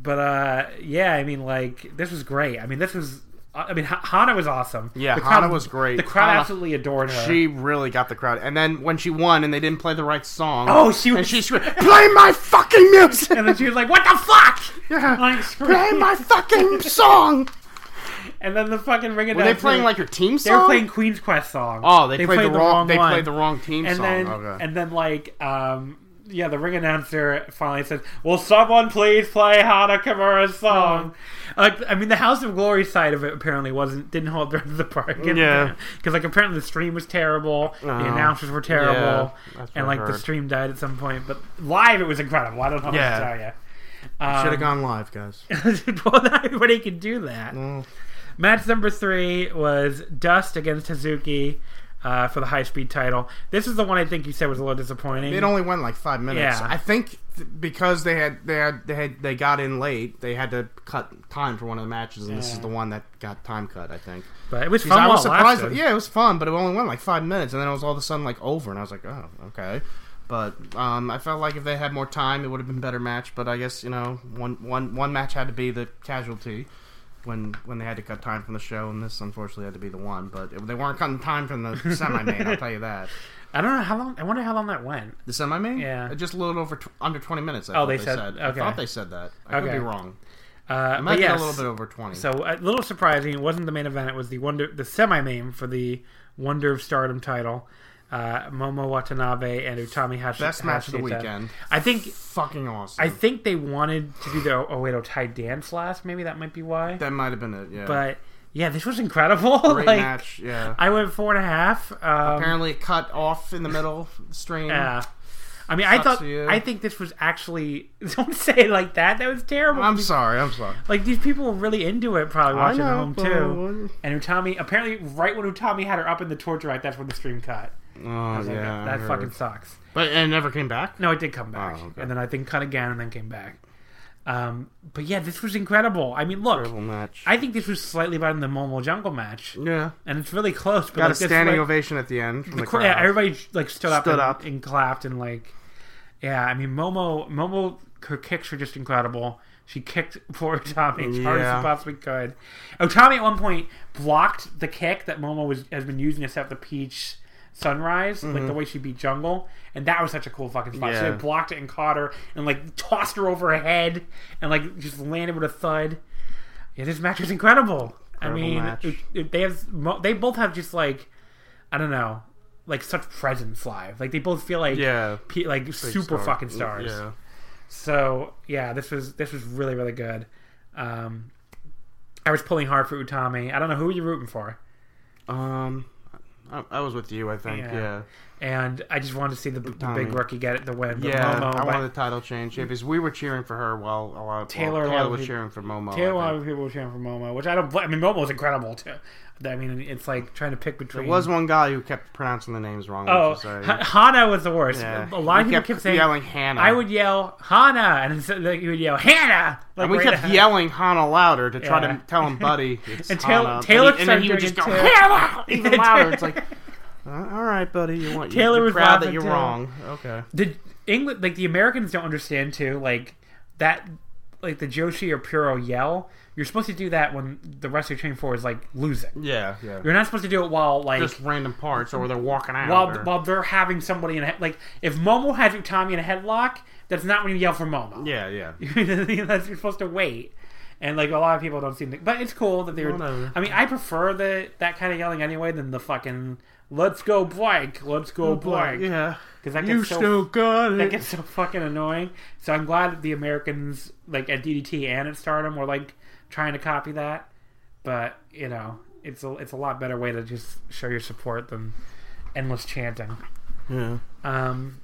Speaker 1: but uh, yeah, I mean, like this was great. I mean, this was. uh, I mean, Ha- Hana was awesome.
Speaker 2: Yeah,
Speaker 1: The
Speaker 2: Hana was great.
Speaker 1: The crowd
Speaker 2: Hana-
Speaker 1: absolutely adored her.
Speaker 2: She really got the crowd. And then when she won and they didn't play the right song.
Speaker 1: Oh, she was-
Speaker 2: And she screamed, Play my fucking music!
Speaker 1: and then she was like, "What the fuck?"
Speaker 2: Yeah.
Speaker 1: Like,
Speaker 2: Play
Speaker 1: screaming.
Speaker 2: my fucking song!
Speaker 1: And then the fucking ring
Speaker 2: Were they playing like your team song?
Speaker 1: They were playing Queen's Quest song.
Speaker 2: Oh, they, played, the wrong. they
Speaker 1: one.
Speaker 2: played the wrong team
Speaker 1: and
Speaker 2: song.
Speaker 1: then
Speaker 2: okay.
Speaker 1: and then like um yeah, the ring announcer finally says, "Will someone please play Hana Kimura's song?" Like, I mean, the House of Glory side of it apparently wasn't didn't hold their end of the bargain.
Speaker 2: Yeah.
Speaker 1: because like apparently the stream was terrible, the
Speaker 2: Oh.
Speaker 1: announcers were terrible,
Speaker 2: Yeah, that's what
Speaker 1: and
Speaker 2: I
Speaker 1: like the
Speaker 2: heard.
Speaker 1: stream died at some point. But live, it was incredible. I don't know how
Speaker 2: Yeah.
Speaker 1: much to tell you.
Speaker 2: Should have
Speaker 1: Um,
Speaker 2: gone live, guys.
Speaker 1: well, not everybody can do that. Match number three was Dust against Hazuki uh, for the high speed title. This is the one I think you said was a little disappointing.
Speaker 2: It only went like five minutes.
Speaker 1: Yeah.
Speaker 2: I think th- because they had they had they had they got in late, they had to cut time for one of the matches, and this is the one that got time cut. I think.
Speaker 1: but it was
Speaker 2: Because
Speaker 1: fun.
Speaker 2: I was
Speaker 1: while it
Speaker 2: surprised.
Speaker 1: lasted.
Speaker 2: yeah, it was fun, but it only went like five minutes, and then it was all of a sudden like over, and I was like, oh, okay. But um, I felt like if they had more time, it would have been a better match. But I guess you know, one one one match had to be the casualty when when they had to cut time from the show, and this unfortunately had to be the one. But it, they weren't cutting time from the semi main. I'll tell you that.
Speaker 1: I don't know how long. I wonder how long that went.
Speaker 2: The semi main,
Speaker 1: Yeah.
Speaker 2: just a little over tw- under twenty minutes. I
Speaker 1: Oh,
Speaker 2: thought
Speaker 1: they
Speaker 2: they,
Speaker 1: said-
Speaker 2: said. I
Speaker 1: okay.
Speaker 2: thought they said that. I
Speaker 1: Okay.
Speaker 2: could be wrong.
Speaker 1: Uh,
Speaker 2: It
Speaker 1: but
Speaker 2: might
Speaker 1: yes,
Speaker 2: be a little bit over twenty.
Speaker 1: so a little surprising. It wasn't the main event. It was the wonder, the semi main for the Wonder of Stardom title. uh, Momo Watanabe and Utami Hash-
Speaker 2: Best match of the
Speaker 1: Hashita.
Speaker 2: weekend.
Speaker 1: I think
Speaker 2: Fucking awesome.
Speaker 1: I think they wanted to do the oh, 080 dance last. Maybe that might be why.
Speaker 2: that might have been it. Yeah.
Speaker 1: But yeah, this was incredible.
Speaker 2: great
Speaker 1: like,
Speaker 2: match. Yeah.
Speaker 1: I went four and a half. Um,
Speaker 2: Apparently it cut off in the middle stream.
Speaker 1: yeah. I mean, I
Speaker 2: Sucks
Speaker 1: thought
Speaker 2: for you.
Speaker 1: I think this was actually don't say it like that. That was terrible.
Speaker 2: I'm sorry. I'm sorry.
Speaker 1: Like these people were really into it, probably watching
Speaker 2: know,
Speaker 1: at home
Speaker 2: but-
Speaker 1: too. And Utami apparently, right when Utami had her up in the torture rack, that's when the stream cut.
Speaker 2: Oh
Speaker 1: Like,
Speaker 2: yeah. I
Speaker 1: that
Speaker 2: heard.
Speaker 1: fucking sucks.
Speaker 2: But and it never came back.
Speaker 1: No, it did come back,
Speaker 2: Oh, okay.
Speaker 1: and then I think cut again, and then came back. Um, but yeah, this was incredible. I mean, look,
Speaker 2: Terrible match.
Speaker 1: I think this was slightly better than the Momo Jungle match,
Speaker 2: yeah.
Speaker 1: and it's really close. But
Speaker 2: Got
Speaker 1: like,
Speaker 2: a
Speaker 1: that's
Speaker 2: standing
Speaker 1: like-
Speaker 2: ovation at the end from the,
Speaker 1: the cor-
Speaker 2: crowd.
Speaker 1: yeah, everybody like stood up,
Speaker 2: Stood
Speaker 1: and,
Speaker 2: up.
Speaker 1: and clapped and like, yeah. I mean, Momo, Momo, her kicks are just incredible. She kicked poor Tommy as hard as
Speaker 2: Yeah.
Speaker 1: she possibly could. Otami at one point blocked the kick that Momo was has been using to set up the Peach Sunrise, like the way she beat Jungle, and that was such a cool fucking spot. So
Speaker 2: Mm-hmm. Yeah.
Speaker 1: they blocked it and caught her, and like tossed her over her head, and like just landed with a thud. Yeah, this match was incredible. I
Speaker 2: Incredible
Speaker 1: mean,
Speaker 2: match.
Speaker 1: it- it- they have mo- they both have just like I don't know, like such presence live. Like they both feel like
Speaker 2: Yeah.
Speaker 1: pe- like super
Speaker 2: Star.
Speaker 1: fucking stars.
Speaker 2: Yeah.
Speaker 1: So yeah, this was this was really really good. Um, I was pulling hard for Utami. I don't know who you rooting for,
Speaker 2: Um, I, I was with you. I think.
Speaker 1: Yeah.
Speaker 2: Yeah.
Speaker 1: and I just wanted to see the, the
Speaker 2: Utami.
Speaker 1: big rookie get it the win. But
Speaker 2: Yeah,
Speaker 1: Momo,
Speaker 2: I
Speaker 1: like,
Speaker 2: wanted the title change yeah, because we were cheering for her while a lot of
Speaker 1: Taylor,
Speaker 2: well,
Speaker 1: a lot of
Speaker 2: was
Speaker 1: people-
Speaker 2: cheering for Momo. I
Speaker 1: Taylor, a lot
Speaker 2: think.
Speaker 1: of people were cheering for Momo, which I don't. bl- I mean, Momo's incredible too. I mean, it's like trying to pick between.
Speaker 2: There was one guy who kept pronouncing the names wrong.
Speaker 1: Oh,
Speaker 2: which is, uh,
Speaker 1: Ha- Hana was the worst.
Speaker 2: yeah.
Speaker 1: A lot of
Speaker 2: We
Speaker 1: people
Speaker 2: kept
Speaker 1: kept saying
Speaker 2: yelling Hannah.
Speaker 1: I would yell Hana, and so, like, you would yell Hannah. Like,
Speaker 2: and we
Speaker 1: right
Speaker 2: kept
Speaker 1: at-
Speaker 2: yelling Hannah louder to try
Speaker 1: Yeah.
Speaker 2: to tell him, buddy. It's
Speaker 1: And Taylor-
Speaker 2: Hannah.
Speaker 1: Taylor
Speaker 2: and he, and then he would
Speaker 1: started
Speaker 2: just go
Speaker 1: doing it too.
Speaker 2: Hannah even
Speaker 1: Yeah,
Speaker 2: louder.
Speaker 1: Taylor-
Speaker 2: It's like, "Uh, all right, buddy, you want
Speaker 1: Taylor
Speaker 2: you're
Speaker 1: was
Speaker 2: proud that
Speaker 1: laughing
Speaker 2: you're
Speaker 1: too.
Speaker 2: wrong. Okay,
Speaker 1: The England, like the Americans, don't understand too. Like that, like the Joshi or Puro yell. You're supposed to do that when the wrestler train for is like losing.
Speaker 2: yeah, yeah.
Speaker 1: You're not supposed to do it while like
Speaker 2: just random parts or they're walking out.
Speaker 1: while
Speaker 2: or-
Speaker 1: while they're having somebody in a, like if Momo has Utami in a headlock. That's not when you yell for Momo.
Speaker 2: yeah, yeah.
Speaker 1: that's you're supposed to wait. And like a lot of people don't seem to, but it's cool that they were.
Speaker 2: Whatever.
Speaker 1: I mean, I prefer the that kind of yelling anyway than the fucking "Let's go blank, let's go blank."
Speaker 2: yeah.
Speaker 1: because that
Speaker 2: You
Speaker 1: gets so
Speaker 2: still got
Speaker 1: that
Speaker 2: it.
Speaker 1: gets so fucking annoying. So I'm glad that the Americans, like at DDT and at Stardom, were like trying to copy that. But you know, it's a it's a lot better way to just show your support than endless chanting.
Speaker 2: Yeah.
Speaker 1: Um,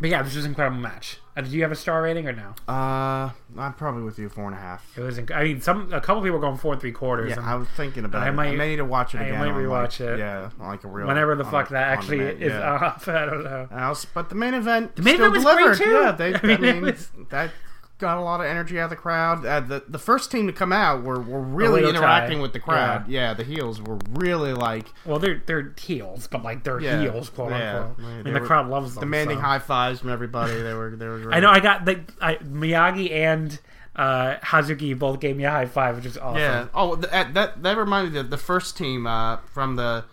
Speaker 1: but yeah, this was an incredible match. Uh, did you have a star rating or no?
Speaker 2: Uh, I'm probably with you four and a half.
Speaker 1: It was. Inc- I mean, some a couple people were going four and three quarters.
Speaker 2: Yeah,
Speaker 1: and
Speaker 2: I was thinking about
Speaker 1: I
Speaker 2: it.
Speaker 1: might-
Speaker 2: I may need to watch it
Speaker 1: I
Speaker 2: again.
Speaker 1: might
Speaker 2: on, like,
Speaker 1: rewatch it.
Speaker 2: Yeah, on, like a real.
Speaker 1: whenever the
Speaker 2: on
Speaker 1: fuck
Speaker 2: a-
Speaker 1: that
Speaker 2: on
Speaker 1: actually
Speaker 2: demand,
Speaker 1: is
Speaker 2: yeah. Uh,
Speaker 1: up, I don't know.
Speaker 2: Else, but the main event the
Speaker 1: main
Speaker 2: still
Speaker 1: event was
Speaker 2: delivered.
Speaker 1: great, too.
Speaker 2: Yeah, they.
Speaker 1: I
Speaker 2: I
Speaker 1: mean,
Speaker 2: mean,
Speaker 1: it was-
Speaker 2: that got a lot of energy out of the crowd. Uh, the the first team to come out were were really
Speaker 1: little
Speaker 2: interacting
Speaker 1: tired.
Speaker 2: with the crowd. Yeah. the heels were really like
Speaker 1: Well, they're they're heels, but like they're
Speaker 2: Yeah.
Speaker 1: heels, quote
Speaker 2: Yeah.
Speaker 1: unquote.
Speaker 2: Yeah,
Speaker 1: I
Speaker 2: they
Speaker 1: mean, the
Speaker 2: were
Speaker 1: crowd loves them.
Speaker 2: demanding
Speaker 1: so.
Speaker 2: high fives from everybody. They were they were. Great.
Speaker 1: I know. I got the I, Miyagi and uh, Hazuki both gave me a high five, which is awesome.
Speaker 2: Yeah. Oh, th- that that, that reminded me of the first team uh, from the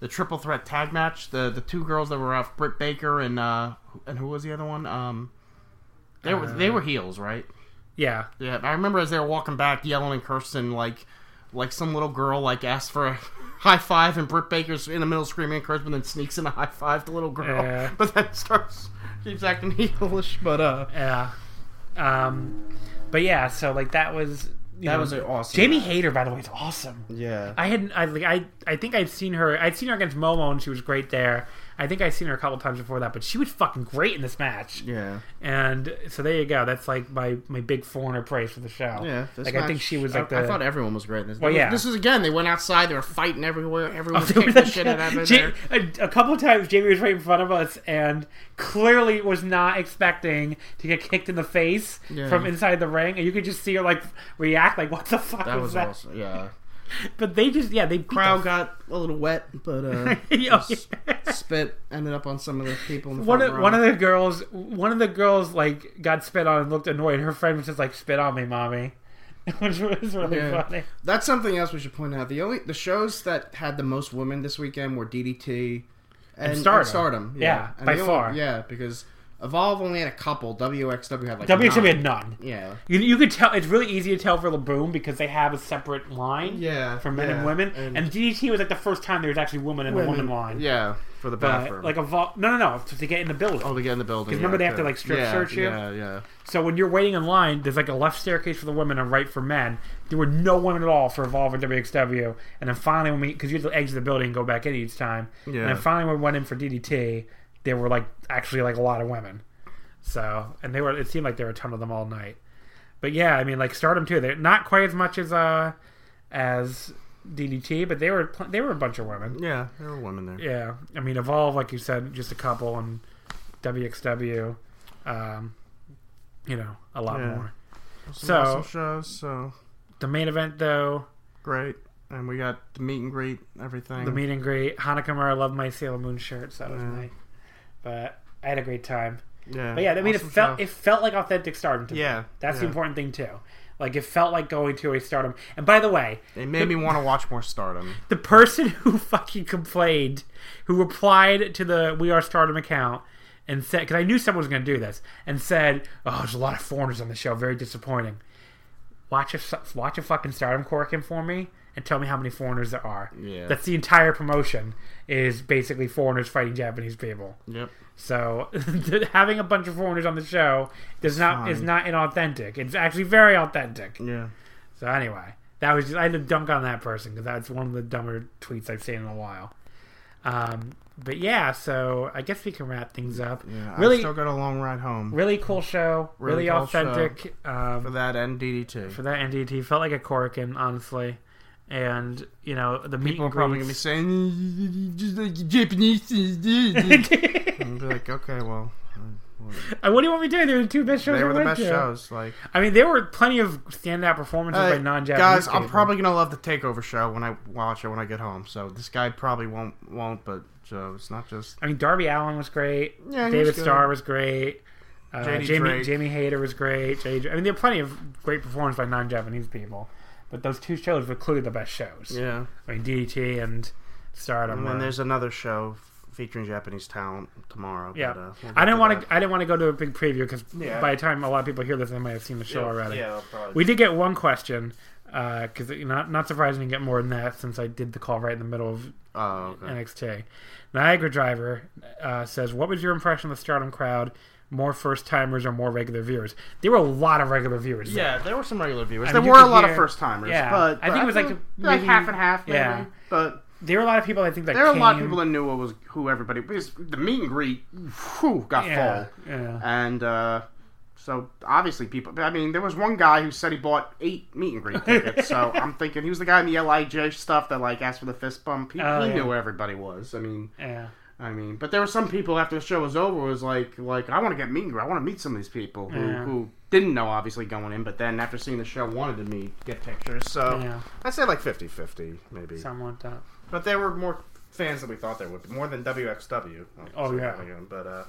Speaker 2: the triple threat tag match. The the two girls that were off Britt Baker and uh and who was the other one? Um, they were they
Speaker 1: Uh,
Speaker 2: were heels, right?
Speaker 1: Yeah.
Speaker 2: Yeah. I remember as they were walking back, yelling and cursing like like some little girl like asked for a. High five and Britt Baker's in the middle screaming encouragement, then sneaks in a high five to little girl.
Speaker 1: Yeah.
Speaker 2: But then starts keeps acting heelish. But uh,
Speaker 1: Yeah. Um, but yeah, so like that was you
Speaker 2: That
Speaker 1: know,
Speaker 2: was an awesome
Speaker 1: Jamie
Speaker 2: match.
Speaker 1: Hayter, by the way, is awesome.
Speaker 2: yeah,
Speaker 1: I hadn't. I like. I. I think I'd seen her. I'd seen her against Momo, and she was great there. I think I'd seen her a couple times before that, but she was fucking great in this match.
Speaker 2: yeah,
Speaker 1: And so there you go. That's like my my big foreigner praise for the show.
Speaker 2: Yeah, this
Speaker 1: Like I
Speaker 2: match-
Speaker 1: think she was like
Speaker 2: I,
Speaker 1: the.
Speaker 2: thought everyone was great. in This,
Speaker 1: Well, yeah.
Speaker 2: this is again. They went outside. They were fighting everywhere. Everyone was
Speaker 1: There was
Speaker 2: kicking the
Speaker 1: a-
Speaker 2: shit out of each
Speaker 1: Ja-
Speaker 2: other.
Speaker 1: a, a couple of times, Jamie was right in front of us and clearly was not expecting to get kicked in the face
Speaker 2: Yeah.
Speaker 1: from inside the ring, and you could just see her like react, like "What the fuck
Speaker 2: That
Speaker 1: was,
Speaker 2: was
Speaker 1: that?"
Speaker 2: awesome. Yeah,
Speaker 1: But they just, yeah, they beat
Speaker 2: crowd
Speaker 1: the
Speaker 2: got a little wet, but uh,
Speaker 1: Yeah.
Speaker 2: s- spit ended up on some of the people. In the
Speaker 1: one
Speaker 2: front
Speaker 1: of
Speaker 2: row.
Speaker 1: one of the girls, one of the girls like got spit on and looked annoyed. Her friend was just like, "Spit on me, mommy," which was really
Speaker 2: Yeah.
Speaker 1: funny.
Speaker 2: That's something else we should point out. The only the shows that had the most women this weekend were DDT and, and
Speaker 1: Stardom.
Speaker 2: Stardom.
Speaker 1: Yeah,
Speaker 2: And
Speaker 1: by
Speaker 2: the only-
Speaker 1: far.
Speaker 2: Yeah, because Evolve only had a couple. WXW had like
Speaker 1: WXW
Speaker 2: nine.
Speaker 1: had none.
Speaker 2: yeah.
Speaker 1: You, you could tell it's really easy to tell for Laboom because they have a separate line
Speaker 2: Yeah,
Speaker 1: for men
Speaker 2: yeah,
Speaker 1: and women.
Speaker 2: and-
Speaker 1: And, DDT was like the first time there was actually women in the woman line.
Speaker 2: Yeah, for the
Speaker 1: But,
Speaker 2: bathroom.
Speaker 1: like a vol- no no no to, to get in the building.
Speaker 2: oh, to get in the building.
Speaker 1: 'Cause remember
Speaker 2: yeah,
Speaker 1: they have to,
Speaker 2: okay.
Speaker 1: like, strip
Speaker 2: yeah,
Speaker 1: search you?
Speaker 2: Yeah, yeah.
Speaker 1: So when you're waiting in line, there's like a left staircase for the women and right for men. There were no women at all for Evolve and WXW. And then finally, when we because you had to exit the building and go back in each time.
Speaker 2: Yeah.
Speaker 1: And then finally, when we went in for DDT, there were like actually like a lot of women. So and they were it seemed like there were a ton of them all night. But yeah, I mean like Stardom too. They're not quite as much as uh as DDT, but they were pl- they were a bunch of women.
Speaker 2: Yeah, there were women there.
Speaker 1: Yeah, I mean, evolve like you said, just a couple, and WXW, um, you know, a lot
Speaker 2: Yeah.
Speaker 1: more.
Speaker 2: Some awesome
Speaker 1: So
Speaker 2: shows, so
Speaker 1: the main event, though,
Speaker 2: great. And we got the meet and greet, everything.
Speaker 1: the meet and greet. Hanakamura loved my Sailor Moon shirts. That was
Speaker 2: Yeah.
Speaker 1: my, but I had a great time.
Speaker 2: yeah,
Speaker 1: But yeah, I mean,
Speaker 2: awesome
Speaker 1: it felt
Speaker 2: show.
Speaker 1: it felt like authentic Stardom. To
Speaker 2: Yeah,
Speaker 1: me. that's the
Speaker 2: yeah.
Speaker 1: important thing too. Like it felt like going to a Stardom. And by the way,
Speaker 2: It made me want to watch more Stardom.
Speaker 1: the person who fucking complained, who replied to the We Are Stardom account and said, because I knew someone was going to do this, and said, "Oh, there's a lot of foreigners on the show. Very disappointing." Watch a s- watch a fucking Stardom Corkin for me and tell me how many foreigners there are.
Speaker 2: Yeah.
Speaker 1: That's the entire promotion is basically foreigners fighting Japanese people.
Speaker 2: Yep.
Speaker 1: So having a bunch of foreigners on the show does not is
Speaker 2: fine.
Speaker 1: not inauthentic. It's actually very authentic.
Speaker 2: Yeah.
Speaker 1: So anyway, that was just I had to dunk on that person because that's one of the dumber tweets I've seen in a while. Um, but yeah, so I guess we can wrap things up.
Speaker 2: Yeah. Really?
Speaker 1: really,
Speaker 2: I still got a long ride home
Speaker 1: really cool show. Really,
Speaker 2: Really cool show.
Speaker 1: authentic. Um,
Speaker 2: for that and DDT.
Speaker 1: for that NDT felt like a Corkin, honestly. And you know the meet
Speaker 2: People are
Speaker 1: and
Speaker 2: probably gonna be
Speaker 1: greets-
Speaker 2: saying just like Japanese. and be like, okay, well,
Speaker 1: Uh, what do you want me to do? They were the two best shows. I
Speaker 2: they were the
Speaker 1: went
Speaker 2: best
Speaker 1: to.
Speaker 2: shows. Like,
Speaker 1: I mean, there were plenty of standout performances
Speaker 2: Hey,
Speaker 1: by non-Japanese
Speaker 2: guys, I'm
Speaker 1: people.
Speaker 2: probably gonna love the Takeover show when I watch it when I get home. So this guy probably won't won't, but so it's not just
Speaker 1: I mean, Darby Allen was great.
Speaker 2: Yeah, he
Speaker 1: David
Speaker 2: was good.
Speaker 1: Starr was great. Uh,
Speaker 2: JD
Speaker 1: Jamie
Speaker 2: Drake.
Speaker 1: Jamie Hayter was great. J. I mean, there are plenty of great performances by non-Japanese people, but those two shows were clearly the best shows.
Speaker 2: yeah.
Speaker 1: I mean, DDT and Stardom.
Speaker 2: And then
Speaker 1: were-
Speaker 2: there's another show featuring Japanese talent tomorrow.
Speaker 1: yeah.
Speaker 2: but, uh, we'll
Speaker 1: I
Speaker 2: get
Speaker 1: didn't want
Speaker 2: that.
Speaker 1: to. I didn't want to go to a big preview because
Speaker 2: Yeah.
Speaker 1: by the time a lot of people hear this, they might have seen the show already.
Speaker 2: Yeah, probably.
Speaker 1: We did get one question because not not surprising to get more than that since I did the call right in the middle of
Speaker 2: Oh, okay.
Speaker 1: NXT. Niagara Driver uh, says, "What was your impression of the Stardom crowd? More first timers or more regular viewers? There were a lot of regular viewers. there.
Speaker 2: Yeah, there were some regular viewers.
Speaker 1: I
Speaker 2: there
Speaker 1: mean, you
Speaker 2: were a
Speaker 1: could
Speaker 2: lot of
Speaker 1: hear-
Speaker 2: first timers.
Speaker 1: yeah.
Speaker 2: but,
Speaker 1: I
Speaker 2: but
Speaker 1: think it was like
Speaker 2: feel
Speaker 1: maybe-
Speaker 2: like half and half. Maybe.
Speaker 1: yeah.
Speaker 2: but
Speaker 1: there were a lot of people. I think that
Speaker 2: there were a lot of
Speaker 1: came-
Speaker 2: people that knew what was who everybody because the meet and greet whew, got
Speaker 1: Yeah,
Speaker 2: full,
Speaker 1: yeah.
Speaker 2: and uh, so obviously people. I mean, there was one guy who said he bought eight meet and greet tickets. so I'm thinking he was the guy in the Lij stuff that like asked for the fist bump. He,
Speaker 1: Oh,
Speaker 2: he
Speaker 1: yeah.
Speaker 2: knew where everybody was. I mean,
Speaker 1: Yeah.
Speaker 2: I mean, but there were some people after the show was over was like, like I want to get meet and greet. I want to meet some of these people who,
Speaker 1: Yeah.
Speaker 2: who didn't know obviously going in, but then after seeing the show wanted to meet, get pictures. So
Speaker 1: Yeah.
Speaker 2: I'd say like 50-50 maybe.
Speaker 1: Someone like that.
Speaker 2: But there were more fans than we thought there would be, more than WXW.
Speaker 1: Oh, yeah.
Speaker 2: but uh,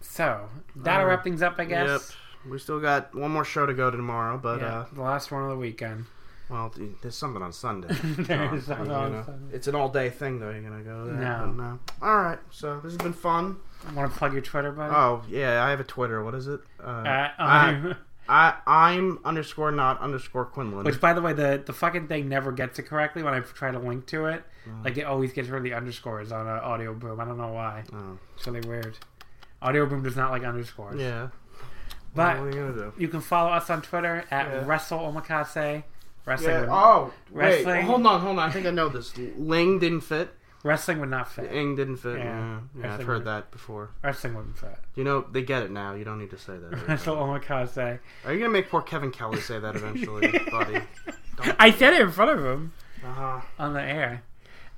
Speaker 1: So that'll wrap things up, I guess.
Speaker 2: yep, we still got one more show to go to tomorrow. But
Speaker 1: Yeah,
Speaker 2: uh,
Speaker 1: the last one of the weekend.
Speaker 2: well, dude, there's something on Sunday.
Speaker 1: There is
Speaker 2: John,
Speaker 1: something
Speaker 2: you
Speaker 1: on
Speaker 2: know.
Speaker 1: Sunday.
Speaker 2: It's an all day thing though. You're gonna go there.
Speaker 1: No.
Speaker 2: But no. All right. So this has been fun.
Speaker 1: Want to plug your Twitter, buddy?
Speaker 2: Oh yeah, I have a Twitter. What is it? Uh,
Speaker 1: At-
Speaker 2: I, I I'm underscore not underscore Quinlan.
Speaker 1: Which, by the way, the, the fucking thing never gets it correctly when I try to link to it.
Speaker 2: Mm.
Speaker 1: Like, it always gets rid of the underscores on uh, Audio Boom. I don't know why.
Speaker 2: Oh.
Speaker 1: It's really weird. Audio Boom does not like underscores.
Speaker 2: yeah.
Speaker 1: But
Speaker 2: what are you gonna do?
Speaker 1: You can follow us on Twitter at
Speaker 2: Yeah.
Speaker 1: Wrestle Omakase. Wrestling,
Speaker 2: Yeah.
Speaker 1: would,
Speaker 2: Oh wait,
Speaker 1: Wrestling.
Speaker 2: hold on, hold on. I think I know this. Ling didn't fit.
Speaker 1: wrestling would not fit.
Speaker 2: Ing didn't fit.
Speaker 1: Yeah.
Speaker 2: Yeah, yeah, I've
Speaker 1: Wrestling
Speaker 2: heard
Speaker 1: would-
Speaker 2: that before.
Speaker 1: Wrestling wouldn't fit.
Speaker 2: You know, they get it now. You don't need to say that.
Speaker 1: Wrestle Omakase.
Speaker 2: Are you gonna make poor Kevin Kelly say that eventually, buddy?
Speaker 1: I said it in front of him
Speaker 2: Uh-huh.
Speaker 1: on the air.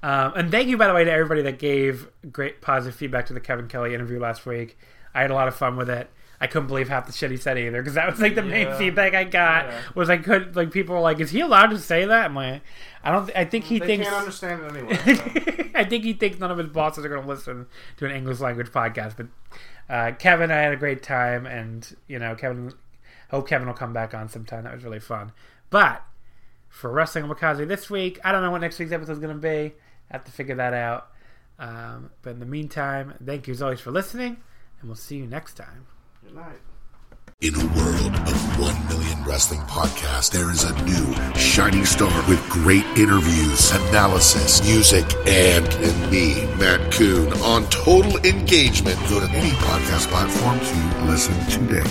Speaker 1: Um, and thank you, by the way, to everybody that gave great positive feedback to the Kevin Kelly interview last week. I had a lot of fun with it. I couldn't believe half the shit he said either because that was like the main
Speaker 2: Yeah.
Speaker 1: feedback I got
Speaker 2: Yeah.
Speaker 1: was I could like people were like, is he allowed to say that? I'm like, I don't. I think he
Speaker 2: Mm, They
Speaker 1: thinks
Speaker 2: can't understand it anyway. so.
Speaker 1: I think he thinks none of his bosses are going to listen to an English language podcast. But uh, Kevin, I had a great time, and you know, Kevin, hope Kevin will come back on sometime. That was really fun. But for wrestling Wakazi this week, I don't know what next week's episode is going to be. I have to figure that out. Um, but in the meantime, thank you as always for listening, and and we'll see you next time.
Speaker 2: Good night.
Speaker 3: In a world of 1 million wrestling podcasts, there is a new shining star with great interviews, analysis, music, and, and me, Matt Coon, on total engagement. Go to any podcast platform to listen today.